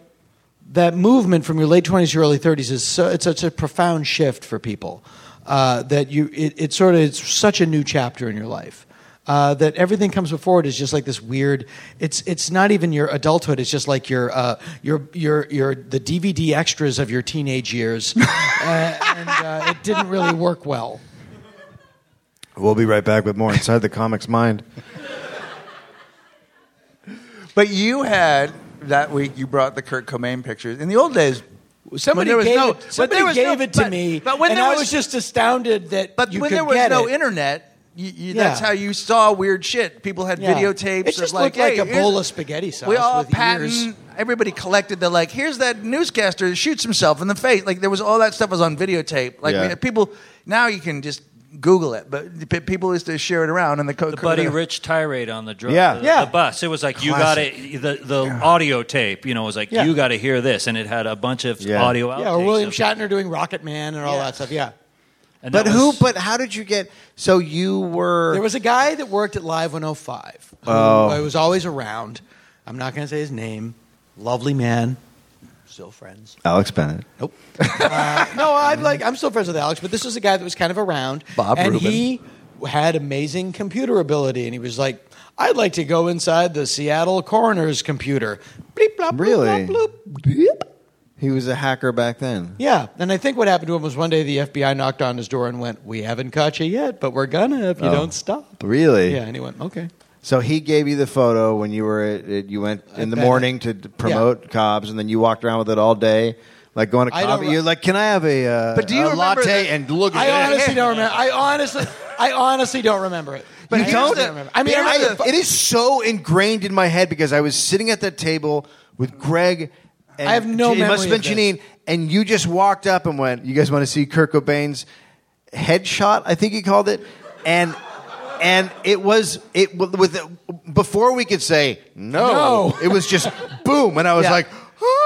[SPEAKER 6] that movement from your late twenties to your early thirties is so, it's such a profound shift for people uh, that you it, it's sort of it's such a new chapter in your life. uh, that everything comes before it is just like this weird. It's it's not even your adulthood. It's just like your uh, your your your the DVD extras of your teenage years, uh, and uh, it didn't really work well.
[SPEAKER 4] We'll be right back with more Inside the Comics Mind.
[SPEAKER 2] But you had that week. You brought the Kurt Cobain pictures. In the old days,
[SPEAKER 6] Somebody
[SPEAKER 2] there was
[SPEAKER 6] gave,
[SPEAKER 2] no-
[SPEAKER 6] it,
[SPEAKER 2] but
[SPEAKER 6] somebody
[SPEAKER 2] there was
[SPEAKER 6] gave
[SPEAKER 2] no-
[SPEAKER 6] it to
[SPEAKER 2] but-
[SPEAKER 6] me,
[SPEAKER 2] but when
[SPEAKER 6] and
[SPEAKER 2] there
[SPEAKER 6] I
[SPEAKER 2] was-
[SPEAKER 6] was just astounded that
[SPEAKER 2] but
[SPEAKER 6] you
[SPEAKER 2] when
[SPEAKER 6] could
[SPEAKER 2] there was
[SPEAKER 6] get
[SPEAKER 2] no
[SPEAKER 6] it.
[SPEAKER 2] internet, you, you,
[SPEAKER 6] Yeah.
[SPEAKER 2] that's how you saw weird shit. People had
[SPEAKER 6] Yeah.
[SPEAKER 2] videotapes.
[SPEAKER 6] It just
[SPEAKER 2] of like,
[SPEAKER 6] looked like
[SPEAKER 2] hey,
[SPEAKER 6] a
[SPEAKER 2] here's-
[SPEAKER 6] bowl of spaghetti sauce
[SPEAKER 2] We all
[SPEAKER 6] with
[SPEAKER 2] patent.
[SPEAKER 6] ears.
[SPEAKER 2] Everybody collected. They're like, here's that newscaster that shoots himself in the face. Like there was all that stuff was on videotape. Like
[SPEAKER 4] Yeah.
[SPEAKER 2] people now you can just Google it, but p- people used to share it around. And the, co-
[SPEAKER 7] The Buddy Rich tirade on the dr-
[SPEAKER 4] Yeah.
[SPEAKER 7] the,
[SPEAKER 4] Yeah.
[SPEAKER 7] the bus. It was like you got to the the audio tape. You know, was like
[SPEAKER 6] Yeah.
[SPEAKER 7] you got to hear this, and it had a bunch of
[SPEAKER 4] Yeah.
[SPEAKER 7] audio.
[SPEAKER 6] Yeah, or
[SPEAKER 7] outtakes
[SPEAKER 6] William
[SPEAKER 7] of-
[SPEAKER 6] Shatner doing Rocket Man and all that stuff. Yeah.
[SPEAKER 7] and that
[SPEAKER 4] But who?
[SPEAKER 7] was-
[SPEAKER 4] But how did you get? So you were.
[SPEAKER 6] There was a guy that worked at Live 105 who
[SPEAKER 4] Oh.
[SPEAKER 6] I was always around. I'm not going to say his name. Lovely man. Still friends.
[SPEAKER 4] Alex Bennett.
[SPEAKER 6] Nope. Uh, no, I'm like I'm still friends with Alex, but this was a guy that was kind of around.
[SPEAKER 2] Bob
[SPEAKER 6] and
[SPEAKER 2] Rubin.
[SPEAKER 6] he had amazing computer ability, and he was like, "I'd like to go inside the Seattle coroner's computer." Bleep, blop, bloop,
[SPEAKER 4] Really?
[SPEAKER 6] blop, bloop, bleep.
[SPEAKER 4] He was a hacker back then.
[SPEAKER 6] Yeah, and I think what happened to him was one day the FBI knocked on his door and went, "We haven't caught you yet, but we're gonna if you
[SPEAKER 4] Oh.
[SPEAKER 6] don't stop."
[SPEAKER 4] Really?
[SPEAKER 6] Yeah, and he went, "Okay."
[SPEAKER 4] So he gave you the photo when you were at, at- you went in the
[SPEAKER 6] Bennett.
[SPEAKER 4] morning to d- promote Cobb's, and then you walked around with it all day, like going to
[SPEAKER 6] I don't
[SPEAKER 4] Cobb.
[SPEAKER 6] re-
[SPEAKER 4] You're like, "Can I have a, uh,
[SPEAKER 2] But do you
[SPEAKER 4] a
[SPEAKER 2] remember
[SPEAKER 4] latte?"
[SPEAKER 2] that-
[SPEAKER 4] and look at
[SPEAKER 6] I
[SPEAKER 4] that.
[SPEAKER 6] honestly don't remember. I honestly, I honestly don't remember it.
[SPEAKER 4] But
[SPEAKER 6] I
[SPEAKER 4] you
[SPEAKER 6] honestly
[SPEAKER 4] don't.
[SPEAKER 6] remember. I mean, I
[SPEAKER 4] I-
[SPEAKER 6] remember-
[SPEAKER 4] it is so ingrained in my head because I was sitting at that table with Greg. And
[SPEAKER 6] I have no
[SPEAKER 4] It must have
[SPEAKER 6] memory
[SPEAKER 4] been
[SPEAKER 6] of this.
[SPEAKER 4] Janine, and you just walked up and went, "You guys want to see Kurt Cobain's headshot?" I think he called it, and and it was it w- with before we could say no,
[SPEAKER 6] No.
[SPEAKER 4] it was just boom, and I was
[SPEAKER 6] Yeah.
[SPEAKER 4] like.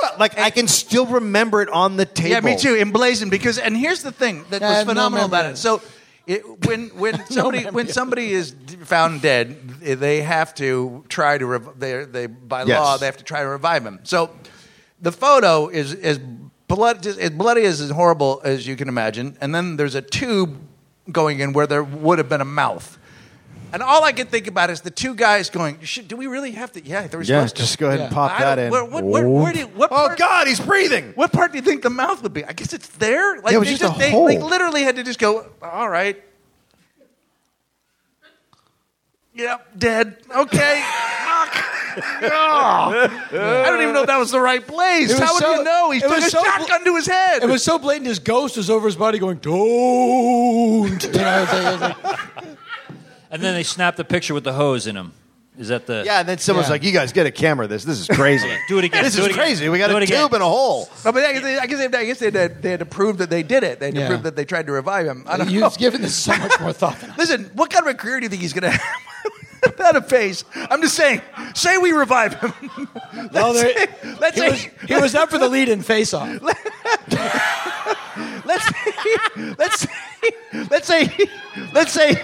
[SPEAKER 4] "Ah," Like I can still remember it on the table.
[SPEAKER 2] Yeah, me too. Emblazoned because, and here's the thing that
[SPEAKER 6] I
[SPEAKER 2] was
[SPEAKER 6] have no
[SPEAKER 2] phenomenal about
[SPEAKER 6] memory.
[SPEAKER 2] it. So, it, when when somebody when somebody is d- found dead, they have to try to rev- they they by
[SPEAKER 4] Yes.
[SPEAKER 2] law they have to try to revive him. So, the photo is is blood just as bloody as as horrible as you can imagine, and then there's a tube going in where there would have been a mouth. And all I could think about is the two guys going, Shit, "Do we really have to?" Yeah, they were
[SPEAKER 4] Yeah,
[SPEAKER 2] supposed to.
[SPEAKER 4] just go ahead and
[SPEAKER 6] Yeah.
[SPEAKER 4] pop
[SPEAKER 2] I
[SPEAKER 4] that
[SPEAKER 2] don't-
[SPEAKER 4] in.
[SPEAKER 2] where- what- where- where do you- what
[SPEAKER 4] oh
[SPEAKER 2] part-
[SPEAKER 4] God, he's breathing.
[SPEAKER 2] What part do you think the mouth would be? I guess it's there.
[SPEAKER 4] Yeah,
[SPEAKER 2] Like
[SPEAKER 4] it was
[SPEAKER 2] they
[SPEAKER 4] just a
[SPEAKER 2] they,
[SPEAKER 4] hole.
[SPEAKER 2] Like literally had to just go. All right. Yep, dead. Okay. Fuck. Oh. I don't even know if that was the right place.
[SPEAKER 6] It was
[SPEAKER 2] How would
[SPEAKER 6] so-
[SPEAKER 2] you know? He
[SPEAKER 6] it
[SPEAKER 2] took
[SPEAKER 6] was
[SPEAKER 2] a
[SPEAKER 6] so-
[SPEAKER 2] shotgun to his head.
[SPEAKER 6] It was so blatant. His ghost was over his body, going, "Don't." You know, I was like, I was like,
[SPEAKER 7] and then they snapped the picture with the hose in them. Is that the?
[SPEAKER 4] Yeah, and then someone's
[SPEAKER 6] Yeah.
[SPEAKER 4] like, "You guys get a camera. This this is crazy.
[SPEAKER 7] Do it again.
[SPEAKER 4] This
[SPEAKER 7] Do
[SPEAKER 4] is
[SPEAKER 7] it again.
[SPEAKER 4] crazy. We got
[SPEAKER 7] Do
[SPEAKER 4] a
[SPEAKER 7] it
[SPEAKER 4] tube
[SPEAKER 7] again.
[SPEAKER 4] and a hole."
[SPEAKER 2] No, but I guess they, I guess they, I guess they, had, to- they had to prove that they did it. They had to
[SPEAKER 6] Yeah.
[SPEAKER 2] prove that they tried to revive him. I don't know.
[SPEAKER 6] You've given this so much more thought. Than I.
[SPEAKER 2] Listen, what kind of a career do you think he's going to have? Without a face. I'm just saying. Say we revive him. let's
[SPEAKER 6] Well, there-
[SPEAKER 2] say, let's
[SPEAKER 6] He
[SPEAKER 2] say-
[SPEAKER 6] was, he was up for the lead in Face Off.
[SPEAKER 2] let's say, let's say, let's say, let's say,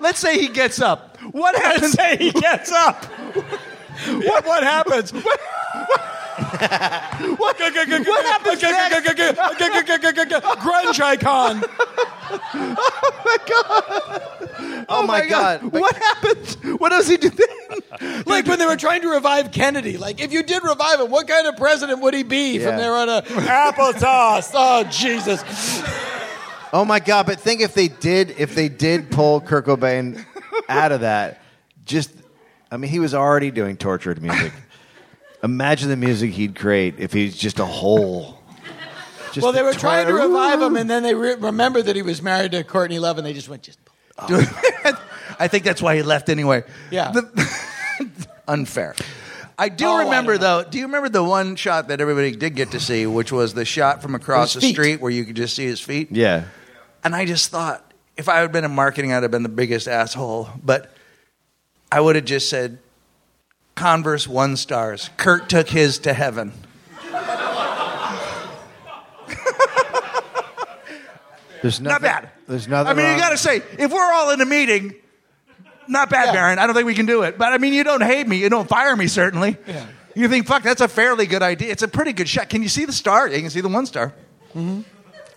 [SPEAKER 2] let's say he gets up. What happens?
[SPEAKER 6] say he gets up. What, what happens? What, what, happens? Grunge icon.
[SPEAKER 4] Oh, my god!
[SPEAKER 2] What happens? What does he do then?
[SPEAKER 6] Like when they were trying to revive Kennedy. Like, if you did revive him, what kind of president would he be
[SPEAKER 4] Yeah.
[SPEAKER 6] from there on? A applesauce. Oh Jesus!
[SPEAKER 4] Oh my god! But think if they did, if they did pull Kurt Cobain out of that, just I mean, he was already doing tortured music. Imagine the music he'd create if he's just a hole. Just
[SPEAKER 6] Well, they
[SPEAKER 4] a
[SPEAKER 6] were trying to
[SPEAKER 4] tor-
[SPEAKER 6] revive him, and then they re- remembered that he was married to Courtney Love, and they just went just.
[SPEAKER 2] I think that's why he left anyway.
[SPEAKER 6] Yeah.
[SPEAKER 2] The- unfair. I do
[SPEAKER 6] Oh, I
[SPEAKER 2] remember
[SPEAKER 6] don't
[SPEAKER 2] though. Do you remember the one shot that everybody did get to see, which was the shot from across
[SPEAKER 6] His
[SPEAKER 2] the
[SPEAKER 6] feet.
[SPEAKER 2] street where you could just see his feet?
[SPEAKER 4] Yeah.
[SPEAKER 2] And I just thought, if I had been in marketing, I'd have been the biggest asshole. But I would have just said, Converse one stars. Kurt took his to heaven.
[SPEAKER 4] There's
[SPEAKER 2] Not
[SPEAKER 4] nothing,
[SPEAKER 2] bad.
[SPEAKER 4] There's nothing.
[SPEAKER 2] I mean,
[SPEAKER 4] wrong-
[SPEAKER 2] you got to say, if we're all in a meeting, not bad,
[SPEAKER 6] Yeah.
[SPEAKER 2] Baron. I don't think we can do it. But I mean, you don't hate me. You don't fire me, certainly.
[SPEAKER 6] Yeah.
[SPEAKER 2] You think, fuck, that's a fairly good idea. It's a pretty good shot. Can you see the
[SPEAKER 6] Mm-hmm.
[SPEAKER 2] star? You can see the one star.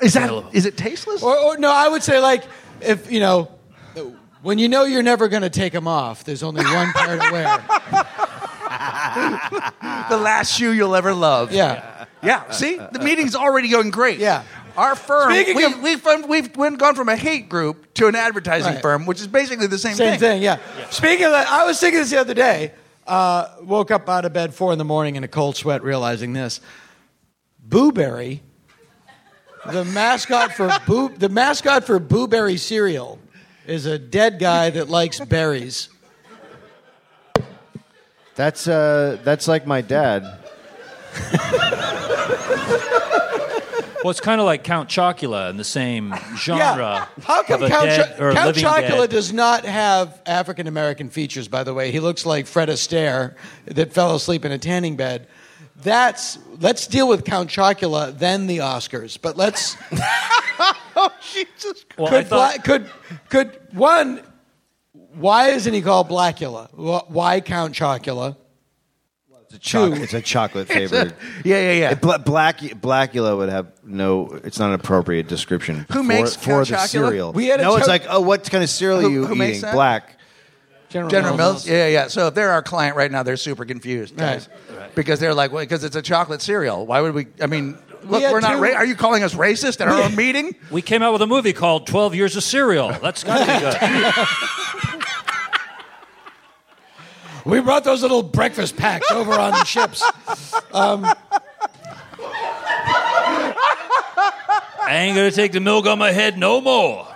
[SPEAKER 2] Is that is it tasteless?
[SPEAKER 6] Or, or no, I would say like if you know, when you know you're never going to take them off, there's only one pair to wear.
[SPEAKER 2] the last shoe you'll ever love.
[SPEAKER 6] Yeah.
[SPEAKER 2] Yeah. See, the meeting's already going great.
[SPEAKER 6] Yeah.
[SPEAKER 2] Our firm,
[SPEAKER 6] Speaking
[SPEAKER 2] we,
[SPEAKER 6] of-
[SPEAKER 2] we've, gone- we've went- gone from a hate group to an advertising
[SPEAKER 6] Right.
[SPEAKER 2] firm, which is basically the same,
[SPEAKER 6] Same thing, yeah. Speaking of that, I was thinking this the other day. Uh, woke up out of bed four in the morning in a cold sweat, realizing this. Booberry, the mascot for Boo, the mascot for Booberry cereal, is a dead guy that likes berries.
[SPEAKER 4] That's uh, that's like my dad.
[SPEAKER 7] Well, it's kind of like Count Chocula in the same genre.
[SPEAKER 6] Yeah. How come
[SPEAKER 7] of a
[SPEAKER 6] Count,
[SPEAKER 7] dead
[SPEAKER 6] Cho-
[SPEAKER 7] or a
[SPEAKER 6] Count
[SPEAKER 7] living
[SPEAKER 6] Chocula
[SPEAKER 7] dead.
[SPEAKER 6] does not have African American features, by the way? He looks like Fred Astaire that fell asleep in a tanning bed. That's let's deal with Count Chocula, then the Oscars. But let's
[SPEAKER 7] Well, I
[SPEAKER 6] could,
[SPEAKER 7] thought,
[SPEAKER 6] Bla- could could one why isn't he called Blackula? Wh- Why Count Chocula?
[SPEAKER 4] It's a, choc- it's a chocolate flavored.
[SPEAKER 2] thing. Yeah, yeah, yeah.
[SPEAKER 4] It- Bla- Black Blackula would have no. It's not an appropriate description.
[SPEAKER 2] Who
[SPEAKER 4] for,
[SPEAKER 2] makes
[SPEAKER 4] for
[SPEAKER 2] Count
[SPEAKER 4] the
[SPEAKER 2] Chocula?
[SPEAKER 4] cereal?
[SPEAKER 6] We had a
[SPEAKER 4] no.
[SPEAKER 6] joke-
[SPEAKER 4] it's like, oh, what kind of cereal
[SPEAKER 2] Who-
[SPEAKER 4] are you
[SPEAKER 2] who makes
[SPEAKER 4] eating?
[SPEAKER 2] that?
[SPEAKER 4] Black.
[SPEAKER 2] General Mills. Yeah, yeah. So if they're our client right now, they're super confused, guys, because they're like, because it's a chocolate cereal. Why would we? I mean, look,
[SPEAKER 6] We had
[SPEAKER 2] we are not.
[SPEAKER 6] two-
[SPEAKER 2] Ra- are you calling us racist at our own meeting?
[SPEAKER 7] we came out with a movie called 12 Years of Cereal. That's going to be good.
[SPEAKER 6] We brought those little breakfast packs over on the ships.
[SPEAKER 7] I ain't going to take the milk on my head no more.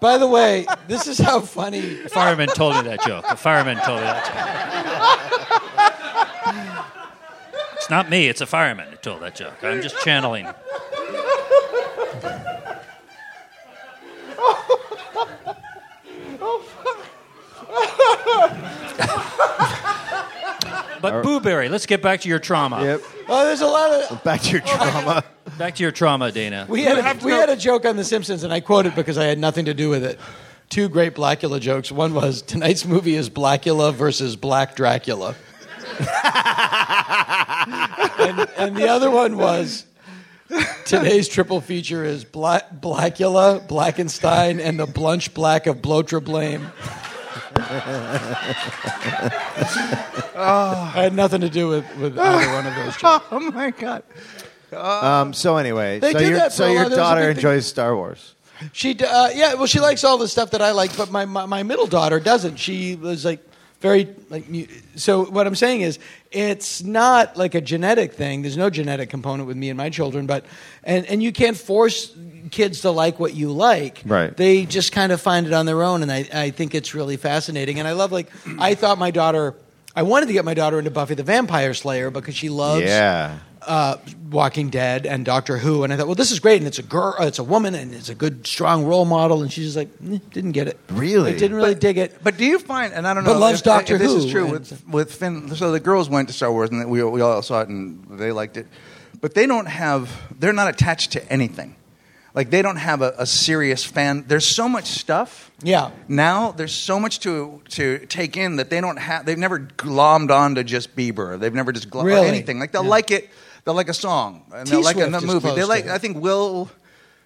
[SPEAKER 6] By the way, this is how funny
[SPEAKER 7] The fireman told me that joke. The fireman told me that joke. It's not me, it's a fireman that told that joke. I'm just channeling. But Booberry, let's get back to your trauma.
[SPEAKER 4] Yep.
[SPEAKER 6] Oh, there's a lot of.
[SPEAKER 4] Back to your
[SPEAKER 2] Oh
[SPEAKER 4] trauma.
[SPEAKER 7] Back to your trauma, Dana.
[SPEAKER 6] We had a, we had a joke on The Simpsons, and I quote it because I had nothing to do with it. Two great Blackula jokes. One was tonight's movie is Blackula versus Black Dracula, and, and the other one was today's triple feature is Black, Blackula, Blackenstein, and the Blunch Black of Blotra Blame. I had nothing to do with, with either one of those jokes.
[SPEAKER 2] Oh my god.
[SPEAKER 4] um. So anyway,
[SPEAKER 6] They
[SPEAKER 4] so
[SPEAKER 6] did
[SPEAKER 4] your
[SPEAKER 6] that for
[SPEAKER 4] so
[SPEAKER 6] a
[SPEAKER 4] your
[SPEAKER 6] while. There was a
[SPEAKER 4] daughter
[SPEAKER 6] big thing.
[SPEAKER 4] enjoys Star Wars.
[SPEAKER 6] She, d- uh, yeah, well, she likes all the stuff that I like, but my, my, my middle daughter doesn't. She was like very like. mu- So what I'm saying is, it's not like a genetic thing. There's no genetic component with me and my children, but and and you can't force kids to like what you like.
[SPEAKER 4] Right.
[SPEAKER 6] They just kind of find it on their own, and I I think it's really fascinating. And I love like I thought my daughter. I wanted to get my daughter into Buffy the Vampire Slayer because she loves
[SPEAKER 4] Yeah.
[SPEAKER 6] uh, Walking Dead and Doctor Who, and I thought, well, this is great, and it's a girl, uh, it's a woman, and it's a good, strong role model, and she's just like, "Eh, didn't get it,
[SPEAKER 4] Really?
[SPEAKER 6] I didn't really dig it.
[SPEAKER 2] But do you find, and I don't
[SPEAKER 6] But
[SPEAKER 2] know,
[SPEAKER 6] loves
[SPEAKER 2] if, uh,
[SPEAKER 6] Doctor
[SPEAKER 2] if this
[SPEAKER 6] Who,
[SPEAKER 2] is true
[SPEAKER 6] and-
[SPEAKER 2] with with Finn. So the girls went to Star Wars, and we we all saw it, and they liked it. But they don't have, they're not attached to anything. Like they don't have a, a serious fan. There's so much stuff.
[SPEAKER 6] Yeah.
[SPEAKER 2] Now there's so much to to take in that they don't have. They've never glommed on to just Bieber. They've never just glommed
[SPEAKER 6] Really?
[SPEAKER 2] anything. Like they'll
[SPEAKER 6] Yeah.
[SPEAKER 2] like it. They'll like a song. And they'll like a
[SPEAKER 6] T-Swift is
[SPEAKER 2] movie. They
[SPEAKER 6] close
[SPEAKER 2] like.
[SPEAKER 6] to it.
[SPEAKER 2] I think Will.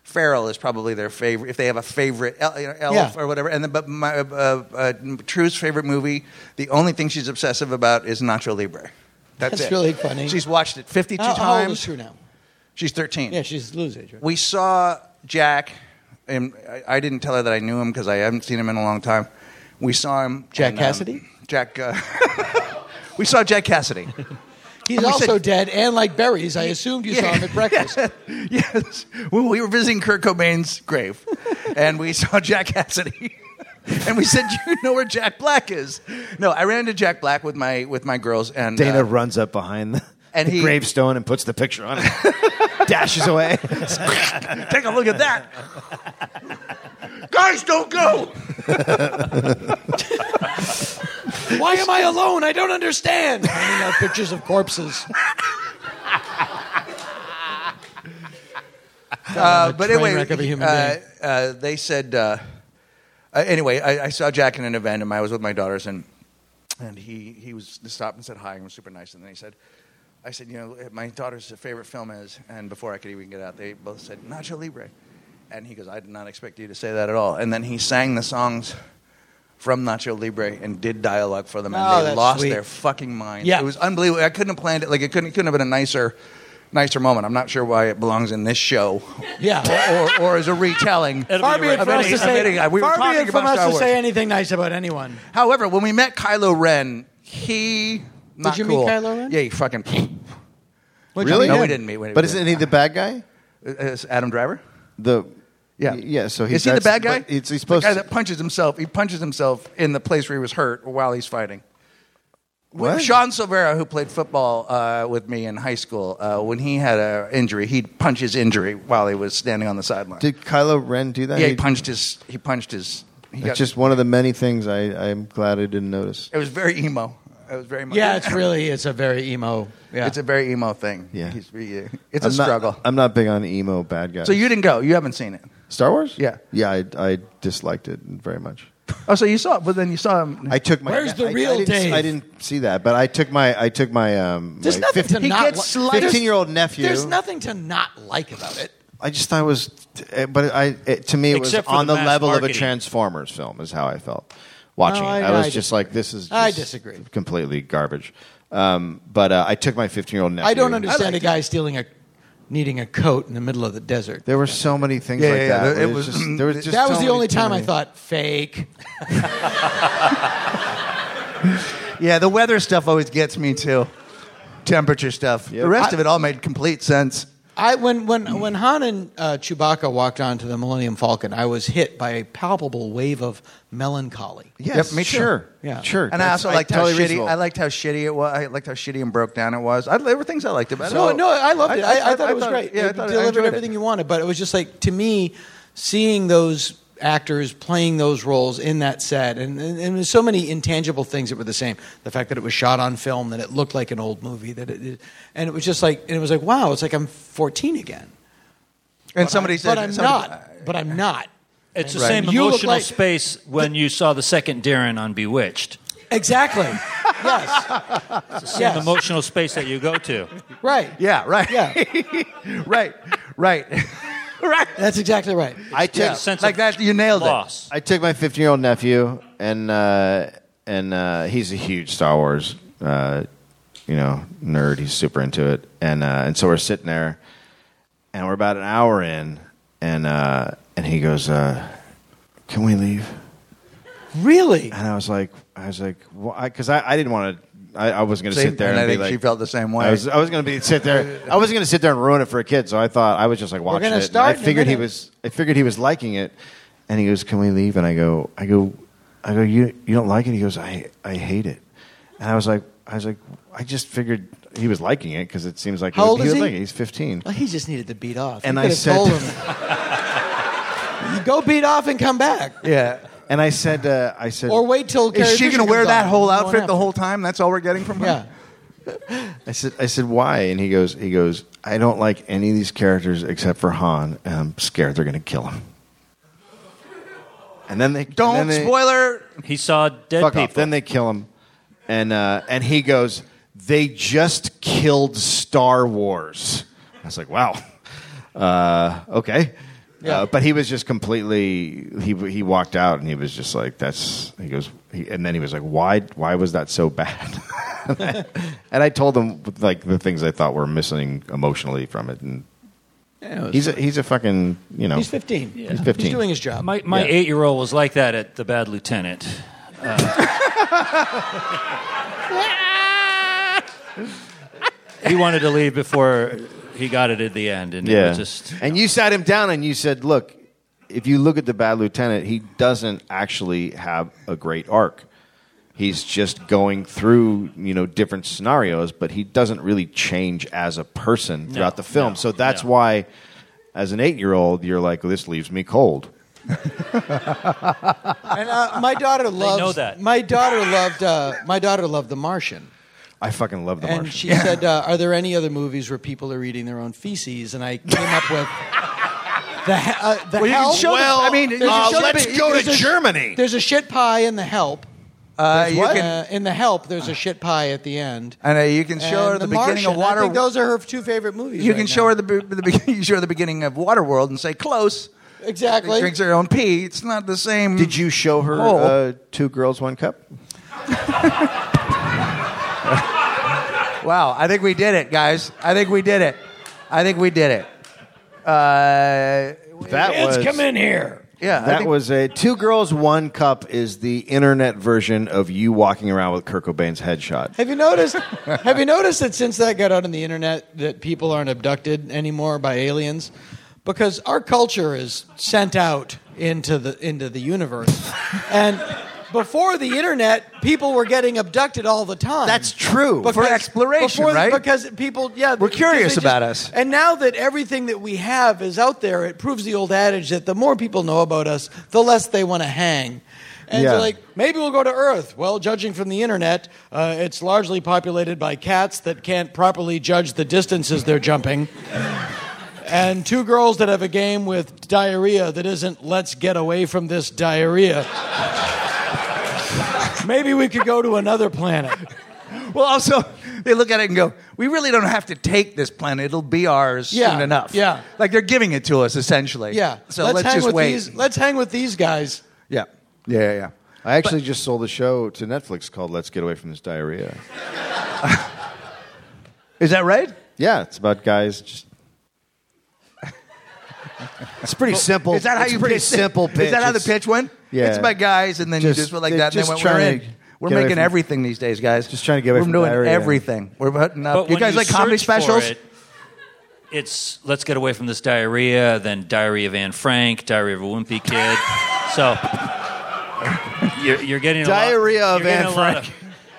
[SPEAKER 2] Ferrell is probably their favorite if they have a favorite el- you know, elf
[SPEAKER 6] Yeah.
[SPEAKER 2] or whatever. And then, but my uh, uh, True's favorite movie, the only thing she's obsessive about is Nacho Libre. That's,
[SPEAKER 6] That's
[SPEAKER 2] it.
[SPEAKER 6] really funny.
[SPEAKER 2] She's watched it 52
[SPEAKER 6] How,
[SPEAKER 2] times.
[SPEAKER 6] how old is she now?
[SPEAKER 2] She's 13.
[SPEAKER 6] Yeah, she's Lou's age. Right?
[SPEAKER 2] we saw Jack, and I, I didn't tell her that I knew him because I haven't seen him in a long time. We saw him.
[SPEAKER 6] Jack
[SPEAKER 2] and, um,
[SPEAKER 6] Cassidy?
[SPEAKER 2] Jack. Uh, we saw Jack Cassidy.
[SPEAKER 6] He's
[SPEAKER 2] we
[SPEAKER 6] also
[SPEAKER 2] said-
[SPEAKER 6] dead, and like berries, I assumed you saw him at breakfast.
[SPEAKER 2] yes. Well, we were visiting Kurt Cobain's grave, and we saw Jack Cassidy. And we said, "Do you know where Jack Black is?" No, I ran into Jack Black with my with my girls, and
[SPEAKER 4] Dana
[SPEAKER 2] uh,
[SPEAKER 4] runs up behind the,
[SPEAKER 2] and
[SPEAKER 4] the
[SPEAKER 2] he-
[SPEAKER 4] gravestone and puts the picture on it. dashes away.
[SPEAKER 2] uh, take a look at that. Guys, don't go.
[SPEAKER 6] Why am I alone? I don't understand. Handing out pictures of corpses.
[SPEAKER 2] Uh, but
[SPEAKER 6] train
[SPEAKER 2] anyway,
[SPEAKER 6] wreck of a human
[SPEAKER 2] uh,
[SPEAKER 6] being.
[SPEAKER 2] uh, they said. Uh, uh, anyway, I, I saw Jack in an event, and I was with my daughters, and and he he was stopped and said hi and was super nice, and then he said, I said, you know, my daughter's favorite film is, and before I could even get out, they both said Nacho Libre, and he goes, I did not expect you to say that at all. And then he sang the songs from Nacho Libre and did dialogue for them, and
[SPEAKER 9] Oh,
[SPEAKER 2] they
[SPEAKER 9] that's
[SPEAKER 2] lost
[SPEAKER 9] sweet.
[SPEAKER 2] their fucking mind.
[SPEAKER 9] Yeah.
[SPEAKER 2] it was unbelievable. I couldn't have planned it. Like it couldn't couldn't have been a nicer. Nicer moment. I'm not sure why it belongs in this show,
[SPEAKER 6] Yeah.
[SPEAKER 2] or, or as a retelling.
[SPEAKER 7] It'll
[SPEAKER 6] Far be it
[SPEAKER 7] right.
[SPEAKER 6] from us to
[SPEAKER 2] Admitting-
[SPEAKER 6] say,
[SPEAKER 2] admitting- we were
[SPEAKER 6] far be
[SPEAKER 2] talking
[SPEAKER 6] it from
[SPEAKER 2] about Star
[SPEAKER 6] us to
[SPEAKER 2] Wars.
[SPEAKER 6] say anything nice about anyone.
[SPEAKER 2] However, when we met Kylo Ren, he not
[SPEAKER 6] you meet
[SPEAKER 2] cool.
[SPEAKER 6] Kylo Ren?
[SPEAKER 2] Yeah, he fucking.
[SPEAKER 4] really?
[SPEAKER 2] No, we didn't meet. We
[SPEAKER 4] But
[SPEAKER 2] didn't.
[SPEAKER 4] isn't he the bad guy?
[SPEAKER 2] uh, Is Adam Driver?
[SPEAKER 4] The
[SPEAKER 2] Yeah.
[SPEAKER 4] yeah. So he's
[SPEAKER 2] is he the bad guy?
[SPEAKER 4] It's he's supposed
[SPEAKER 2] the guy
[SPEAKER 4] to.
[SPEAKER 2] that punches himself. He punches himself in the place where he was hurt while he's fighting. When
[SPEAKER 4] What?
[SPEAKER 2] Sean Silvera, who played football uh, with me in high school, uh, when he had an injury, he'd punch his injury while he was standing on the sideline.
[SPEAKER 4] Did Kylo Ren do that?
[SPEAKER 2] yeah, he
[SPEAKER 4] He-
[SPEAKER 2] punched his. He punched his. He got,
[SPEAKER 4] That's just one of the many things I, I'm glad I didn't notice.
[SPEAKER 2] It was very emo. It was very. Much,
[SPEAKER 6] Yeah, it's really it's a very emo. Yeah.
[SPEAKER 2] It's a very emo thing.
[SPEAKER 4] Yeah.
[SPEAKER 2] He's- he- it's a
[SPEAKER 4] I'm not-
[SPEAKER 2] struggle.
[SPEAKER 4] I'm not big on emo bad guys.
[SPEAKER 2] So you didn't go. You haven't seen it.
[SPEAKER 4] Star Wars?
[SPEAKER 2] Yeah.
[SPEAKER 4] Yeah, I, I disliked it very much.
[SPEAKER 2] Oh, so you saw it, but then you saw him.
[SPEAKER 4] I took my.
[SPEAKER 6] Where's the
[SPEAKER 4] I- I
[SPEAKER 6] real
[SPEAKER 4] didn't-
[SPEAKER 6] Dave?
[SPEAKER 4] I didn't see that, but I took my. I took my. Um,
[SPEAKER 6] There's
[SPEAKER 4] my
[SPEAKER 6] nothing to
[SPEAKER 2] he
[SPEAKER 6] not
[SPEAKER 2] gets
[SPEAKER 6] li-
[SPEAKER 2] slighted.
[SPEAKER 6] there's-
[SPEAKER 4] 15-year-old nephew.
[SPEAKER 6] There's nothing to not like about it.
[SPEAKER 4] I just thought it was, eh, but I it, to me it was
[SPEAKER 7] Except for
[SPEAKER 4] on
[SPEAKER 7] the
[SPEAKER 4] the,
[SPEAKER 7] mass
[SPEAKER 4] level of a
[SPEAKER 7] marketing.
[SPEAKER 4] Transformers film is how I felt watching
[SPEAKER 6] No,
[SPEAKER 4] it.
[SPEAKER 6] I-
[SPEAKER 4] I was
[SPEAKER 6] I
[SPEAKER 4] just like, this is. Just
[SPEAKER 6] I disagree.
[SPEAKER 4] Completely garbage. Um, but uh, I took my 15 year old nephew.
[SPEAKER 6] I don't understand a guy stealing a needing a coat in the middle of the desert.
[SPEAKER 4] There were so many things
[SPEAKER 2] Yeah,
[SPEAKER 4] like
[SPEAKER 2] yeah,
[SPEAKER 4] that.
[SPEAKER 2] yeah.
[SPEAKER 4] where
[SPEAKER 2] It
[SPEAKER 4] it's
[SPEAKER 2] was-
[SPEAKER 4] just- there was just
[SPEAKER 6] that was
[SPEAKER 4] so
[SPEAKER 6] the
[SPEAKER 4] many-
[SPEAKER 6] only time I
[SPEAKER 4] many-
[SPEAKER 6] thought fake.
[SPEAKER 2] yeah, the weather stuff always gets me too. Temperature stuff. The rest of it all made complete sense.
[SPEAKER 6] I when when when Han and uh, Chewbacca walked onto the Millennium Falcon, I was hit by a palpable wave of melancholy.
[SPEAKER 4] Yes,
[SPEAKER 2] Yep, me too.
[SPEAKER 4] sure.
[SPEAKER 6] Yeah.
[SPEAKER 4] Sure.
[SPEAKER 2] And I
[SPEAKER 4] That's-
[SPEAKER 2] also liked how
[SPEAKER 4] totally
[SPEAKER 2] shitty.
[SPEAKER 4] reasonable.
[SPEAKER 2] I liked how shitty it was. I liked how shitty and broke down it was. I, there were things I liked about it.
[SPEAKER 6] No, no, I loved it. I, I, thought it was great.
[SPEAKER 2] Yeah,
[SPEAKER 6] it
[SPEAKER 2] I thought I
[SPEAKER 6] delivered
[SPEAKER 2] enjoyed
[SPEAKER 6] everything
[SPEAKER 2] it.
[SPEAKER 6] you wanted, but it was just like to me, seeing those actors playing those roles in that set, and, and, and there's so many intangible things that were the same. The fact that it was shot on film, that it looked like an old movie, that it, it and it was just like, and it was like, wow, it's like I'm 14 again.
[SPEAKER 2] And somebody said,
[SPEAKER 6] but I'm
[SPEAKER 2] somebody-
[SPEAKER 6] not. But I'm not.
[SPEAKER 7] It's the
[SPEAKER 6] Right.
[SPEAKER 7] same
[SPEAKER 6] You look
[SPEAKER 7] emotional
[SPEAKER 6] like-
[SPEAKER 7] space when you saw the second Darren on Bewitched.
[SPEAKER 6] Exactly. yes.
[SPEAKER 7] Same
[SPEAKER 6] Yes.
[SPEAKER 7] emotional space that you go to.
[SPEAKER 6] Right.
[SPEAKER 2] Yeah, right.
[SPEAKER 6] Yeah.
[SPEAKER 2] right, right, right.
[SPEAKER 6] That's exactly right.
[SPEAKER 4] I took
[SPEAKER 7] A sense
[SPEAKER 2] Like
[SPEAKER 7] of
[SPEAKER 2] that, you nailed it.
[SPEAKER 7] loss.
[SPEAKER 4] I took my 15 year old nephew, and uh, and uh, he's a huge Star Wars, uh, you know, nerd. He's super into it, and uh, and so we're sitting there, and we're about an hour in, and uh, and he goes, uh, "Can we leave?"
[SPEAKER 6] Really?
[SPEAKER 4] And I was like, I was like, because I, I didn't want to. I, I wasn't going to
[SPEAKER 2] See?
[SPEAKER 4] sit there
[SPEAKER 2] And
[SPEAKER 4] and,
[SPEAKER 2] I
[SPEAKER 4] be
[SPEAKER 2] think
[SPEAKER 4] like,
[SPEAKER 2] she felt the same way.
[SPEAKER 4] I was, I was going to be sit there. I wasn't going to sit there and ruin it for a kid. So I thought I was just like watching
[SPEAKER 6] gonna
[SPEAKER 4] it.
[SPEAKER 6] start in
[SPEAKER 4] I
[SPEAKER 6] a
[SPEAKER 4] figured he
[SPEAKER 6] minute.
[SPEAKER 4] was. I figured he was liking it, and he goes, "Can we leave?" And I go, I go, I go. You you don't like it? He goes, I I hate it. And I was like, I was like, I just figured he was liking it because it seems like
[SPEAKER 6] How
[SPEAKER 4] he,
[SPEAKER 6] old
[SPEAKER 4] would-
[SPEAKER 6] is
[SPEAKER 4] would
[SPEAKER 6] he?
[SPEAKER 4] like it. He's fifteen.
[SPEAKER 6] Well, Oh, he just needed to beat off.
[SPEAKER 4] And
[SPEAKER 6] you
[SPEAKER 4] I
[SPEAKER 6] could have
[SPEAKER 4] said-
[SPEAKER 6] told him, "You go beat off and come back,
[SPEAKER 2] Yeah.
[SPEAKER 4] And I said, uh, I said,
[SPEAKER 6] or wait till." Carrie
[SPEAKER 2] Is she
[SPEAKER 6] Fisher
[SPEAKER 2] going to wear
[SPEAKER 6] comes
[SPEAKER 2] that
[SPEAKER 6] on.
[SPEAKER 2] whole
[SPEAKER 6] Go on
[SPEAKER 2] outfit
[SPEAKER 6] after.
[SPEAKER 2] the whole time? That's all we're getting from her?
[SPEAKER 6] Yeah.
[SPEAKER 4] I said, I said, why? And he goes, he goes, I don't like any of these characters except for Han, and I'm scared they're going to kill him. And then they and
[SPEAKER 2] Don't
[SPEAKER 4] then they-
[SPEAKER 2] spoiler.
[SPEAKER 7] He saw dead
[SPEAKER 4] Fuck
[SPEAKER 7] people.
[SPEAKER 4] off. Then they kill him, and uh, and he goes, "They just killed Star Wars." I was like, "Wow, uh, okay."
[SPEAKER 6] Yeah.
[SPEAKER 4] Uh, but he was just completely he he walked out and he was just like that's he goes he, and then he was like why why was that so bad and I told him like the things I thought were missing emotionally from it and he's a, he's a fucking you know
[SPEAKER 6] He's
[SPEAKER 2] Oh.
[SPEAKER 6] 15.
[SPEAKER 4] he's 15
[SPEAKER 6] He's doing his job.
[SPEAKER 7] my my
[SPEAKER 4] Yeah.
[SPEAKER 7] eight year old was like that at The Bad Lieutenant. Uh, he wanted to leave before he got it at the end, and it
[SPEAKER 4] Yeah.
[SPEAKER 7] was just
[SPEAKER 4] and you sat him down and you said, look, if you look at the bad lieutenant, he doesn't actually have a great arc. He's just going through, you know, different scenarios, but he doesn't really change as a person throughout the film.
[SPEAKER 7] no,
[SPEAKER 4] so that's
[SPEAKER 7] no.
[SPEAKER 4] why, as an eight-year-old, you're like, this leaves me cold.
[SPEAKER 6] And, uh, my daughter loves.
[SPEAKER 7] know that.
[SPEAKER 6] My daughter loved. Uh, my daughter loved The Martian.
[SPEAKER 4] I fucking love the
[SPEAKER 6] and
[SPEAKER 4] Martian.
[SPEAKER 6] she said, uh, "Are there any other movies where people are eating their own feces?" And I came up with the he- uh, the
[SPEAKER 2] Well, you can
[SPEAKER 6] help.
[SPEAKER 2] show the- Well, I mean, you can uh, show the- let's
[SPEAKER 4] go to
[SPEAKER 6] there's a-
[SPEAKER 4] Germany.
[SPEAKER 6] There's a shit pie in the help.
[SPEAKER 2] Uh,
[SPEAKER 6] There's
[SPEAKER 2] you
[SPEAKER 6] what?
[SPEAKER 2] can-
[SPEAKER 6] Uh, in the help, there's a shit pie at the end.
[SPEAKER 2] and uh, you can show her
[SPEAKER 6] And
[SPEAKER 2] the,
[SPEAKER 6] the
[SPEAKER 2] beginning
[SPEAKER 6] Martian.
[SPEAKER 2] of Water.
[SPEAKER 6] I think those are her two favorite movies.
[SPEAKER 2] you
[SPEAKER 6] right
[SPEAKER 2] can
[SPEAKER 6] now.
[SPEAKER 2] show her the, be- the be- you show her the beginning of Waterworld and say close.
[SPEAKER 6] exactly.
[SPEAKER 2] She drinks her own pee. It's not the same.
[SPEAKER 4] Did you show her
[SPEAKER 2] Oh.
[SPEAKER 4] uh, Two Girls, One Cup?
[SPEAKER 2] Wow, I think we did it, guys. I think we did it. I think we did it. Uh,
[SPEAKER 4] That
[SPEAKER 10] Kids,
[SPEAKER 4] was,
[SPEAKER 10] come in here.
[SPEAKER 2] yeah, I
[SPEAKER 4] That
[SPEAKER 2] think-
[SPEAKER 4] was a Two Girls, One Cup is the internet version of you walking around with Kurt Cobain's headshot.
[SPEAKER 6] Have you noticed? have you noticed that since that got out on the internet, that people aren't abducted anymore by aliens, because our culture is sent out into the into the universe, and before the internet, people were getting abducted all the time.
[SPEAKER 4] That's true.
[SPEAKER 6] Because-
[SPEAKER 2] For exploration,
[SPEAKER 6] before-
[SPEAKER 2] right?
[SPEAKER 6] Because people, yeah,
[SPEAKER 2] We're
[SPEAKER 6] because
[SPEAKER 2] curious
[SPEAKER 6] they just-
[SPEAKER 2] about us.
[SPEAKER 6] And now that everything that we have is out there, it proves the old adage that the more people know about us, the less they want to hang. And
[SPEAKER 4] Yeah.
[SPEAKER 6] they're like, maybe we'll go to Earth. Well, judging from the internet, uh, it's largely populated by cats that can't properly judge the distances they're jumping. And two girls that have a game with diarrhea that isn't, let's get away from this diarrhea. Maybe we could go to another planet.
[SPEAKER 2] well, also they look at it and go, "We really don't have to take this planet; it'll be ours
[SPEAKER 6] Yeah,
[SPEAKER 2] soon enough."
[SPEAKER 6] yeah.
[SPEAKER 2] like they're giving it to us essentially.
[SPEAKER 6] Yeah.
[SPEAKER 2] so let's,
[SPEAKER 6] hang
[SPEAKER 2] just
[SPEAKER 6] with
[SPEAKER 2] wait.
[SPEAKER 6] These, let's hang with these guys.
[SPEAKER 2] Yeah, yeah, yeah, yeah.
[SPEAKER 4] I actually just sold a show to Netflix called Let's Get Away from This Diarrhea.
[SPEAKER 2] Is that right?
[SPEAKER 4] Yeah, it's about guys just. It's pretty simple.
[SPEAKER 2] Is that how
[SPEAKER 4] it's
[SPEAKER 2] you
[SPEAKER 4] pretty
[SPEAKER 2] pitch-
[SPEAKER 4] simple pitch?
[SPEAKER 2] Is that how the
[SPEAKER 4] It's-
[SPEAKER 2] pitch went?
[SPEAKER 4] Yeah.
[SPEAKER 2] it's about guys, and then
[SPEAKER 4] Just-
[SPEAKER 2] you just went like
[SPEAKER 4] they-
[SPEAKER 2] that, and
[SPEAKER 4] just
[SPEAKER 2] then went, "We're
[SPEAKER 4] trying
[SPEAKER 2] in."
[SPEAKER 4] to
[SPEAKER 2] We're
[SPEAKER 4] get away
[SPEAKER 2] making
[SPEAKER 4] from-
[SPEAKER 2] everything these days, guys.
[SPEAKER 4] Just trying to get away
[SPEAKER 2] We're
[SPEAKER 4] from
[SPEAKER 2] doing
[SPEAKER 4] diarrhea.
[SPEAKER 2] everything. We're putting
[SPEAKER 7] But
[SPEAKER 2] up. You
[SPEAKER 7] when
[SPEAKER 2] guys like comedy
[SPEAKER 7] search for
[SPEAKER 2] specials?
[SPEAKER 7] it, it's let's get away from this diarrhea, then diarrhea of Anne Frank, diarrhea of a wimpy kid. so you're, you're getting a lot-
[SPEAKER 4] Diarrhea of
[SPEAKER 7] you're getting
[SPEAKER 4] Anne
[SPEAKER 7] a lot
[SPEAKER 4] Frank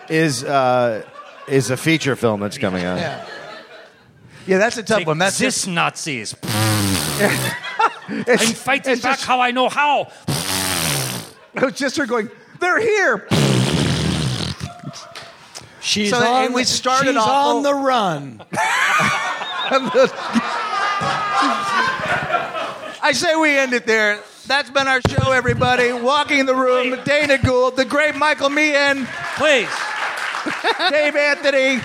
[SPEAKER 4] is uh, is a feature film that's coming out.
[SPEAKER 2] Yeah, that's a tough one. That's
[SPEAKER 7] this
[SPEAKER 2] just,
[SPEAKER 7] Nazis.
[SPEAKER 2] it's,
[SPEAKER 7] I'm fighting
[SPEAKER 2] it's
[SPEAKER 7] back
[SPEAKER 2] just-
[SPEAKER 7] how I know how.
[SPEAKER 2] It was just her going, they're here.
[SPEAKER 6] She's
[SPEAKER 2] So,
[SPEAKER 6] on,
[SPEAKER 2] and we started
[SPEAKER 6] she's
[SPEAKER 2] off-
[SPEAKER 6] on the run.
[SPEAKER 2] I say we end it there. That's been our show, everybody. Walking the room, Dana Gould, the great Michael Meehan,
[SPEAKER 7] Please.
[SPEAKER 2] Dave Anthony.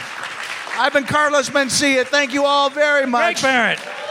[SPEAKER 2] I've been Carlos Mencia. Thank you all very
[SPEAKER 7] Greg
[SPEAKER 2] much.
[SPEAKER 7] Barrett.